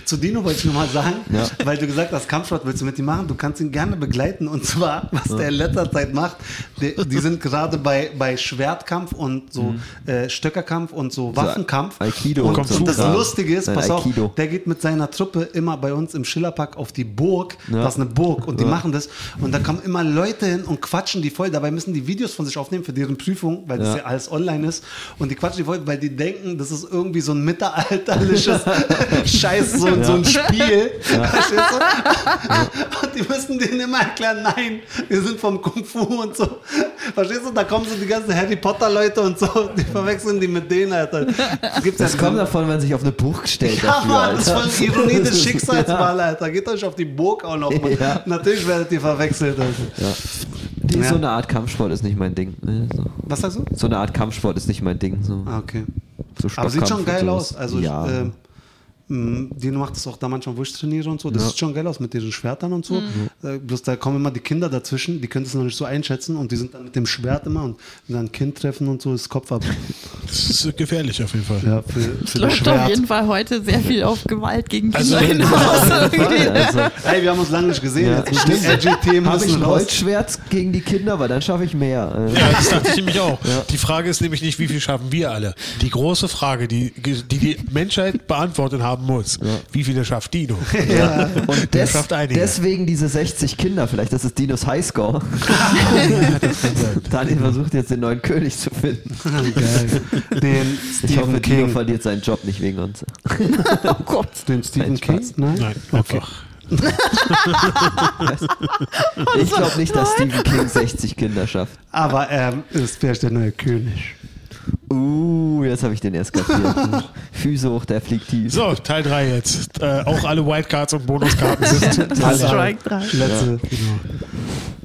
Speaker 5: zu Dino wollte ich nur mal sagen,
Speaker 3: Ja.
Speaker 5: weil du gesagt hast, Kampfsport willst du mit ihm machen, du kannst ihn gerne begleiten und zwar, was der in letzter Zeit macht, die, die sind gerade bei, bei Schwertkampf und so
Speaker 3: Mhm.
Speaker 5: äh, Stöckerkampf und so Waffenkampf
Speaker 3: Aikido
Speaker 5: und,
Speaker 3: und so
Speaker 5: und das
Speaker 3: Kram.
Speaker 5: Lustige ist,
Speaker 3: Nein,
Speaker 5: pass auf,
Speaker 3: Äh, Aikido.
Speaker 5: der geht mit seiner Truppe immer bei uns im Schillerpark auf die Burg,
Speaker 3: Ja.
Speaker 5: das ist eine Burg und die machen das und da kommen immer Leute hin und quatschen die voll, dabei müssen die Videos von sich aufnehmen für deren Prüfung, weil das
Speaker 3: Ja.
Speaker 5: ja alles online ist und die quatschen die voll, weil die denken, das ist irgendwie so ein mittelalterliches Scheiß, so, so ein Spiel. Verstehst du? Und die müssen denen immer erklären, nein, wir sind vom Kung Fu und so. Verstehst du? Da kommen so die ganzen Harry Potter Leute und so, die verwechseln die mit denen, Alter. Gibt's
Speaker 3: Das
Speaker 5: ja
Speaker 3: kommt davon, wenn man sich auf eine Burg gestellt
Speaker 5: ja,
Speaker 3: dafür,
Speaker 5: Mann, das
Speaker 3: Alter.
Speaker 5: ist voll Ironie des
Speaker 3: Ja.
Speaker 5: Schicksals, Alter. Geht euch auf die Burg auch noch. Mann.
Speaker 3: Ja.
Speaker 5: Natürlich werdet ihr verwechselt. Alter.
Speaker 3: Die-
Speaker 5: Ja.
Speaker 3: So eine Art Kampfsport ist nicht mein Ding. ne, So.
Speaker 5: Was sagst du?
Speaker 3: so eine Art Kampfsport ist nicht mein Ding. So.
Speaker 5: Ah, okay.
Speaker 3: So
Speaker 5: Aber sieht schon
Speaker 3: Stockkampf
Speaker 5: geil
Speaker 3: und
Speaker 5: aus.
Speaker 3: sowas.
Speaker 5: Also,
Speaker 3: Ja.
Speaker 5: ähm, mh, Dino macht es auch da manchmal, wo ich trainiere und so. Das sieht schon geil aus mit ihren Schwertern und so.
Speaker 4: Mhm.
Speaker 5: Äh, bloß da kommen immer die Kinder dazwischen, die können es noch nicht so einschätzen und die sind dann mit dem Schwert immer und wenn dann ein Kind treffen und so, ist Kopf ab.
Speaker 1: Das ist gefährlich auf jeden Fall.
Speaker 5: Ja, für, für das
Speaker 4: Läuft auf
Speaker 5: Schwert.
Speaker 4: jeden Fall heute sehr viel auf Gewalt gegen Kinder
Speaker 1: Also-
Speaker 4: hinaus.
Speaker 3: Voll, also.
Speaker 5: Ey, wir haben uns lange nicht gesehen.
Speaker 3: Ja,
Speaker 5: Jetzt müssen die edgy Themen
Speaker 3: Habe ich
Speaker 5: müssen
Speaker 3: ein
Speaker 5: raus.
Speaker 3: Holzschwert gegen die Kinder, weil dann schaffe ich mehr. Äh,
Speaker 1: Ja, das dachte ich nämlich auch. Die Frage ist nämlich nicht, wie viel schaffen wir alle. Die große Frage, die die, die Menschheit beantwortet haben muss, wie viele schafft Dino?
Speaker 5: Ja.
Speaker 3: Und
Speaker 1: Der
Speaker 3: des,
Speaker 1: schafft einige.
Speaker 3: deswegen diese 60 Kinder, vielleicht das ist Dinos Highscore. Daniel versucht jetzt den neuen König zu finden.
Speaker 5: Geil. Den
Speaker 3: Ich hoffe,
Speaker 5: Stephen
Speaker 3: Dino
Speaker 5: King.
Speaker 3: verliert seinen Job nicht wegen uns.
Speaker 4: Oh Gott.
Speaker 5: Den Stephen
Speaker 3: Nein,
Speaker 5: King?
Speaker 3: Spaß.
Speaker 5: Nein.
Speaker 1: Nein,
Speaker 5: Okay.
Speaker 1: einfach.
Speaker 3: Ich glaube nicht, dass Stephen King 60 Kinder schafft.
Speaker 5: Aber ähm, es wäre der neue König.
Speaker 3: Uh, jetzt habe ich den erst kapiert. Füße hoch, der fliegt tief.
Speaker 1: So, Teil 3 jetzt. Äh, auch alle Wildcards und Bonuskarten sind.
Speaker 5: Alle-
Speaker 4: Strike drei.
Speaker 5: Letzte. genau.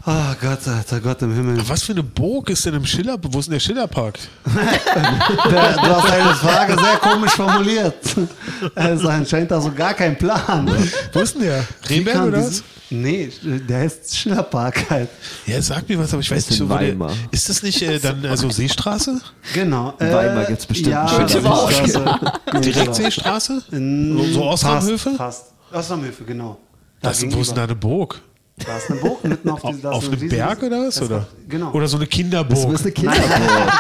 Speaker 5: Ah, Gott, alter Gott im Himmel.
Speaker 1: Was für eine Burg ist denn im Schiller? Wo ist denn der Schillerpark?
Speaker 5: Der, du hast deine Frage sehr komisch formuliert. Also anscheinend hast du gar keinen Plan.
Speaker 1: Wo ist denn der? Rehberg
Speaker 5: Wie
Speaker 1: oder
Speaker 5: kam
Speaker 1: was?
Speaker 5: diese- Nee, der heißt Schillerpark halt.
Speaker 1: Ja, sag mir was, aber ich weiß
Speaker 3: Ist
Speaker 1: nicht so,
Speaker 3: in
Speaker 1: wo der,
Speaker 3: Weimar.
Speaker 1: Ist das nicht äh, dann also Seestraße?
Speaker 5: Genau.
Speaker 3: In Weimar gibt's bestimmt
Speaker 5: ja, genau.
Speaker 3: einen Schillerpark.
Speaker 5: Schillerpark.
Speaker 1: Direkt Seestraße? so Osramhöfe?
Speaker 5: Fast, fast. Osramhöfe, genau.
Speaker 1: Das, wo
Speaker 5: gegenüber.
Speaker 1: ist denn da eine Burg?
Speaker 5: Da ist eine Burg mitten auf, diesem- da ist
Speaker 1: Auf
Speaker 5: ein
Speaker 1: einem
Speaker 5: riesiges-
Speaker 1: Berg oder was?
Speaker 5: es
Speaker 1: Oder?
Speaker 5: hat- Genau.
Speaker 1: oder so eine
Speaker 3: Das
Speaker 1: Kinderburg?
Speaker 3: ist eine Kinderburg.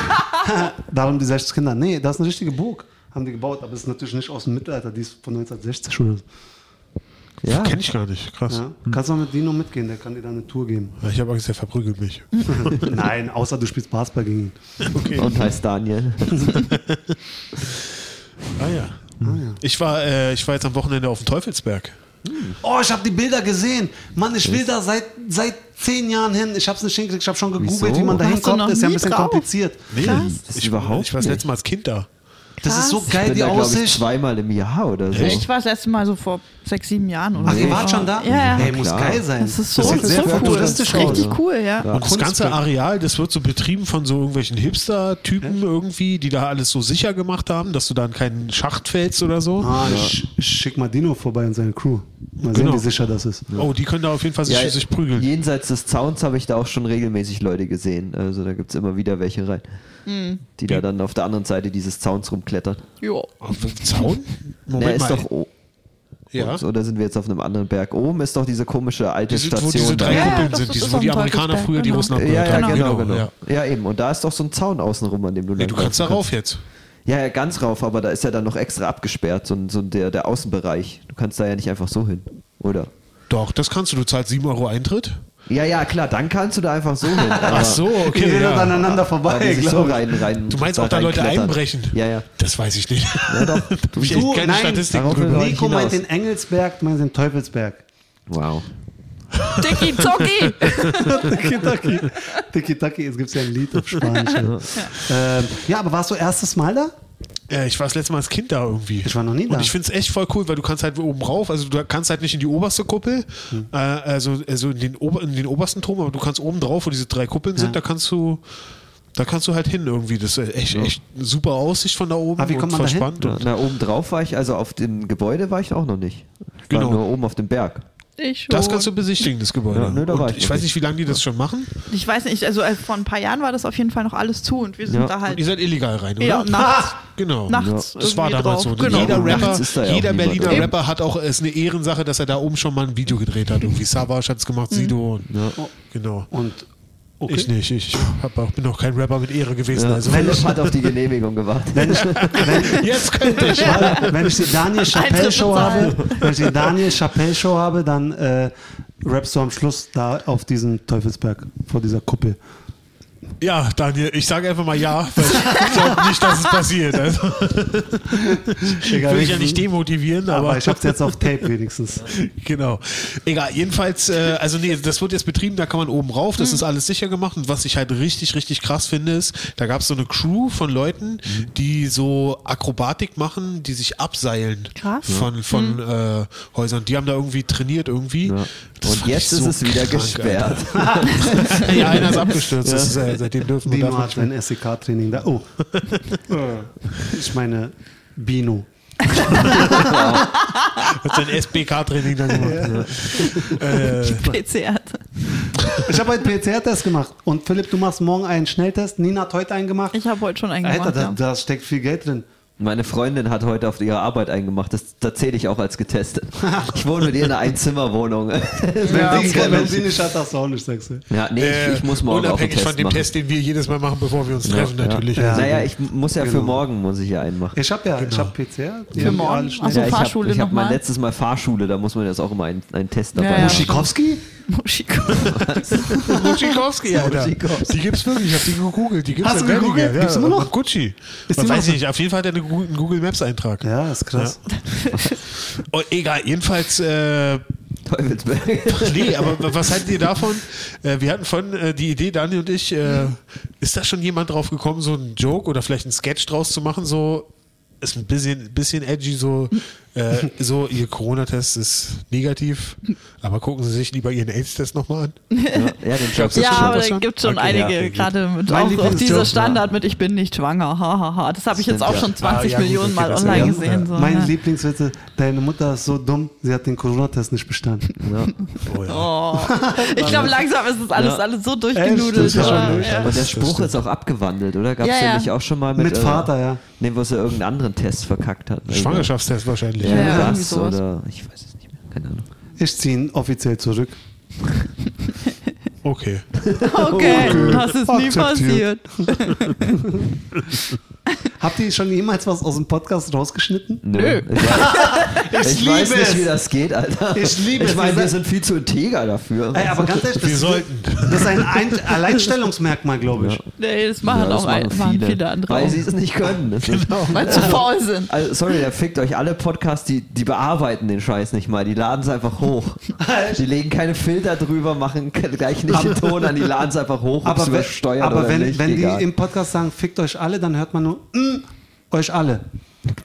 Speaker 5: Darum die 60 Kinder. Nee, das ist eine richtige Burg. Haben die gebaut, aber es ist natürlich nicht aus dem Mittelalter, die ist von 1960 oder so.
Speaker 3: ja.
Speaker 1: Kenne ich gar nicht, krass.
Speaker 5: Ja? Kannst du mal mit Dino mitgehen, der kann dir da eine Tour geben.
Speaker 1: Ich habe Angst, der verprügelt mich.
Speaker 3: Hm.
Speaker 5: Nein, außer du spielst Basketball gegen ihn.
Speaker 3: Und heißt Daniel.
Speaker 1: Ah ja.
Speaker 3: Hm.
Speaker 1: Ich, war, äh, ich war jetzt am Wochenende auf dem Teufelsberg.
Speaker 5: Oh, ich habe die Bilder gesehen. Mann, ich will da seit, seit zehn Jahren hin. Ich habe es nicht hingekriegt. Ich habe schon gegoogelt,
Speaker 3: Wieso?
Speaker 5: wie man da
Speaker 4: Warst du
Speaker 5: hinkommt.
Speaker 4: noch
Speaker 5: Ist ja ein
Speaker 4: nie
Speaker 5: bisschen
Speaker 4: drauf?
Speaker 5: kompliziert.
Speaker 1: Nee,
Speaker 3: Das
Speaker 1: ich,
Speaker 3: überhaupt
Speaker 1: ich war das
Speaker 3: nicht.
Speaker 1: letzte Mal als Kind da.
Speaker 5: Das ist so
Speaker 3: Ich
Speaker 5: geil,
Speaker 3: bin
Speaker 5: die
Speaker 3: da, glaube ich,
Speaker 5: Aussicht.
Speaker 3: zweimal im Jahr oder so.
Speaker 4: Ich war das letzte Mal so vor sechs, sieben Jahren oder
Speaker 5: Ach,
Speaker 4: so.
Speaker 5: ihr wart schon da?
Speaker 4: Ja, ja.
Speaker 5: Ey, muss
Speaker 3: Klar.
Speaker 5: geil sein.
Speaker 4: Das ist so,
Speaker 5: sieht
Speaker 4: so
Speaker 5: sehr
Speaker 4: cool.
Speaker 5: futuristisch aus.
Speaker 4: Richtig cool, ja.
Speaker 3: Ja.
Speaker 1: Und das ganze
Speaker 5: Kunstwerk.
Speaker 1: Areal, das wird so betrieben von so irgendwelchen Hipster-Typen irgendwie, die da alles so sicher gemacht haben, dass du da in keinen Schacht fällst oder so.
Speaker 5: Ah, ich, ich schick mal Dino vorbei und seine Crew.
Speaker 1: Genau.
Speaker 5: Mal sehen, wie sicher das ist.
Speaker 1: Oh, die können da auf jeden Fall sich,
Speaker 3: Ja,
Speaker 1: sich prügeln.
Speaker 3: Jenseits des Zauns habe ich da auch schon regelmäßig Leute gesehen. Also da gibt es immer wieder welche rein, die da dann auf der anderen Seite dieses Zauns rumklettern.
Speaker 4: Jo.
Speaker 1: Auf dem Zaun?
Speaker 3: Der
Speaker 1: Moment
Speaker 3: ist
Speaker 1: mal.
Speaker 3: doch o-
Speaker 1: ja.
Speaker 3: oder sind wir jetzt auf einem anderen Berg? Oben ist doch diese komische alte
Speaker 1: Die sind,
Speaker 3: Station.
Speaker 1: wo diese drei
Speaker 3: da.
Speaker 4: Ja,
Speaker 1: Kuppeln
Speaker 4: das
Speaker 1: sind,
Speaker 4: ist
Speaker 1: diese,
Speaker 4: auf
Speaker 1: wo die
Speaker 4: dem
Speaker 1: Amerikaner
Speaker 4: Teufelsberg,
Speaker 1: früher die
Speaker 4: genau.
Speaker 1: Russen
Speaker 3: ja,
Speaker 1: abgehört
Speaker 3: ja,
Speaker 1: haben.
Speaker 3: genau, genau.
Speaker 1: Ja.
Speaker 3: Ja. eben. Und da ist doch so ein Zaun außenrum, an dem du
Speaker 1: Nee,
Speaker 3: lang
Speaker 1: du kannst da
Speaker 3: laufen
Speaker 1: rauf jetzt.
Speaker 3: Ja, ja, ganz rauf, aber da ist ja dann noch extra abgesperrt, so, ein- so ein- der, der Außenbereich. Du kannst da ja nicht einfach so hin, oder?
Speaker 1: Doch, das kannst du. Du zahlst 7 Euro Eintritt.
Speaker 3: Ja, ja, klar, dann kannst du da einfach so hin. aber-
Speaker 1: Ach so,
Speaker 5: Okay, wir
Speaker 1: okay.
Speaker 5: sind
Speaker 1: Ja.
Speaker 5: aneinander
Speaker 3: weil die
Speaker 5: vorbei,
Speaker 3: sich so
Speaker 5: glaube ich.
Speaker 3: ah, rein, rein,
Speaker 1: Du meinst auch, da Leute
Speaker 3: reinklettern.
Speaker 1: einbrechen?
Speaker 3: Ja, ja.
Speaker 1: Das weiß ich nicht.
Speaker 3: ja doch.
Speaker 1: Da hab ich echt
Speaker 5: Du,
Speaker 1: keine
Speaker 5: nein,
Speaker 1: Statistiken
Speaker 3: darauf
Speaker 1: drüber.
Speaker 3: will
Speaker 5: Nico
Speaker 3: hinaus.
Speaker 5: meint den Engelsberg, du meinst den Teufelsberg.
Speaker 3: Wow.
Speaker 2: Dicky, Zocki!
Speaker 5: Tiki-Taki. Tiki-Taki, es gibt ja ein Lied auf Spanisch. ja. Ähm, ja, aber warst du erstes Mal da?
Speaker 1: Ja, ich war das letzte Mal als Kind da irgendwie.
Speaker 5: Ich war noch nie da.
Speaker 1: Und ich finde es echt voll cool, weil du kannst halt oben rauf, also du kannst halt nicht in die oberste Kuppel,
Speaker 5: Hm.
Speaker 1: äh, also, also in, den Ober, in den obersten Turm, aber du kannst oben drauf, wo diese drei Kuppeln sind, da kannst du da kannst du halt hin irgendwie. Das ist echt, echt eine super Aussicht von da oben
Speaker 5: Aber Ah, wie kommt
Speaker 1: und
Speaker 5: man da hin?
Speaker 1: verspannt.
Speaker 3: Na,
Speaker 1: und-
Speaker 3: na, oben drauf war ich, also auf dem Gebäude war ich auch noch nicht. Ich
Speaker 1: Genau.
Speaker 3: war nur oben auf dem Berg.
Speaker 4: Ich schon.
Speaker 1: Das kannst du besichtigen, das Gebäude.
Speaker 3: Ja, ne, da war
Speaker 1: und
Speaker 3: ich
Speaker 1: ich
Speaker 3: noch
Speaker 1: weiß
Speaker 3: nicht.
Speaker 1: nicht, wie lange die das schon machen.
Speaker 4: Ich weiß nicht, also äh, vor ein paar Jahren war das auf jeden Fall noch alles zu und wir sind
Speaker 3: Ja.
Speaker 4: da
Speaker 1: Und ne? ihr
Speaker 4: halt
Speaker 1: seid illegal rein, oder?
Speaker 4: ja, nachts.
Speaker 1: Genau.
Speaker 4: Nachts
Speaker 1: Das war
Speaker 4: irgendwie
Speaker 1: damals
Speaker 4: drauf.
Speaker 1: so.
Speaker 4: Genau.
Speaker 1: Jeder,
Speaker 3: Nachts
Speaker 1: Rapper,
Speaker 3: ist da ja auch
Speaker 1: jeder
Speaker 3: niemand,
Speaker 1: Berliner
Speaker 3: oder?
Speaker 1: Rapper hat auch, es ist eine Ehrensache, dass er da oben schon mal ein Video gedreht hat. Irgendwie Savas hat es gemacht, Sido. Und, Genau.
Speaker 5: Und
Speaker 1: Ich nicht, ich hab auch, bin auch kein Rapper mit Ehre gewesen.
Speaker 3: Ja.
Speaker 1: Also
Speaker 3: Philipp hat auf die Genehmigung gewartet.
Speaker 1: jetzt könnte ich.
Speaker 5: Weil, wenn ich die Daniel Chappelle
Speaker 4: Eintritt
Speaker 5: Show habe,
Speaker 4: bezahlen.
Speaker 5: wenn ich die Daniel Chappelle Show habe, dann äh, rappst du am Schluss da auf diesem Teufelsberg vor dieser Kuppel.
Speaker 1: Ja, Daniel, ich sage einfach mal ja, weil ich glaube nicht, dass es passiert. Also,
Speaker 5: Egal,
Speaker 1: will ich ja nicht demotivieren,
Speaker 5: aber,
Speaker 1: aber
Speaker 5: ich hab's jetzt auf Tape wenigstens.
Speaker 1: genau. Egal, jedenfalls, äh, also nee, das wird jetzt betrieben, da kann man oben rauf,
Speaker 3: Mhm.
Speaker 1: das ist alles sicher gemacht. Und was ich halt richtig, richtig krass finde, ist, da gab es so eine Crew von Leuten,
Speaker 3: Mhm.
Speaker 1: die so Akrobatik machen, die sich abseilen
Speaker 4: Krass.
Speaker 1: von, von äh, Häusern. Die haben da irgendwie trainiert irgendwie.
Speaker 3: Mhm. Ja.
Speaker 1: Das
Speaker 3: Und
Speaker 1: fand
Speaker 3: jetzt
Speaker 1: ich so
Speaker 3: ist es wieder
Speaker 1: krank,
Speaker 3: gesperrt.
Speaker 1: Alter. ja, einer ist abgestürzt. Das ist, äh, seitdem dürfen wir
Speaker 5: Dino
Speaker 1: davon
Speaker 5: hat ein SEK-Training da. Oh. ich meine, Bino.
Speaker 1: Hat sein SBK-Training dann gemacht. Äh,
Speaker 4: PCR.
Speaker 5: Ich habe heute PCR-Test gemacht und Philipp, du machst morgen einen Schnelltest. Nina hat heute einen gemacht.
Speaker 4: Ich habe heute schon einen
Speaker 5: Alter,
Speaker 4: gemacht.
Speaker 5: da,
Speaker 4: ja.
Speaker 5: da steckt viel Geld drin.
Speaker 3: Meine Freundin hat heute auf ihre Arbeit eingemacht. Das, da zähle ich auch als getestet. Ich wohne mit ihr in einer Einzimmerwohnung.
Speaker 5: Wenn, sie,
Speaker 3: kenn ich.
Speaker 5: wenn sie nicht hat, hast du auch nicht, sagst du.
Speaker 3: Ja, nee, ich, ich muss morgen auch einen
Speaker 1: Äh, unabhängig
Speaker 3: Test
Speaker 1: von dem
Speaker 3: machen.
Speaker 1: Test, den wir jedes Mal machen, bevor wir uns treffen,
Speaker 3: ja.
Speaker 1: natürlich.
Speaker 5: Ja.
Speaker 3: Naja, ich muss ja für
Speaker 5: Genau.
Speaker 3: morgen muss ich ja einen machen.
Speaker 5: Ich habe ja, ich habe PCR. Die
Speaker 4: Für
Speaker 5: haben die
Speaker 4: morgen?
Speaker 5: alle schnell.
Speaker 4: Ach so.
Speaker 3: ja, ich
Speaker 4: Fahrschule
Speaker 3: habe ich hab
Speaker 4: nochmal?
Speaker 3: mein letztes Mal Fahrschule, da muss man jetzt auch immer einen, einen Test
Speaker 4: Ja,
Speaker 3: dabei
Speaker 4: Ah, ja.
Speaker 3: haben.
Speaker 5: Schikowski?
Speaker 4: Muschiko.
Speaker 1: Muschikowski, Alter.
Speaker 3: Muschikowski.
Speaker 1: Die gibt's wirklich, ich hab die gegoogelt. Die gibt's
Speaker 5: Hast
Speaker 1: in
Speaker 5: du
Speaker 1: Belgien,
Speaker 5: gegoogelt?
Speaker 1: Ja,
Speaker 5: Gibt's nur noch?
Speaker 1: Gucci.
Speaker 5: Ist
Speaker 1: Man
Speaker 5: die
Speaker 1: weiß
Speaker 5: noch-
Speaker 1: nicht, auf jeden Fall hat er einen Gu- einen Google Maps Eintrag.
Speaker 5: Ja, ist krass.
Speaker 1: Oh, egal, jedenfalls, äh,
Speaker 3: Teufelsberg.
Speaker 1: nee, aber was haltet ihr davon? Äh, wir hatten vorhin äh, die Idee, Dani und ich, äh, ist da schon jemand drauf gekommen, so einen Joke oder vielleicht einen Sketch draus zu machen, so, ist ein bisschen, bisschen edgy, so, Äh, so, Ihr Corona-Test ist negativ, aber gucken Sie sich lieber Ihren AIDS-Test nochmal an.
Speaker 3: Ja, den Job.
Speaker 1: Gab's das
Speaker 4: ja,
Speaker 1: schon
Speaker 4: aber
Speaker 1: was
Speaker 4: da
Speaker 1: schon?
Speaker 4: gibt schon
Speaker 1: Okay,
Speaker 4: einige,
Speaker 1: ja, okay,
Speaker 4: gerade mit
Speaker 5: Mein
Speaker 4: auch, auch
Speaker 5: Lieblingsjoke
Speaker 4: dieser
Speaker 5: war-
Speaker 4: Standard mit Ich bin nicht schwanger, hahaha. Ha, ha. Das habe ich jetzt
Speaker 3: Stimmt,
Speaker 4: auch
Speaker 3: ja.
Speaker 4: schon 20
Speaker 1: Ah, ja, gut,
Speaker 4: Millionen
Speaker 1: okay,
Speaker 4: Mal
Speaker 1: das-
Speaker 4: online
Speaker 1: ja,
Speaker 4: gesehen. So, ne?
Speaker 5: Mein
Speaker 4: Also, ja.
Speaker 5: Lieblingswitz, deine Mutter ist so dumm, sie hat den Corona-Test nicht bestanden.
Speaker 1: Oh, ja.
Speaker 4: Oh. Ich glaube, langsam ist es alles,
Speaker 3: Ja.
Speaker 4: alles so durchgenudelt.
Speaker 5: Echt? Das ist
Speaker 4: aber-
Speaker 5: schon durch.
Speaker 4: ja.
Speaker 3: Aber der
Speaker 1: Das
Speaker 3: Spruch
Speaker 1: stimmt.
Speaker 3: ist auch abgewandelt, oder? Gab es
Speaker 4: Ja,
Speaker 3: den
Speaker 4: ja.
Speaker 3: nicht auch schon mal mit,
Speaker 5: Mit Vater, ja.
Speaker 3: Äh, nee, wo es ja irgendeinen anderen Test verkackt hat. Also,
Speaker 1: Schwangerschaftstest wahrscheinlich.
Speaker 3: Ja,
Speaker 4: Ja, irgendwie
Speaker 3: das
Speaker 4: sowas.
Speaker 3: oder ich weiß es nicht mehr. Keine Ahnung.
Speaker 5: Ich ziehe ihn offiziell zurück.
Speaker 1: Okay.
Speaker 4: Okay, das ist nie
Speaker 5: Akzeptiert.
Speaker 4: passiert.
Speaker 5: Habt ihr schon jemals was aus dem Podcast rausgeschnitten?
Speaker 3: Nö. Ich, weiß, ich weiß nicht, wie das geht, Alter.
Speaker 5: Ich liebe
Speaker 3: Ich
Speaker 5: es.
Speaker 3: meine,
Speaker 5: Diese-
Speaker 3: wir sind viel zu integer dafür.
Speaker 5: Ey, aber ganz ehrlich,
Speaker 1: Wir
Speaker 5: das,
Speaker 1: sollten.
Speaker 5: das ist ein, ein Alleinstellungsmerkmal, glaube ich.
Speaker 4: Nee, das machen
Speaker 3: das
Speaker 4: auch ein, machen viele. andere.
Speaker 3: Weil
Speaker 4: auch.
Speaker 3: sie es nicht können. Das ist,
Speaker 4: Weil sie zu faul sind.
Speaker 3: also, sorry, der fickt euch alle Podcasts, die, die bearbeiten den Scheiß nicht mal. Die laden es einfach hoch. Die legen keine Filter drüber, machen ke- gleich nicht den Ton an, die laden es einfach hoch, ob's
Speaker 5: Aber, wenn,
Speaker 3: übersteuert
Speaker 5: aber
Speaker 3: oder
Speaker 5: wenn,
Speaker 3: nicht.
Speaker 5: wenn die
Speaker 3: egal.
Speaker 5: im Podcast sagen, fickt euch alle, dann hört man nur, mm, euch alle.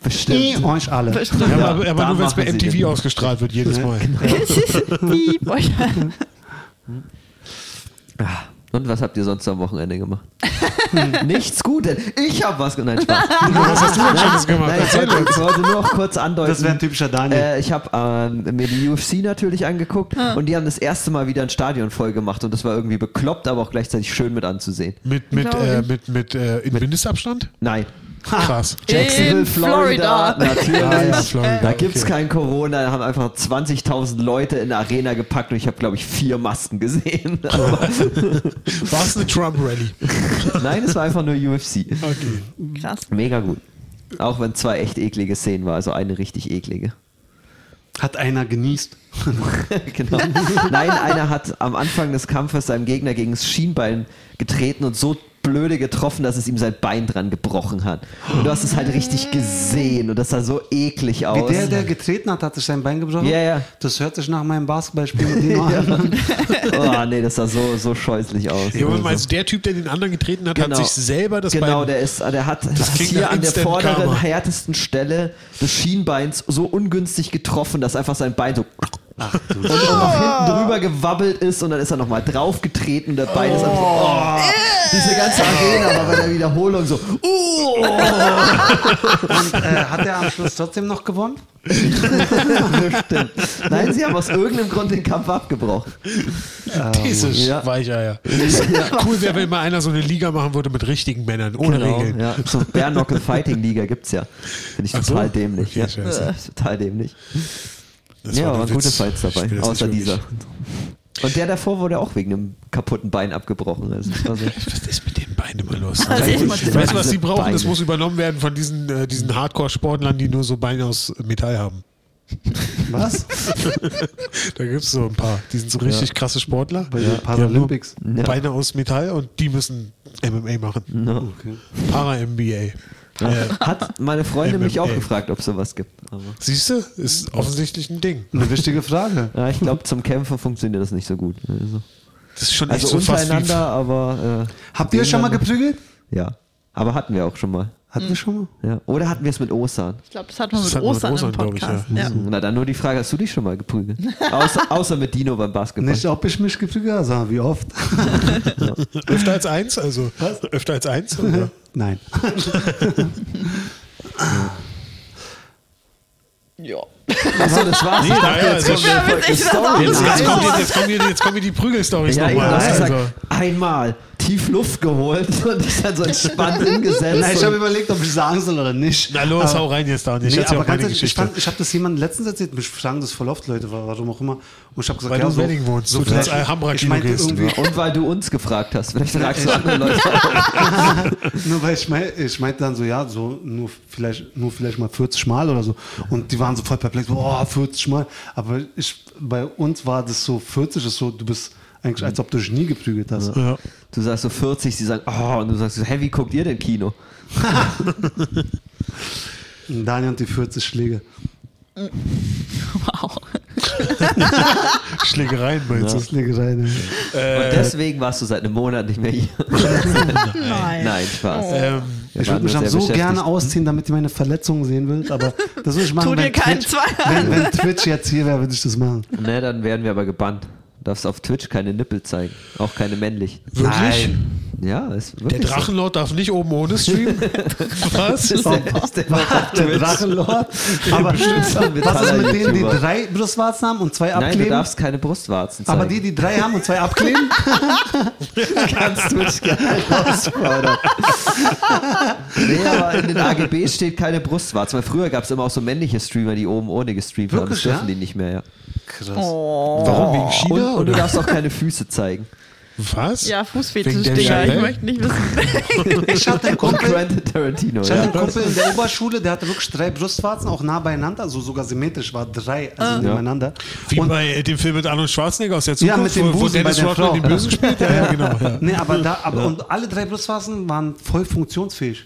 Speaker 3: Bestimmt.
Speaker 5: Mm, euch alle.
Speaker 4: Bestimmt.
Speaker 1: Ja, aber aber
Speaker 3: da
Speaker 1: nur, wenn es bei
Speaker 3: machen sie
Speaker 1: MTV
Speaker 3: den.
Speaker 1: ausgestrahlt wird, jedes Mal.
Speaker 4: Piep, euch.
Speaker 3: Ah, Und was habt ihr sonst am Wochenende gemacht? Nichts Gutes. Ich hab was gemacht. Nein, Spaß.
Speaker 1: Was hast du denn Schönes gemacht?
Speaker 3: Nein, ich,
Speaker 1: Erzähl
Speaker 3: wollte,
Speaker 1: uns.
Speaker 3: ich wollte nur noch kurz andeuten.
Speaker 5: Das wäre ein typischer Daniel. Ah.
Speaker 3: Äh, ich habe ähm, mir die UFC natürlich angeguckt und die haben das erste Mal wieder ein Stadion voll gemacht und das war irgendwie bekloppt, aber auch gleichzeitig schön mit anzusehen.
Speaker 1: Mit, mit,
Speaker 4: Glaub ich.
Speaker 1: äh, mit, mit äh, in Mindestabstand?
Speaker 3: Nein.
Speaker 1: Krass.
Speaker 3: Jacksonville,
Speaker 4: In
Speaker 3: Florida.
Speaker 4: Florida.
Speaker 3: Natürlich.
Speaker 1: Ah, ja, Florida,
Speaker 3: Da gibt's
Speaker 1: okay.
Speaker 3: kein Corona. Da haben einfach 20.000 Leute in eine Arena gepackt und ich habe, glaube ich, vier Masken gesehen. Aber
Speaker 1: War es eine Trump-Rally?
Speaker 3: nein, es war einfach nur UFC.
Speaker 1: Okay.
Speaker 4: Krass.
Speaker 3: Mega gut. Auch wenn zwei echt eklige Szenen war, also eine richtig eklige.
Speaker 5: Hat einer genießt.
Speaker 3: genau. Nein, einer hat am Anfang des Kampfes seinem Gegner gegen das Schienbein getreten und so blöde getroffen, dass es ihm sein Bein dran gebrochen hat. Und du hast es halt richtig gesehen und das sah so eklig aus.
Speaker 5: Wie der, der getreten hat, hat sich sein Bein gebrochen.
Speaker 3: Ja, ja.
Speaker 5: Das hört sich nach meinem Basketballspiel mit Dino an.
Speaker 3: oh nee, das sah so, so scheußlich aus.
Speaker 1: Ja, aber
Speaker 3: Also-
Speaker 1: meinst, du, der Typ, der den anderen getreten hat,
Speaker 3: Genau.
Speaker 1: hat sich selber das
Speaker 3: genau,
Speaker 1: Bein...
Speaker 3: der ist, der hat das
Speaker 1: klingt
Speaker 3: hier
Speaker 1: nach
Speaker 3: an der
Speaker 1: Instant
Speaker 3: vorderen
Speaker 1: Karma.
Speaker 3: härtesten Stelle des Schienbeins so ungünstig getroffen, dass einfach sein Bein so und auch nach hinten drüber gewabbelt ist und dann ist er nochmal draufgetreten und der Bein ist einfach so, oh, diese ganze Arena war bei der Wiederholung so,
Speaker 1: Uh.
Speaker 5: Und äh, hat er am Schluss trotzdem noch gewonnen?
Speaker 3: stimmt. Nein, sie haben aus irgendeinem Grund den Kampf abgebrochen.
Speaker 1: Diese
Speaker 3: Ja.
Speaker 1: Weicher, ja. Cool wäre, wenn mal einer so eine Liga machen würde mit richtigen Männern, ohne Regeln.
Speaker 3: Genau, ja. So Bärnockel Fighting Liga gibt's ja. Finde ich
Speaker 1: Ach so?
Speaker 3: total dämlich.
Speaker 1: Okay,
Speaker 3: ja. Äh,
Speaker 1: scheiße.
Speaker 3: Total dämlich.
Speaker 1: Das
Speaker 3: ja,
Speaker 1: war
Speaker 3: waren
Speaker 1: nur
Speaker 3: gute
Speaker 1: Witz.
Speaker 3: Fights
Speaker 1: Ich will
Speaker 3: dabei,
Speaker 1: das
Speaker 3: außer
Speaker 1: nicht
Speaker 3: dieser.
Speaker 1: wirklich.
Speaker 3: Und der davor wurde auch wegen einem kaputten Bein abgebrochen. Also das war so.
Speaker 1: Was ist mit den Beinen immer los?
Speaker 4: Also ich muss-
Speaker 1: weißt du, was die
Speaker 3: Diese
Speaker 1: brauchen? Das
Speaker 3: Beine.
Speaker 1: muss übernommen werden von diesen, äh, diesen Hardcore-Sportlern, die nur so Beine aus Metall haben.
Speaker 5: Was?
Speaker 1: Da gibt es so ein paar. Die sind so richtig krasse Sportler.
Speaker 5: Bei den
Speaker 1: Die haben
Speaker 5: Paralympics.
Speaker 1: nur Beine aus Metall und die müssen MMA machen.
Speaker 3: Oh,
Speaker 5: Okay.
Speaker 1: Para-MBA. Äh,
Speaker 3: Hat meine Freundin mich auch
Speaker 1: MMA.
Speaker 3: gefragt, ob es sowas gibt. Aber
Speaker 1: Siehst du? Ist offensichtlich ein Ding.
Speaker 5: Eine wichtige Frage.
Speaker 3: ja, ich glaube, zum Kämpfen funktioniert das nicht so gut. Also,
Speaker 1: Das ist schon
Speaker 3: also
Speaker 1: echt so fast wie...
Speaker 3: untereinander, aber. Äh,
Speaker 5: Habt ihr euch schon mal
Speaker 3: gegeneinander-
Speaker 5: geprügelt?
Speaker 3: Ja. Aber hatten wir auch schon mal.
Speaker 5: Hatten wir schon mal?
Speaker 3: Ja. Oder hatten wir es mit Osan?
Speaker 4: Ich glaube, das hat man
Speaker 1: Das
Speaker 4: mit
Speaker 1: hat man mit
Speaker 4: Ostern im
Speaker 1: Ostern, glaub ich, ja.
Speaker 4: Podcast. ja.
Speaker 3: Na dann nur die Frage, hast du dich schon mal geprügelt? Außer, außer mit Dino beim Basketball.
Speaker 5: Hm. Nicht, ob ich mich geprügelt habe, sondern wie oft.
Speaker 1: Öfter als eins? Also öfter als eins? Oder?
Speaker 5: Nein.
Speaker 3: Achso, das war's.
Speaker 1: Nee, naja, also
Speaker 3: kommt
Speaker 1: jetzt-
Speaker 3: eine Folge
Speaker 4: jetzt- jetzt
Speaker 3: Story.
Speaker 1: Jetzt, jetzt,
Speaker 3: Nein.
Speaker 1: kommt jetzt, jetzt, kommen die, jetzt kommen die Prügel-Stories
Speaker 3: Ja,
Speaker 1: nochmal.
Speaker 3: ja, ich sag,
Speaker 1: also,
Speaker 3: einmal tief Luft geholt und ist dann so entspannt hingesetzt.
Speaker 5: Nein, ich habe
Speaker 3: und,
Speaker 5: überlegt, ob ich sagen soll oder nicht.
Speaker 1: na los,
Speaker 3: Ah.
Speaker 5: Aber-
Speaker 1: hau rein jetzt da. Ich
Speaker 5: Nee,
Speaker 1: erzähl
Speaker 5: aber
Speaker 1: auch meine
Speaker 5: ganz ehrlich, ich,
Speaker 1: Geschichte.
Speaker 5: fand- ich habe das jemandem letztens erzählt, mich fragen das voll oft Leute, wa- warum auch immer. Und ich habe gesagt,
Speaker 1: Weil
Speaker 5: ja,
Speaker 1: du in
Speaker 5: so,
Speaker 1: Wedding wohnst,
Speaker 5: so
Speaker 1: du ins
Speaker 5: vielleicht- ich
Speaker 1: Alhambra-Kino
Speaker 5: meinte
Speaker 1: gehst.
Speaker 5: irgendwie,
Speaker 3: und weil du uns gefragt hast. Vielleicht fragst du andere Leute. auch.
Speaker 5: Nur weil ich, mein, ich meinte dann so, ja, so nur vielleicht, nur vielleicht mal 40 Mal oder so. Und die waren so voll perplex, so, oh, 40 Mal. Aber ich, bei uns war das so, 40 ist so, du bist eigentlich, als ob du dich nie geprügelt hast.
Speaker 1: ja.
Speaker 3: Du sagst so 40, sie sagen, oh, und du sagst so, hey, wie guckt ihr denn Kino?
Speaker 5: Und Daniel und die 40 Schläge.
Speaker 4: Wow.
Speaker 1: Schlägereien meinst du?
Speaker 5: Das liegt rein. Äh.
Speaker 3: Und deswegen warst du seit einem Monat nicht mehr hier.
Speaker 5: Äh.
Speaker 4: Nein.
Speaker 3: Nein, Spaß.
Speaker 1: Ähm,
Speaker 3: waren
Speaker 5: ich würde mich
Speaker 3: nur
Speaker 5: dann
Speaker 3: sehr
Speaker 5: so
Speaker 3: beschäftigt.
Speaker 5: gerne ausziehen, damit ihr meine Verletzungen sehen würdet, aber das würde ich machen.
Speaker 4: Tu dir
Speaker 5: wenn
Speaker 4: keinen
Speaker 5: Twitch,
Speaker 4: Zwang an.
Speaker 5: wenn, wenn Twitch jetzt hier wäre, würde ich das machen.
Speaker 3: Ne, dann werden wir aber gebannt. Du darfst auf Twitch keine Nippel zeigen. Auch keine männlich.
Speaker 1: Wirklich?
Speaker 3: Ja, ist
Speaker 1: Der
Speaker 3: wirklich
Speaker 1: Drachenlord darf nicht oben ohne streamen. Was?
Speaker 3: So. Ist der, ist der auf
Speaker 5: Der
Speaker 3: Twitch?
Speaker 5: Drachenlord. Aber was ist mit denen, die
Speaker 3: YouTuber.
Speaker 5: drei Brustwarzen haben und zwei
Speaker 3: Nein, du
Speaker 5: abkleben?
Speaker 3: darfst keine Brustwarzen zeigen.
Speaker 5: Aber die, die drei haben und zwei abkleben?
Speaker 3: kannst Twitch gerne ausplaudern. nee, aber in den AGB steht keine Brustwarze. Weil früher gab es immer auch so männliche Streamer, die oben ohne gestreamt haben. Das
Speaker 5: Wirklich,
Speaker 3: dürfen
Speaker 5: ja?
Speaker 3: die nicht mehr, ja.
Speaker 5: Oh,
Speaker 3: Oh.
Speaker 1: Warum? Wegen
Speaker 3: Und,
Speaker 1: China?
Speaker 3: und du
Speaker 1: oder?
Speaker 3: darfst auch keine Füße zeigen.
Speaker 1: Was?
Speaker 4: Ja,
Speaker 1: Wegen der
Speaker 4: Fußfetisch-Dinger. Ich
Speaker 1: Chanel?
Speaker 4: möchte nicht wissen.
Speaker 5: Ich hatte einen
Speaker 3: Und
Speaker 5: Kumpel,
Speaker 3: Quentin Tarantino,
Speaker 5: ich hatte einen
Speaker 3: ja.
Speaker 5: Kumpel in der Oberschule, der hatte wirklich drei Brustwarzen, auch nah beieinander, also sogar symmetrisch, war drei
Speaker 4: Ah.
Speaker 5: also nebeneinander.
Speaker 1: Wie
Speaker 5: Und
Speaker 1: bei äh, dem Film mit Arnold Schwarzenegger aus der Zukunft,
Speaker 5: Ja, mit dem
Speaker 1: wo, wo
Speaker 5: Busen bei
Speaker 1: Dennis
Speaker 5: der
Speaker 1: Rodman
Speaker 5: Frau.
Speaker 1: den Bösen spielt. Ja, ja, genau. Ja.
Speaker 5: Nee, aber da, aber und alle drei Brustwarzen waren voll funktionsfähig.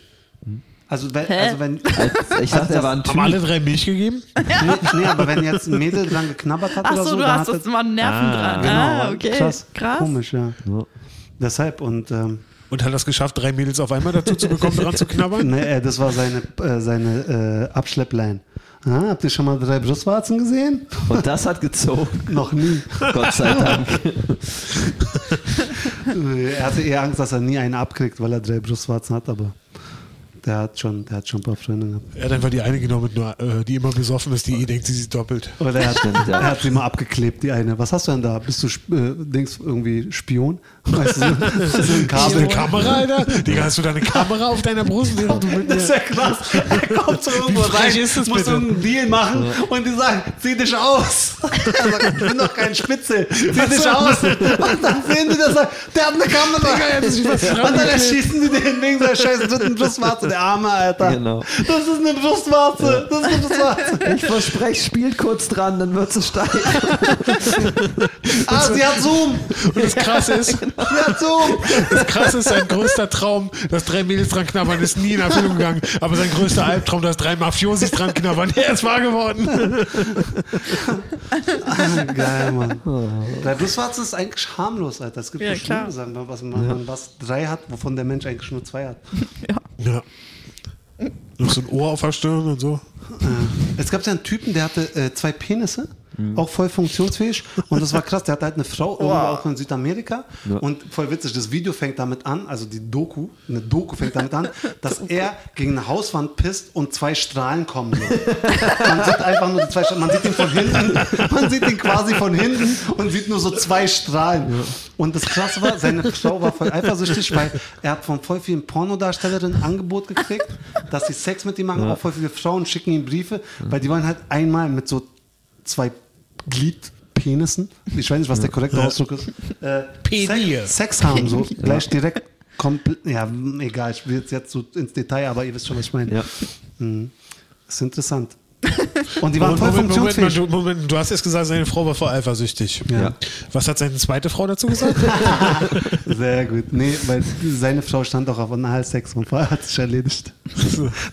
Speaker 5: Also wenn,
Speaker 4: Hm. Hä?
Speaker 5: also wenn
Speaker 3: Als- Ich dachte, er war ein
Speaker 1: Haben
Speaker 3: Typ.
Speaker 1: alle drei Milch gegeben?
Speaker 5: nee, nee, aber wenn jetzt ein Mädel dran geknabbert hat
Speaker 4: Ach
Speaker 5: oder
Speaker 4: so,
Speaker 5: so,
Speaker 4: du
Speaker 5: dann
Speaker 4: hast
Speaker 5: hat Genau,
Speaker 4: das mal einen Nerven dran. ah, okay.
Speaker 5: Krass.
Speaker 4: Krass.
Speaker 5: Komisch, ja. Deshalb und ähm,
Speaker 1: Und hat das geschafft, drei Mädels auf einmal dazu zu bekommen, dran zu knabbern?
Speaker 5: nee, äh, das war seine äh, seine äh, Abschleppline. Ah, habt ihr schon mal drei Brustwarzen gesehen?
Speaker 3: Und das hat gezogen.
Speaker 5: Noch nie.
Speaker 3: Gott sei Dank.
Speaker 5: Äh, er hatte eher Angst, dass er nie einen abkriegt, weil er drei Brustwarzen hat, aber der hat schon, der hat schon ein paar Freunde gehabt.
Speaker 1: Er hat einfach die eine genommen, mit nur, äh, die immer besoffen ist, die eh denkt, sie sieht doppelt.
Speaker 5: Oder er Oh, hat,
Speaker 3: Stimmt, ja.
Speaker 5: er hat sie mal abgeklebt, die eine. Was hast du denn da? Bist du sp- äh, Dings irgendwie Spion? Weißt du, so, so ein
Speaker 1: Hast du
Speaker 5: Kabel.
Speaker 1: eine Kamera, Alter? Digga, hast du deine Kamera auf deiner Brust?
Speaker 5: Das ist ja krass. Er kommt so irgendwo
Speaker 1: Wie frech
Speaker 5: rein,
Speaker 1: ist das
Speaker 5: muss
Speaker 1: bitte?
Speaker 5: irgendeinen Deal machen und die sagen, zieh dich aus. Er sagt, ich bin doch kein Spitzel, zieh dich aus. Und dann sehen die das, sagen, der hat eine Kamera. und dann erschießen die den wegen seiner scheiß dritten Brustwarze. Der arme Alter.
Speaker 3: Genau.
Speaker 5: Das ist eine Brustwarze. Das ist eine Brustwarze.
Speaker 3: Ich verspreche, spielt kurz dran, dann wird es steil.
Speaker 5: Ah, sie hat Zoom.
Speaker 1: Und das Krasse ist,
Speaker 5: Sie hat Zoom.
Speaker 1: das Krasse ist, sein größter Traum, dass drei Mädels dran knabbern, ist nie in Erfüllung gegangen. Aber sein größter Albtraum, dass drei Mafiosis dran knabbern, der ist wahr geworden.
Speaker 5: Geil, Mann. Drei Brustwarzen ist eigentlich harmlos, Alter. Es gibt
Speaker 4: Ja,
Speaker 5: ja,
Speaker 4: klar.
Speaker 5: schlimme Sachen, was man, man was drei hat, wovon der Mensch eigentlich nur zwei hat.
Speaker 1: Ja. Noch so ein Ohr auf der Stirn und so.
Speaker 5: Es gab ja einen Typen, der hatte äh, zwei Penisse, auch voll funktionsfähig. Und das war krass, der hatte halt eine Frau, irgendwo auch in Südamerika. Und voll witzig, das Video fängt damit an, also die Doku, eine Doku fängt damit an, dass er gegen eine Hauswand pisst und zwei Strahlen kommen. So. Man sieht einfach nur die zwei Strahlen, man sieht ihn von hinten, man sieht ihn quasi von hinten und sieht nur so zwei Strahlen. Und das Krasse war, seine Frau war voll eifersüchtig, weil er hat von voll vielen Pornodarstellerinnen Angebot gekriegt, dass sie Sex mit ihm machen. Auch voll viele Frauen schicken ihm Briefe, weil die wollen halt einmal mit so zwei Gliedpenissen, ich weiß nicht, was der korrekte Ausdruck ist, äh,
Speaker 1: Penier.
Speaker 5: Sex, Sex haben, so gleich direkt komplett, ja, m, egal, ich will jetzt, jetzt so ins Detail, aber ihr wisst schon, was ich meine.
Speaker 3: Ja.
Speaker 5: Mhm. ist interessant. Und die waren voll
Speaker 1: Hm. Moment,
Speaker 5: funktionsfähig.
Speaker 1: Moment, Moment, Moment, du hast jetzt gesagt, seine Frau war voll eifersüchtig.
Speaker 5: Ja.
Speaker 1: Was hat seine zweite Frau dazu gesagt? Ah,
Speaker 5: Sehr gut. Nee, weil seine Frau stand auch auf Analsex und vorher hat sich erledigt.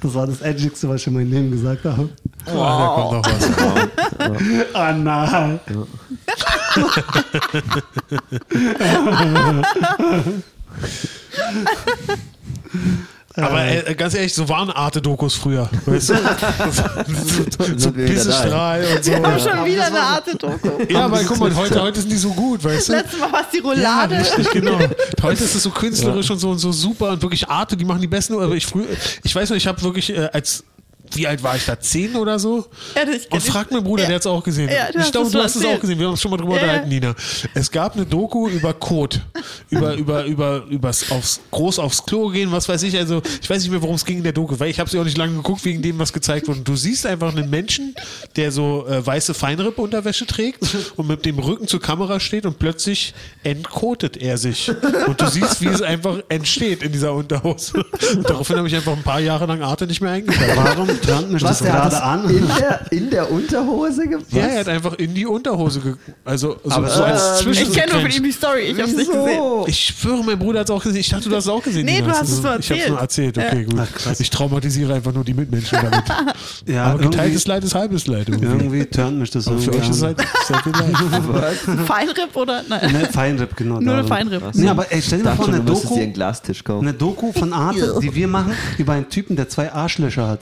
Speaker 5: Das war das Edgigste, was ich in meinem Leben gesagt habe. Ah,
Speaker 1: Ah, da kommt noch was.
Speaker 5: Anal.
Speaker 1: Aber äh, ganz ehrlich, so waren Arte-Dokus früher. Weißt du? so so
Speaker 3: Sind wir wieder
Speaker 1: Pissestrahl und so.
Speaker 4: Wir haben
Speaker 1: Ja,
Speaker 4: schon wieder eine Art Doku.
Speaker 1: aber guck mal, heute, heute sind die so gut, weißt du?
Speaker 4: Letztes Mal war es die
Speaker 1: Ja,
Speaker 4: Roulade.
Speaker 1: richtig, genau. Heute ist es so künstlerisch und so und so super und wirklich Arte, die machen die besten. Aber ich, früh, ich weiß noch, ich habe wirklich äh, als wie alt war ich da? Zehn oder so?
Speaker 4: Ja, das-
Speaker 1: und frag meinen Bruder,
Speaker 4: Ja.
Speaker 1: der hat es auch gesehen.
Speaker 4: Ja, du
Speaker 1: ich
Speaker 4: hast
Speaker 1: glaube,
Speaker 4: es
Speaker 1: du
Speaker 4: mal
Speaker 1: hast es auch
Speaker 4: erzählt.
Speaker 1: gesehen. Wir haben uns schon mal drüber
Speaker 4: Ja,
Speaker 1: unterhalten,
Speaker 4: ja.
Speaker 1: Nina. Es gab eine Doku über Kot. Über, über, über, übers aufs, groß aufs Klo gehen, was weiß ich. Also, ich weiß nicht mehr, worum es ging in der Doku, weil ich habe sie auch nicht lange geguckt, wegen dem, was gezeigt wurde. Und du siehst einfach einen Menschen, der so äh, weiße Feinripp-Unterwäsche trägt und mit dem Rücken zur Kamera steht und plötzlich entkotet er sich. Und du siehst, wie es einfach entsteht in dieser Unterhose. Und daraufhin habe ich einfach ein paar Jahre lang Arte nicht mehr eingeladen.
Speaker 5: Warum Brand mich das
Speaker 3: der hat
Speaker 5: gerade
Speaker 3: das
Speaker 5: an.
Speaker 3: In der, in der Unterhose gemacht?
Speaker 1: Ja, er hat einfach in die Unterhose ge Also so,
Speaker 5: Aber
Speaker 1: so als
Speaker 4: äh, Ich kenne nur von
Speaker 1: Zwischensequenz.
Speaker 4: ihm die Story, ich hab's nicht gesehen.
Speaker 1: Ich schwöre, mein Bruder hat es auch gesehen. Ich dachte, du hast es auch gesehen.
Speaker 4: Nee,
Speaker 1: Nina.
Speaker 4: du hast es nur
Speaker 1: Ich hab's nur erzählt. Okay, gut.
Speaker 5: Ach, krass.
Speaker 1: ich traumatisiere einfach nur die Mitmenschen damit.
Speaker 5: Ja,
Speaker 1: Aber
Speaker 5: irgendwie-
Speaker 1: geteiltes Leid ist halbes Leid. Irgendwie.
Speaker 5: Irgendwie turnt mich das
Speaker 1: Und für
Speaker 5: irgendwie
Speaker 1: euch ist es
Speaker 5: an.
Speaker 1: halt sehr viel Leid.
Speaker 4: Ein Feinripp oder? Nein.
Speaker 5: Ne, Feinripp, genau.
Speaker 4: Nur eine
Speaker 5: darum.
Speaker 4: Feinripp.
Speaker 5: Nee, aber ey, stell dir mal
Speaker 3: dachte
Speaker 5: vor,
Speaker 3: schon,
Speaker 5: eine
Speaker 3: du müsstest
Speaker 5: Doku,
Speaker 3: dir einen Glastisch kaufen.
Speaker 5: eine Doku von Arte, die wir machen, über einen Typen, der zwei Arschlöcher hat.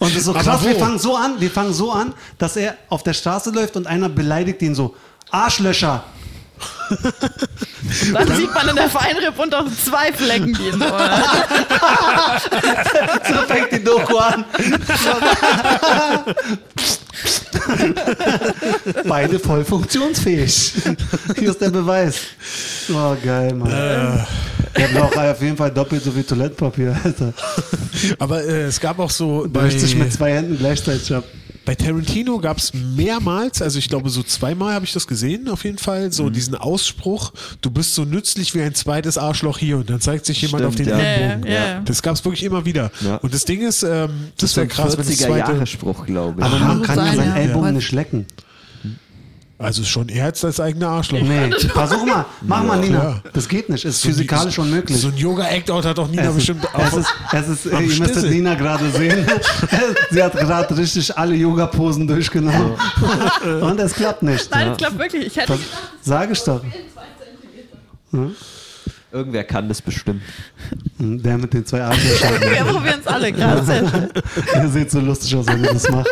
Speaker 5: und das ist so
Speaker 1: Aber
Speaker 5: krass,
Speaker 1: wo?
Speaker 5: wir fangen so an, wir fangen so an, dass er auf der Straße läuft und einer beleidigt ihn so. Arschlöcher!
Speaker 4: Dann sieht man in der Feinripp und auch zwei Flecken, die in der
Speaker 5: So fängt die Doku an. Beide voll funktionsfähig. Hier ist der Beweis. Oh, geil, Mann.
Speaker 1: Äh.
Speaker 5: Der braucht auf jeden Fall doppelt so viel Toilettenpapier, Alter.
Speaker 1: Aber äh, es gab auch so.
Speaker 5: Da
Speaker 1: Bei,
Speaker 5: möchte ich mit zwei Händen gleichzeitig ab.
Speaker 1: bei Tarantino gab es mehrmals, also ich glaube, so zweimal habe ich das gesehen, auf jeden Fall, so diesen Ausspruch: Du bist so nützlich wie ein zweites Arschloch hier. Und dann zeigt sich jemand
Speaker 3: Stimmt,
Speaker 1: auf den
Speaker 3: ja.
Speaker 1: Ellenbogen.
Speaker 4: Ja, ja, ja.
Speaker 1: Das gab es wirklich immer wieder.
Speaker 3: Ja.
Speaker 1: Und das Ding ist, ähm, das,
Speaker 3: so
Speaker 1: wäre
Speaker 3: ein
Speaker 1: krass, wenn das
Speaker 3: 40er
Speaker 1: zweite.
Speaker 3: Jahre Spruch, glaube ich.
Speaker 5: Aber man
Speaker 4: muss
Speaker 5: kann ja
Speaker 4: sein,
Speaker 5: seinen
Speaker 4: ja.
Speaker 5: Ellbogen
Speaker 4: Was?
Speaker 5: nicht lecken.
Speaker 1: Also schon er hat's als eigener Arschloch.
Speaker 5: Nee, versuch mal. Mach mal, Nina.
Speaker 1: Ja.
Speaker 5: Das geht nicht. Ist physikalisch
Speaker 1: so,
Speaker 5: unmöglich.
Speaker 1: So ein Yoga-Act-Out hat auch Nina
Speaker 5: es ist,
Speaker 1: bestimmt
Speaker 5: es
Speaker 1: auch.
Speaker 5: ist, es ist,
Speaker 1: am
Speaker 5: ihr müsstet
Speaker 1: Stissel.
Speaker 5: Nina gerade sehen. Sie hat gerade richtig alle Yoga-Posen durchgenommen. Und es klappt nicht.
Speaker 4: Nein, ich glaube wirklich. Ich hätte
Speaker 5: Das sage ich doch.
Speaker 3: Irgendwer kann das bestimmt.
Speaker 5: Der mit den zwei Arschlöchern.
Speaker 4: Wir probieren es alle gerade.
Speaker 5: Ihr seht so lustig aus, wenn ihr das macht.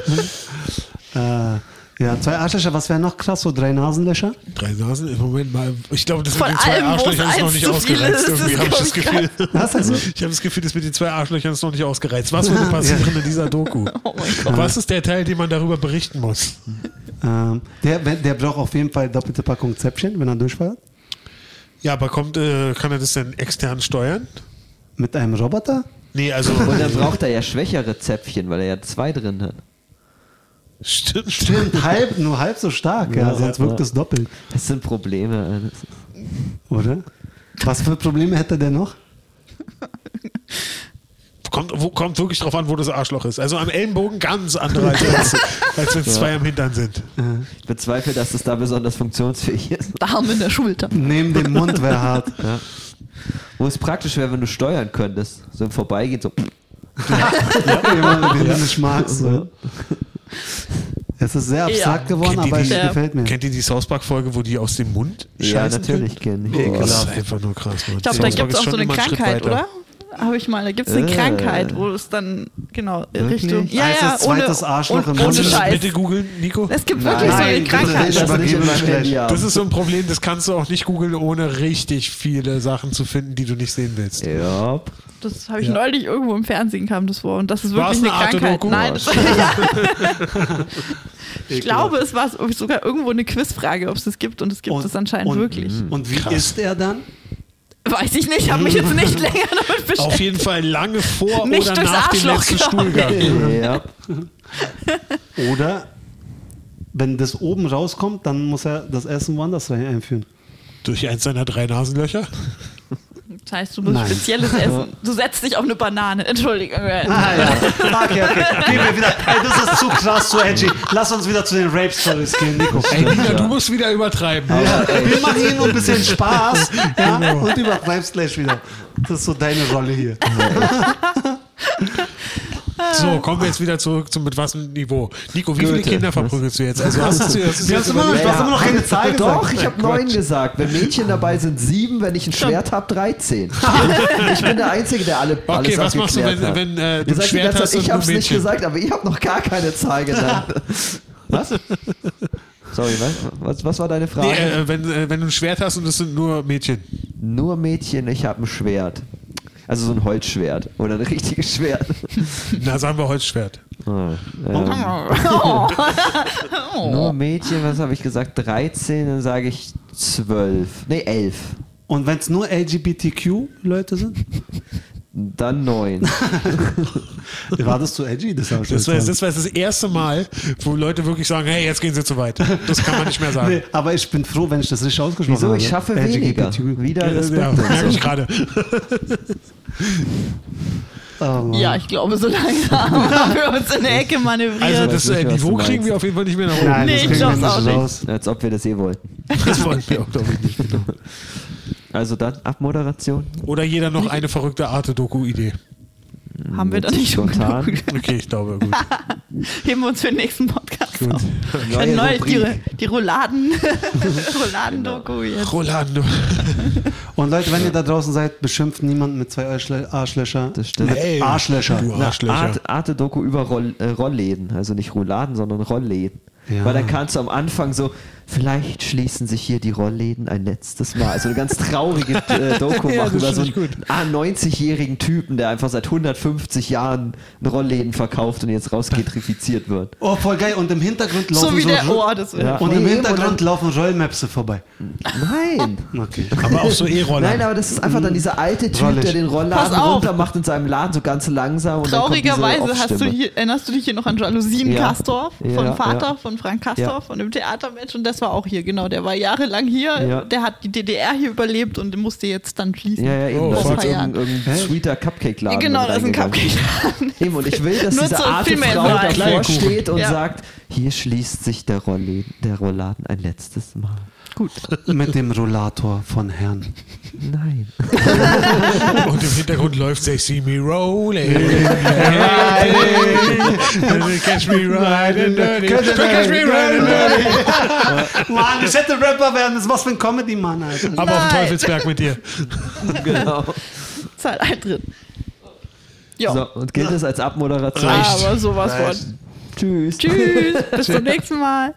Speaker 5: Äh, ja, zwei Arschlöcher. Was wäre noch krass? So drei Nasenlöcher?
Speaker 1: Drei Nasen im Moment mal. Ich glaube, das mit
Speaker 4: Von
Speaker 1: den zwei
Speaker 4: allem, wo es
Speaker 1: Arschlöchern ist noch
Speaker 4: eins
Speaker 1: nicht
Speaker 4: zu viel
Speaker 1: ausgereizt.
Speaker 4: ist,
Speaker 1: Irgendwie
Speaker 4: ist,
Speaker 1: habe ich
Speaker 4: glaub
Speaker 1: das
Speaker 4: ich,
Speaker 1: Gefühl.
Speaker 5: Was also?
Speaker 1: Ich habe das Gefühl, das mit den zwei Arschlöchern ist noch nicht ausgereizt. Was würde passieren in dieser Doku?
Speaker 4: Oh
Speaker 1: Was ist der Teil, den man darüber berichten muss?
Speaker 5: Ähm, der, wenn- der braucht auf jeden Fall doppelte Packung Zäpfchen, wenn er durchfährt.
Speaker 1: Ja, aber kommt, äh, kann er das denn extern steuern?
Speaker 5: Mit einem Roboter?
Speaker 1: Nee, also.
Speaker 3: Und dann braucht er ja schwächere Zäpfchen, weil er ja zwei drin hat.
Speaker 1: Stimmt.
Speaker 5: Stimmt, halb, nur halb so stark, ja,
Speaker 3: Ja,
Speaker 5: sonst
Speaker 3: ja.
Speaker 5: wirkt es doppelt,
Speaker 3: Das sind Probleme. Das ist-
Speaker 5: oder? Was für Probleme hätte der noch?
Speaker 1: Kommt, wo, kommt wirklich drauf an, wo das Arschloch ist. Also am Ellenbogen ganz andere als, als, als wenn es zwei am Hintern sind.
Speaker 3: Ich bezweifle, dass das da besonders funktionsfähig ist.
Speaker 4: Darm in der Schulter.
Speaker 5: Neben dem Mund wäre hart.
Speaker 3: Wo es praktisch wäre, wenn du steuern könntest. So im Vorbeigehen, so.
Speaker 5: Jemand, den du nicht magst. So. Es ist sehr abstrakt
Speaker 4: Ja.
Speaker 5: geworden,
Speaker 1: Kennt ihr
Speaker 5: aber es
Speaker 1: die-
Speaker 5: gefällt mir.
Speaker 1: Kennt ihr die South Park-Folge, wo die aus dem Mund
Speaker 3: Ja,
Speaker 1: scheißen
Speaker 3: natürlich
Speaker 1: können?
Speaker 3: kenne ich.
Speaker 1: Boah, das ist
Speaker 5: Ekelhaft.
Speaker 1: einfach nur krass. Mann.
Speaker 4: Ich glaube, da
Speaker 1: South Park
Speaker 4: gibt es
Speaker 1: ist
Speaker 4: auch so
Speaker 1: schon
Speaker 4: eine
Speaker 1: immer einen Schritt
Speaker 4: Krankheit,
Speaker 1: weiter.
Speaker 4: oder? Habe ich mal. Da gibt es eine
Speaker 3: Äh.
Speaker 4: Krankheit, wo es dann, genau, in
Speaker 3: Wirklich?
Speaker 4: Richtung. Ja,
Speaker 5: Heißt
Speaker 4: ja,
Speaker 5: das zweites Arschloch
Speaker 4: ohne,
Speaker 5: im
Speaker 4: ohne
Speaker 5: Mund?
Speaker 1: Kannst du das
Speaker 4: Scheiß.
Speaker 1: bitte googeln, Nico?
Speaker 4: Es gibt wirklich so eine
Speaker 5: Nein, bitte
Speaker 4: Krankheit.
Speaker 5: nicht.
Speaker 3: das nicht in meinem
Speaker 5: übergebe
Speaker 3: Handy
Speaker 5: schlecht.
Speaker 3: haben.
Speaker 1: Das ist so ein Problem, das kannst du auch nicht googeln, ohne richtig viele Sachen zu finden, die du nicht sehen willst.
Speaker 3: Ja.
Speaker 4: Das habe ich
Speaker 1: Ja.
Speaker 4: neulich irgendwo im Fernsehen kam das vor und das ist
Speaker 1: War's
Speaker 4: wirklich
Speaker 1: eine
Speaker 4: eine
Speaker 1: Art
Speaker 4: Krankheit.
Speaker 1: Doku?
Speaker 4: Nein, das, ich glaube, es war sogar irgendwo eine Quizfrage, ob es das gibt und es gibt
Speaker 5: Und-
Speaker 4: es anscheinend
Speaker 5: und- Mhm.
Speaker 4: wirklich.
Speaker 5: Und wie
Speaker 1: Krass.
Speaker 5: ist er dann?
Speaker 4: Weiß ich nicht, habe mich jetzt nicht länger damit
Speaker 1: Auf
Speaker 4: beschäftigt.
Speaker 1: jeden Fall lange vor
Speaker 4: Nicht
Speaker 1: oder
Speaker 4: durchs
Speaker 1: nach dem
Speaker 4: Arschloch,
Speaker 1: letzten
Speaker 4: glaub ich.
Speaker 1: Stuhlgang.
Speaker 3: Ja.
Speaker 5: Oder wenn das oben rauskommt, dann muss er das Essen woanders rein einführen.
Speaker 1: Durch eins seiner drei Nasenlöcher.
Speaker 4: Das heißt, du musst
Speaker 5: Nein.
Speaker 4: spezielles Essen. Du setzt dich auf eine Banane. Entschuldigung.
Speaker 5: Ah ja, okay, okay. Gehen wir wieder. Ey, das ist zu krass, zu edgy. Lass uns wieder zu den Rape-Stories gehen, Nico.
Speaker 1: Nina, du musst wieder übertreiben.
Speaker 5: Ja, wir machen hier nur ein bisschen Spaß ja, und übertreibst gleich wieder. Das ist so deine Rolle hier.
Speaker 1: So, kommen wir jetzt wieder zurück zum mit was im Niveau. Nico, wie viele
Speaker 3: Goethe.
Speaker 1: Kinder verprügelst du jetzt? Also hast du, das ist
Speaker 5: Wir
Speaker 1: jetzt
Speaker 5: haben's immer noch-
Speaker 1: überlegt.
Speaker 5: du hast immer noch keine Zahl
Speaker 3: Doch,
Speaker 5: gesagt. Oh
Speaker 3: ich habe neun gesagt. Wenn Mädchen dabei sind, sieben. Wenn ich ein Schwert habe, 13. Ich bin der Einzige, der alle alles
Speaker 1: Okay, was machst du,
Speaker 3: abgeklärt
Speaker 1: wenn-
Speaker 3: hat.
Speaker 1: wenn, äh, du ein
Speaker 3: Ihr sagt die
Speaker 1: Schwert
Speaker 3: ganze Zeit,
Speaker 1: hast und
Speaker 3: Ich
Speaker 1: du
Speaker 3: habe es nicht
Speaker 1: Mädchen?
Speaker 3: gesagt, aber ich habe noch gar keine Zahl genannt. was? Sorry, was, was, was war deine Frage?
Speaker 1: Nee, äh, wenn, äh, wenn du ein Schwert hast und es sind nur Mädchen.
Speaker 3: Nur Mädchen, ich habe ein Schwert. Also so ein Holzschwert oder ein richtiges Schwert.
Speaker 1: Na, sagen wir Holzschwert.
Speaker 3: Ah, ähm,
Speaker 4: Oh.
Speaker 3: nur Mädchen, was habe ich gesagt? 13, dann sage ich 12. Nee, 11.
Speaker 5: Und wenn es nur LGBTQ-Leute sind?
Speaker 3: Dann 9.
Speaker 5: War das zu edgy? Das, hab ich
Speaker 1: Das war,
Speaker 5: jetzt
Speaker 1: das war das erste Mal, wo Leute wirklich sagen, hey, jetzt gehen sie zu weit. Das kann man nicht mehr sagen.
Speaker 5: Nee, aber ich bin froh, wenn ich das richtig ausgesprochen
Speaker 3: Wieso?
Speaker 5: habe.
Speaker 3: Ich schaffe weniger.
Speaker 5: LGBTQ.
Speaker 3: Wieder
Speaker 1: Ja,
Speaker 3: Respekt.
Speaker 1: merke ich gerade.
Speaker 5: Mann.
Speaker 4: Ja, ich glaube, so langsam haben wir uns in der Ecke manövriert.
Speaker 1: Also das äh,
Speaker 3: nicht, was
Speaker 1: Niveau
Speaker 3: du meinst.
Speaker 1: kriegen wir auf jeden Fall nicht mehr nach oben.
Speaker 5: Nein,
Speaker 4: Nee,
Speaker 5: das
Speaker 4: ich
Speaker 5: kriegen wir
Speaker 4: glaub's auch nicht.
Speaker 5: raus.
Speaker 3: Als ob wir das eh wollten.
Speaker 1: Das wollen wir auch, glaube ich, nicht. Genau.
Speaker 3: Also dann Abmoderation.
Speaker 1: Oder jeder noch eine verrückte Arte-Doku-Idee.
Speaker 4: haben wir da nicht schon
Speaker 3: Spontan.
Speaker 4: genug?
Speaker 1: Okay, ich glaube, gut.
Speaker 4: Heben wir uns für den nächsten Podcast auf.
Speaker 3: Neue
Speaker 4: Dann neu, die,
Speaker 3: Rubrik. Genau.
Speaker 4: die Rouladen, Rouladendoku jetzt.
Speaker 1: Rolando.
Speaker 5: Und Leute, wenn ihr da draußen seid, beschimpft niemanden mit zwei Arschlö Arschlöcher.
Speaker 3: Das stimmt.
Speaker 5: Mit
Speaker 1: Ey,
Speaker 5: Arschlöcher.
Speaker 1: du
Speaker 5: Na,
Speaker 1: Arschlöcher.
Speaker 3: Art, Arte Doku über Roll, äh, Rollläden, also nicht Rouladen, sondern Rollläden.
Speaker 5: Ja.
Speaker 3: Weil dann kannst du am Anfang so, vielleicht schließen sich hier die Rollläden ein letztes Mal. Also eine ganz traurige äh, Doku
Speaker 1: Ja,
Speaker 3: machen
Speaker 1: das
Speaker 3: über so
Speaker 1: finde ich
Speaker 3: einen ah, 90-jährigen Typen, der einfach seit 150 Jahren einen Rollläden verkauft und jetzt rausgetrifiziert wird.
Speaker 5: Oh, voll geil. Und im Hintergrund laufen
Speaker 4: So wie
Speaker 5: so
Speaker 4: der
Speaker 5: Ro-
Speaker 4: Ohr, das
Speaker 3: Ja.
Speaker 5: Und im
Speaker 3: Nee,
Speaker 5: Hintergrund
Speaker 3: und dann-
Speaker 5: laufen Rollmapse vorbei.
Speaker 3: Nein!
Speaker 5: Okay.
Speaker 1: Aber auch so E-Roller.
Speaker 3: Nein, aber das ist einfach dann dieser alte Typ,
Speaker 5: Rollig.
Speaker 3: der den
Speaker 4: Pass
Speaker 3: Rollladen
Speaker 4: auf.
Speaker 3: runter macht in seinem Laden so ganz langsam. Und dann
Speaker 4: Traurigerweise
Speaker 3: kommt
Speaker 4: hast
Speaker 3: diese
Speaker 4: du
Speaker 3: Off-Stimme.
Speaker 4: hier, erinnerst du dich hier noch an Jalousien
Speaker 3: Ja.
Speaker 4: Kastorf
Speaker 3: Ja,
Speaker 4: von
Speaker 3: ja.
Speaker 4: Vater von Frank Kastorf
Speaker 3: Ja.
Speaker 4: von dem Theatermensch und das war auch hier genau der war jahrelang hier
Speaker 3: Ja.
Speaker 4: der hat die DDR hier überlebt und musste jetzt dann schließen
Speaker 3: Ja, ja, eben.
Speaker 1: Oh,
Speaker 3: das
Speaker 1: fuck.
Speaker 3: ist irgendein, irgendein
Speaker 5: Hä?
Speaker 3: sweeter Cupcake-Laden.
Speaker 4: genau
Speaker 3: mit
Speaker 4: das ist ein
Speaker 3: reingegangen.
Speaker 4: Cupcake
Speaker 3: Eben, und ich will, dass
Speaker 4: Nur
Speaker 3: diese
Speaker 4: zur
Speaker 3: Arte
Speaker 4: Female
Speaker 3: Frau
Speaker 4: Bride.
Speaker 3: davor
Speaker 1: Kleinkuchen.
Speaker 3: steht und
Speaker 4: Ja.
Speaker 3: sagt, hier schließt sich der, Rolli, der Rolladen ein letztes Mal.
Speaker 4: gut
Speaker 5: Mit dem Rollator von Herrn.
Speaker 3: Nein.
Speaker 1: Und im Hintergrund läuft They See Me Rolling. Riding. Catch me riding dirty. Catch me riding dirty.
Speaker 5: Mann, ich hätte Rapper werden. Das ist was für ein Comedy-Mann, Alter.
Speaker 1: Aber auf dem
Speaker 4: Nein.
Speaker 1: Teufelsberg mit dir.
Speaker 3: Genau.
Speaker 4: Zahl Eintritt ja
Speaker 3: So, und gilt es als Abmoderation.
Speaker 1: Reicht.
Speaker 4: aber sowas von
Speaker 3: Tschüss.
Speaker 4: tschüss bis zum nächsten Mal